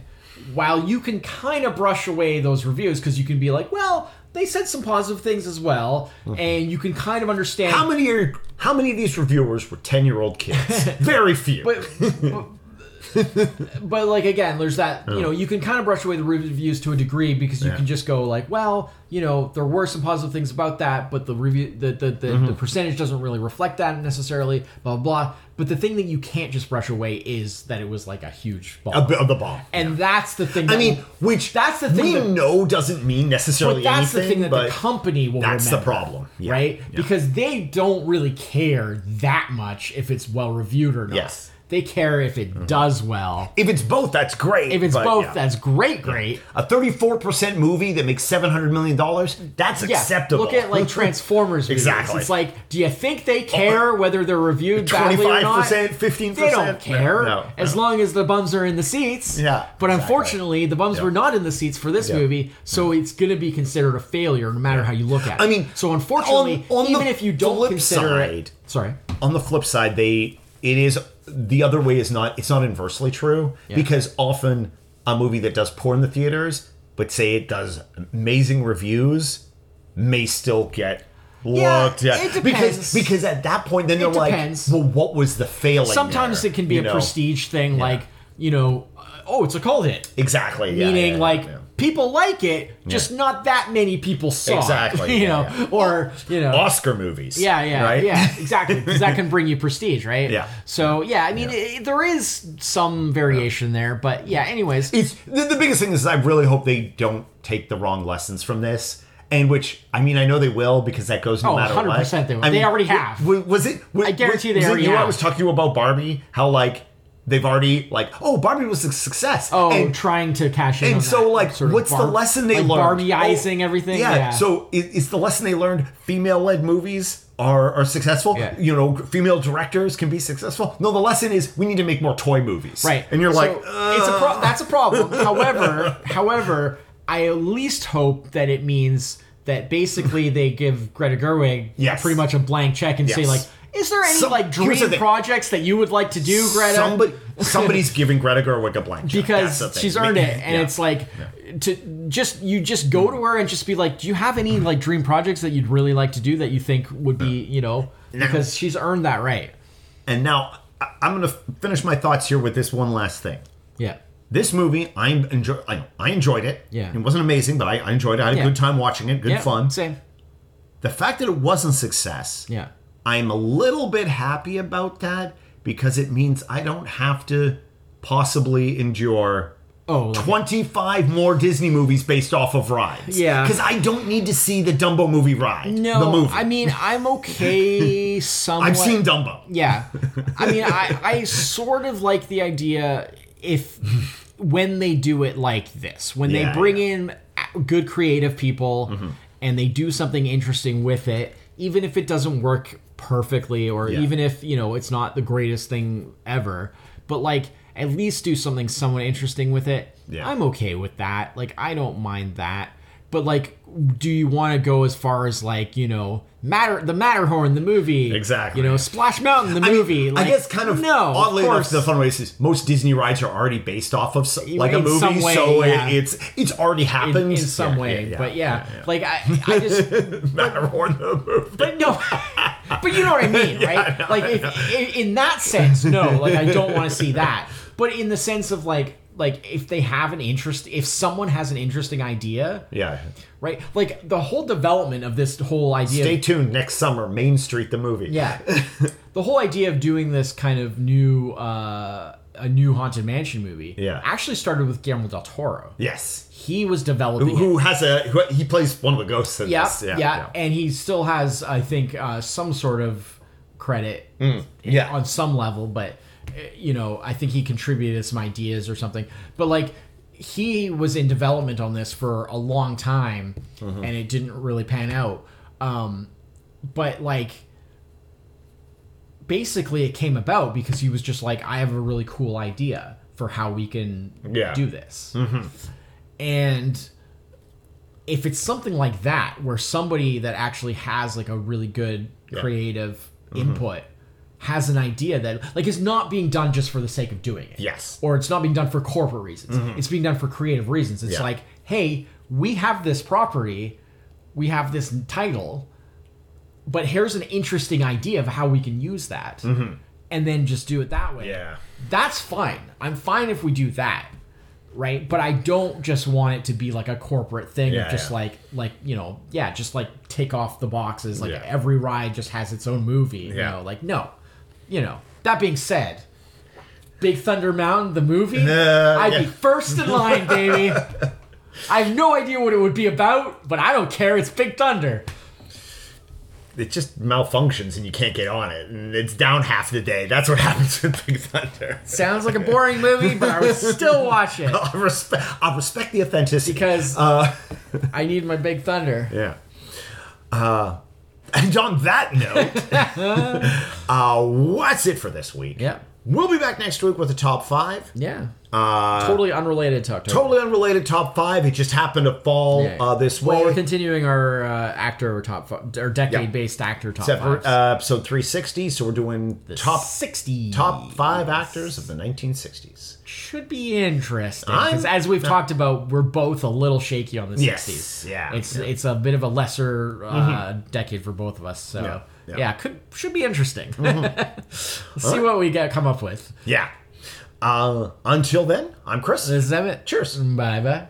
[SPEAKER 2] while you can kind of brush away those reviews because you can be like, well, they said some positive things as well, and you can kind of understand.
[SPEAKER 1] Mm-hmm. how many are how many of these reviewers were ten year old kids? Very few.
[SPEAKER 2] but, but, but, like again, there's that you know you can kind of brush away the reviews to a degree because you
[SPEAKER 1] Yeah.
[SPEAKER 2] can just go like, well, you know, there were some positive things about that, but the review the the, the,
[SPEAKER 1] Mm-hmm.
[SPEAKER 2] the percentage doesn't really reflect that necessarily, blah, blah blah. But the thing that you can't just brush away is that it was like a huge ball,
[SPEAKER 1] a bit of the bomb.
[SPEAKER 2] and that's the thing. That
[SPEAKER 1] I mean, which
[SPEAKER 2] that's the thing
[SPEAKER 1] we
[SPEAKER 2] that-
[SPEAKER 1] know doesn't mean
[SPEAKER 2] but
[SPEAKER 1] necessarily
[SPEAKER 2] that's the
[SPEAKER 1] anything.
[SPEAKER 2] thing that
[SPEAKER 1] but
[SPEAKER 2] the company will
[SPEAKER 1] that's the
[SPEAKER 2] remember,
[SPEAKER 1] problem. Yeah.
[SPEAKER 2] right?
[SPEAKER 1] Yeah.
[SPEAKER 2] Because they don't really care that much if it's well reviewed or not.
[SPEAKER 1] Yes.
[SPEAKER 2] They care if it does well.
[SPEAKER 1] if it's both, that's great.
[SPEAKER 2] If it's
[SPEAKER 1] but
[SPEAKER 2] both,
[SPEAKER 1] yeah.
[SPEAKER 2] that's great, great.
[SPEAKER 1] a thirty-four percent movie that makes seven hundred million dollars. That's
[SPEAKER 2] Yeah.
[SPEAKER 1] acceptable.
[SPEAKER 2] Look at like Transformers. videos.
[SPEAKER 1] Exactly. Oh,
[SPEAKER 2] It's like, do you think they care whether they're reviewed badly or not?
[SPEAKER 1] 25%, 15%.
[SPEAKER 2] They don't care.
[SPEAKER 1] No, no,
[SPEAKER 2] as
[SPEAKER 1] no.
[SPEAKER 2] long as the bums are in the seats.
[SPEAKER 1] Yeah,
[SPEAKER 2] But
[SPEAKER 1] exactly.
[SPEAKER 2] unfortunately, the bums
[SPEAKER 1] Yeah.
[SPEAKER 2] were not in the seats for this
[SPEAKER 1] Yeah.
[SPEAKER 2] movie, so it's going to be considered a failure no matter how you look at it.
[SPEAKER 1] I mean,
[SPEAKER 2] so unfortunately,
[SPEAKER 1] on- on the
[SPEAKER 2] even if you don't
[SPEAKER 1] flip
[SPEAKER 2] consider
[SPEAKER 1] side-
[SPEAKER 2] it, sorry.
[SPEAKER 1] on the flip side, they it is the other way is not it's not inversely true because often a movie that does poor in the theaters but say it does amazing reviews may still get
[SPEAKER 2] Yeah,
[SPEAKER 1] looked at
[SPEAKER 2] it
[SPEAKER 1] because
[SPEAKER 2] depends.
[SPEAKER 1] because at that point then they're
[SPEAKER 2] depends.
[SPEAKER 1] like well what was the failing
[SPEAKER 2] Sometimes
[SPEAKER 1] there?
[SPEAKER 2] it can be
[SPEAKER 1] You
[SPEAKER 2] a
[SPEAKER 1] know?
[SPEAKER 2] prestige thing, like you know, uh, oh, it's a cult hit.
[SPEAKER 1] exactly yeah,
[SPEAKER 2] meaning
[SPEAKER 1] yeah, yeah,
[SPEAKER 2] like
[SPEAKER 1] yeah.
[SPEAKER 2] people like it, just not that many people saw. it,
[SPEAKER 1] Exactly,
[SPEAKER 2] you
[SPEAKER 1] yeah,
[SPEAKER 2] know,
[SPEAKER 1] yeah.
[SPEAKER 2] or you know,
[SPEAKER 1] Oscar movies
[SPEAKER 2] yeah, yeah,
[SPEAKER 1] right
[SPEAKER 2] yeah, exactly, because that can bring you prestige, right?
[SPEAKER 1] Yeah.
[SPEAKER 2] So yeah, I mean, It, there is some variation there, but yeah. Anyways,
[SPEAKER 1] it's the, the biggest thing is I really hope they don't take the wrong lessons from this. And which I mean, I know they will because that goes no
[SPEAKER 2] Oh,
[SPEAKER 1] matter
[SPEAKER 2] 100%
[SPEAKER 1] what.
[SPEAKER 2] they will.
[SPEAKER 1] I
[SPEAKER 2] They
[SPEAKER 1] mean,
[SPEAKER 2] already
[SPEAKER 1] w-
[SPEAKER 2] have.
[SPEAKER 1] w- was it? w-
[SPEAKER 2] I guarantee
[SPEAKER 1] w-
[SPEAKER 2] they
[SPEAKER 1] was it
[SPEAKER 2] already
[SPEAKER 1] you I
[SPEAKER 2] have.
[SPEAKER 1] was talking to you about Barbie, how like they've already like, oh, Barbie was a success.
[SPEAKER 2] oh,
[SPEAKER 1] and,
[SPEAKER 2] trying to cash in.
[SPEAKER 1] and
[SPEAKER 2] on
[SPEAKER 1] so
[SPEAKER 2] that
[SPEAKER 1] like,
[SPEAKER 2] sort of
[SPEAKER 1] what's
[SPEAKER 2] bar-
[SPEAKER 1] the lesson they
[SPEAKER 2] like
[SPEAKER 1] learned?
[SPEAKER 2] Barbieizing
[SPEAKER 1] Oh,
[SPEAKER 2] everything.
[SPEAKER 1] Yeah.
[SPEAKER 2] Yeah.
[SPEAKER 1] So it, it's the lesson they learned. Female-led movies are are successful.
[SPEAKER 2] Yeah.
[SPEAKER 1] You know, female directors can be successful. No, the lesson is we need to make more toy movies.
[SPEAKER 2] Right.
[SPEAKER 1] And you're
[SPEAKER 2] So,
[SPEAKER 1] like, "Uh."
[SPEAKER 2] it's a pro- that's a problem. however, however, I at least hope that it means that basically they give Greta Gerwig
[SPEAKER 1] Yes.
[SPEAKER 2] pretty much a blank check and say
[SPEAKER 1] Yes.
[SPEAKER 2] like, is there any
[SPEAKER 1] Some-
[SPEAKER 2] like
[SPEAKER 1] here's the
[SPEAKER 2] dream
[SPEAKER 1] thing.
[SPEAKER 2] projects that you would like to do, Greta?
[SPEAKER 1] Somebody, somebody's giving Greta Gerwig a blank check. That's the
[SPEAKER 2] because
[SPEAKER 1] thing.
[SPEAKER 2] she's earned it, and
[SPEAKER 1] Yeah.
[SPEAKER 2] it's like to just you just go to her and just be like, do you have any like dream projects that you'd really like to do that you think would be you know because she's earned that right.
[SPEAKER 1] and now I, I'm going to finish my thoughts here with this one last thing.
[SPEAKER 2] Yeah.
[SPEAKER 1] This movie, I enjoy. I, I enjoyed it.
[SPEAKER 2] Yeah.
[SPEAKER 1] it wasn't amazing, but I, I enjoyed it. I had
[SPEAKER 2] Yeah.
[SPEAKER 1] a good time watching it. Good
[SPEAKER 2] Yeah,
[SPEAKER 1] fun.
[SPEAKER 2] Same.
[SPEAKER 1] The fact that it wasn't success,
[SPEAKER 2] Yeah.
[SPEAKER 1] I'm a little bit happy about that because it means I don't have to possibly endure
[SPEAKER 2] Oh, like-
[SPEAKER 1] 25 more Disney movies based off of rides.
[SPEAKER 2] Yeah.
[SPEAKER 1] Because I don't need to see the Dumbo movie ride.
[SPEAKER 2] no.
[SPEAKER 1] The movie.
[SPEAKER 2] I mean, I'm okay. Somewhat.
[SPEAKER 1] I've seen Dumbo.
[SPEAKER 2] Yeah. I mean, I, I sort of like the idea if when they do it like this, when
[SPEAKER 1] Yeah,
[SPEAKER 2] they bring
[SPEAKER 1] yeah. Mm-hmm.
[SPEAKER 2] in good creative people and they do something interesting with it, even if it doesn't work perfectly or
[SPEAKER 1] Yeah.
[SPEAKER 2] even if, you know, it's not the greatest thing ever, but like at least do something somewhat interesting with it.
[SPEAKER 1] Yeah.
[SPEAKER 2] I'm okay with that. Like I don't mind that. But like do you want to go as far as like, you know, Matter the Matterhorn the movie
[SPEAKER 1] Exactly.
[SPEAKER 2] you know, Splash Mountain, the movie. like,
[SPEAKER 1] I guess kind of
[SPEAKER 2] no.
[SPEAKER 1] oddly
[SPEAKER 2] of
[SPEAKER 1] enough,
[SPEAKER 2] course.
[SPEAKER 1] the fun ways is most Disney rides are already based off of so- like a
[SPEAKER 2] In
[SPEAKER 1] movie,
[SPEAKER 2] some way,
[SPEAKER 1] so
[SPEAKER 2] yeah.
[SPEAKER 1] it, it's it's already happened
[SPEAKER 2] in, in some way, but yeah, like I, I just,
[SPEAKER 1] Matterhorn the movie.
[SPEAKER 2] but no, but you know what I mean, right? like if, in, in that sense, no, like I don't want to see that. But in the sense of like, like if they have an interest, if someone has an interesting idea,
[SPEAKER 1] Yeah.
[SPEAKER 2] right? Like the whole development of this whole idea.
[SPEAKER 1] Stay tuned next summer, Main Street the movie.
[SPEAKER 2] yeah, the whole idea of doing this kind of new, uh, a new haunted mansion movie,
[SPEAKER 1] Yeah.
[SPEAKER 2] actually started with Guillermo del Toro.
[SPEAKER 1] Yes.
[SPEAKER 2] He was developing. it.
[SPEAKER 1] Who has a who, he plays one of the ghosts in
[SPEAKER 2] Yeah,
[SPEAKER 1] this.
[SPEAKER 2] yeah, and he still has, I think, uh, some sort of credit
[SPEAKER 1] Mm, yeah.
[SPEAKER 2] on some level, but uh, you know, I think he contributed some ideas or something. But like, he was in development on this for a long time,
[SPEAKER 1] Mm-hmm.
[SPEAKER 2] and it didn't really pan out. Um, but like, basically, it came about because he was just like, I have a really cool idea for how we can
[SPEAKER 1] Yeah. Mm-hmm.
[SPEAKER 2] do this, and if it's something like that where somebody that actually has like a really good
[SPEAKER 1] Yeah. Mm-hmm.
[SPEAKER 2] creative input has an idea that like is not being done just for the sake of doing it
[SPEAKER 1] Yes. Mm-hmm.
[SPEAKER 2] or it's not being done for corporate reasons it's being done for creative reasons it's
[SPEAKER 1] Yeah.
[SPEAKER 2] like hey we have this property we have this title but here's an interesting idea of how we can use that and then just do it that way
[SPEAKER 1] Mm-hmm. Yeah.
[SPEAKER 2] that's fine. I'm fine if we do that, right? But I don't just want it to be like a corporate thing
[SPEAKER 1] Yeah,
[SPEAKER 2] of just
[SPEAKER 1] yeah.
[SPEAKER 2] like like you know yeah, just like take off the boxes. Like
[SPEAKER 1] Yeah.
[SPEAKER 2] every ride just has its own movie. You
[SPEAKER 1] Yeah.
[SPEAKER 2] know, like no, you know. That being said, Big Thunder Mountain the movie,
[SPEAKER 1] Uh,
[SPEAKER 2] I'd be
[SPEAKER 1] yeah.
[SPEAKER 2] first in line, baby. I have no idea what it would be about, but I don't care. It's Big Thunder.
[SPEAKER 1] It just malfunctions and you can't get on it, and it's down half the day. That's what happens with Big Thunder.
[SPEAKER 2] Sounds like a boring movie, but I would still watch it
[SPEAKER 1] I respect I respect the authenticity Uh,
[SPEAKER 2] because I need my Big Thunder.
[SPEAKER 1] Yeah. Uh, and on that note, uh, that's it for this week.
[SPEAKER 2] Yeah.
[SPEAKER 1] We'll be back next week with a top five.
[SPEAKER 2] Yeah.
[SPEAKER 1] Uh,
[SPEAKER 2] totally unrelated to October.
[SPEAKER 1] Totally unrelated top five. It just happened to fall
[SPEAKER 2] Yeah.
[SPEAKER 1] uh, this
[SPEAKER 2] Well, we're
[SPEAKER 1] way.
[SPEAKER 2] continuing our uh, actor top fi- or decade based actor top
[SPEAKER 1] Except for
[SPEAKER 2] fives.
[SPEAKER 1] uh, episode 360. So we're doing top
[SPEAKER 2] sixty.
[SPEAKER 1] top five actors of the 1960s.
[SPEAKER 2] should be interesting.
[SPEAKER 1] I'm-
[SPEAKER 2] 'cause as we've talked about, we're both a little shaky on the
[SPEAKER 1] Yes,
[SPEAKER 2] sixties.
[SPEAKER 1] yeah,
[SPEAKER 2] It's
[SPEAKER 1] yeah.
[SPEAKER 2] it's a bit of a lesser uh, decade for both of us. So
[SPEAKER 1] Yeah,
[SPEAKER 2] yeah,
[SPEAKER 1] yeah. Mm-hmm.
[SPEAKER 2] could should be interesting. See what we get come up with.
[SPEAKER 1] Yeah. Uh, until then, I'm Chris.
[SPEAKER 2] This is Emmett.
[SPEAKER 1] Cheers.
[SPEAKER 2] Bye bye.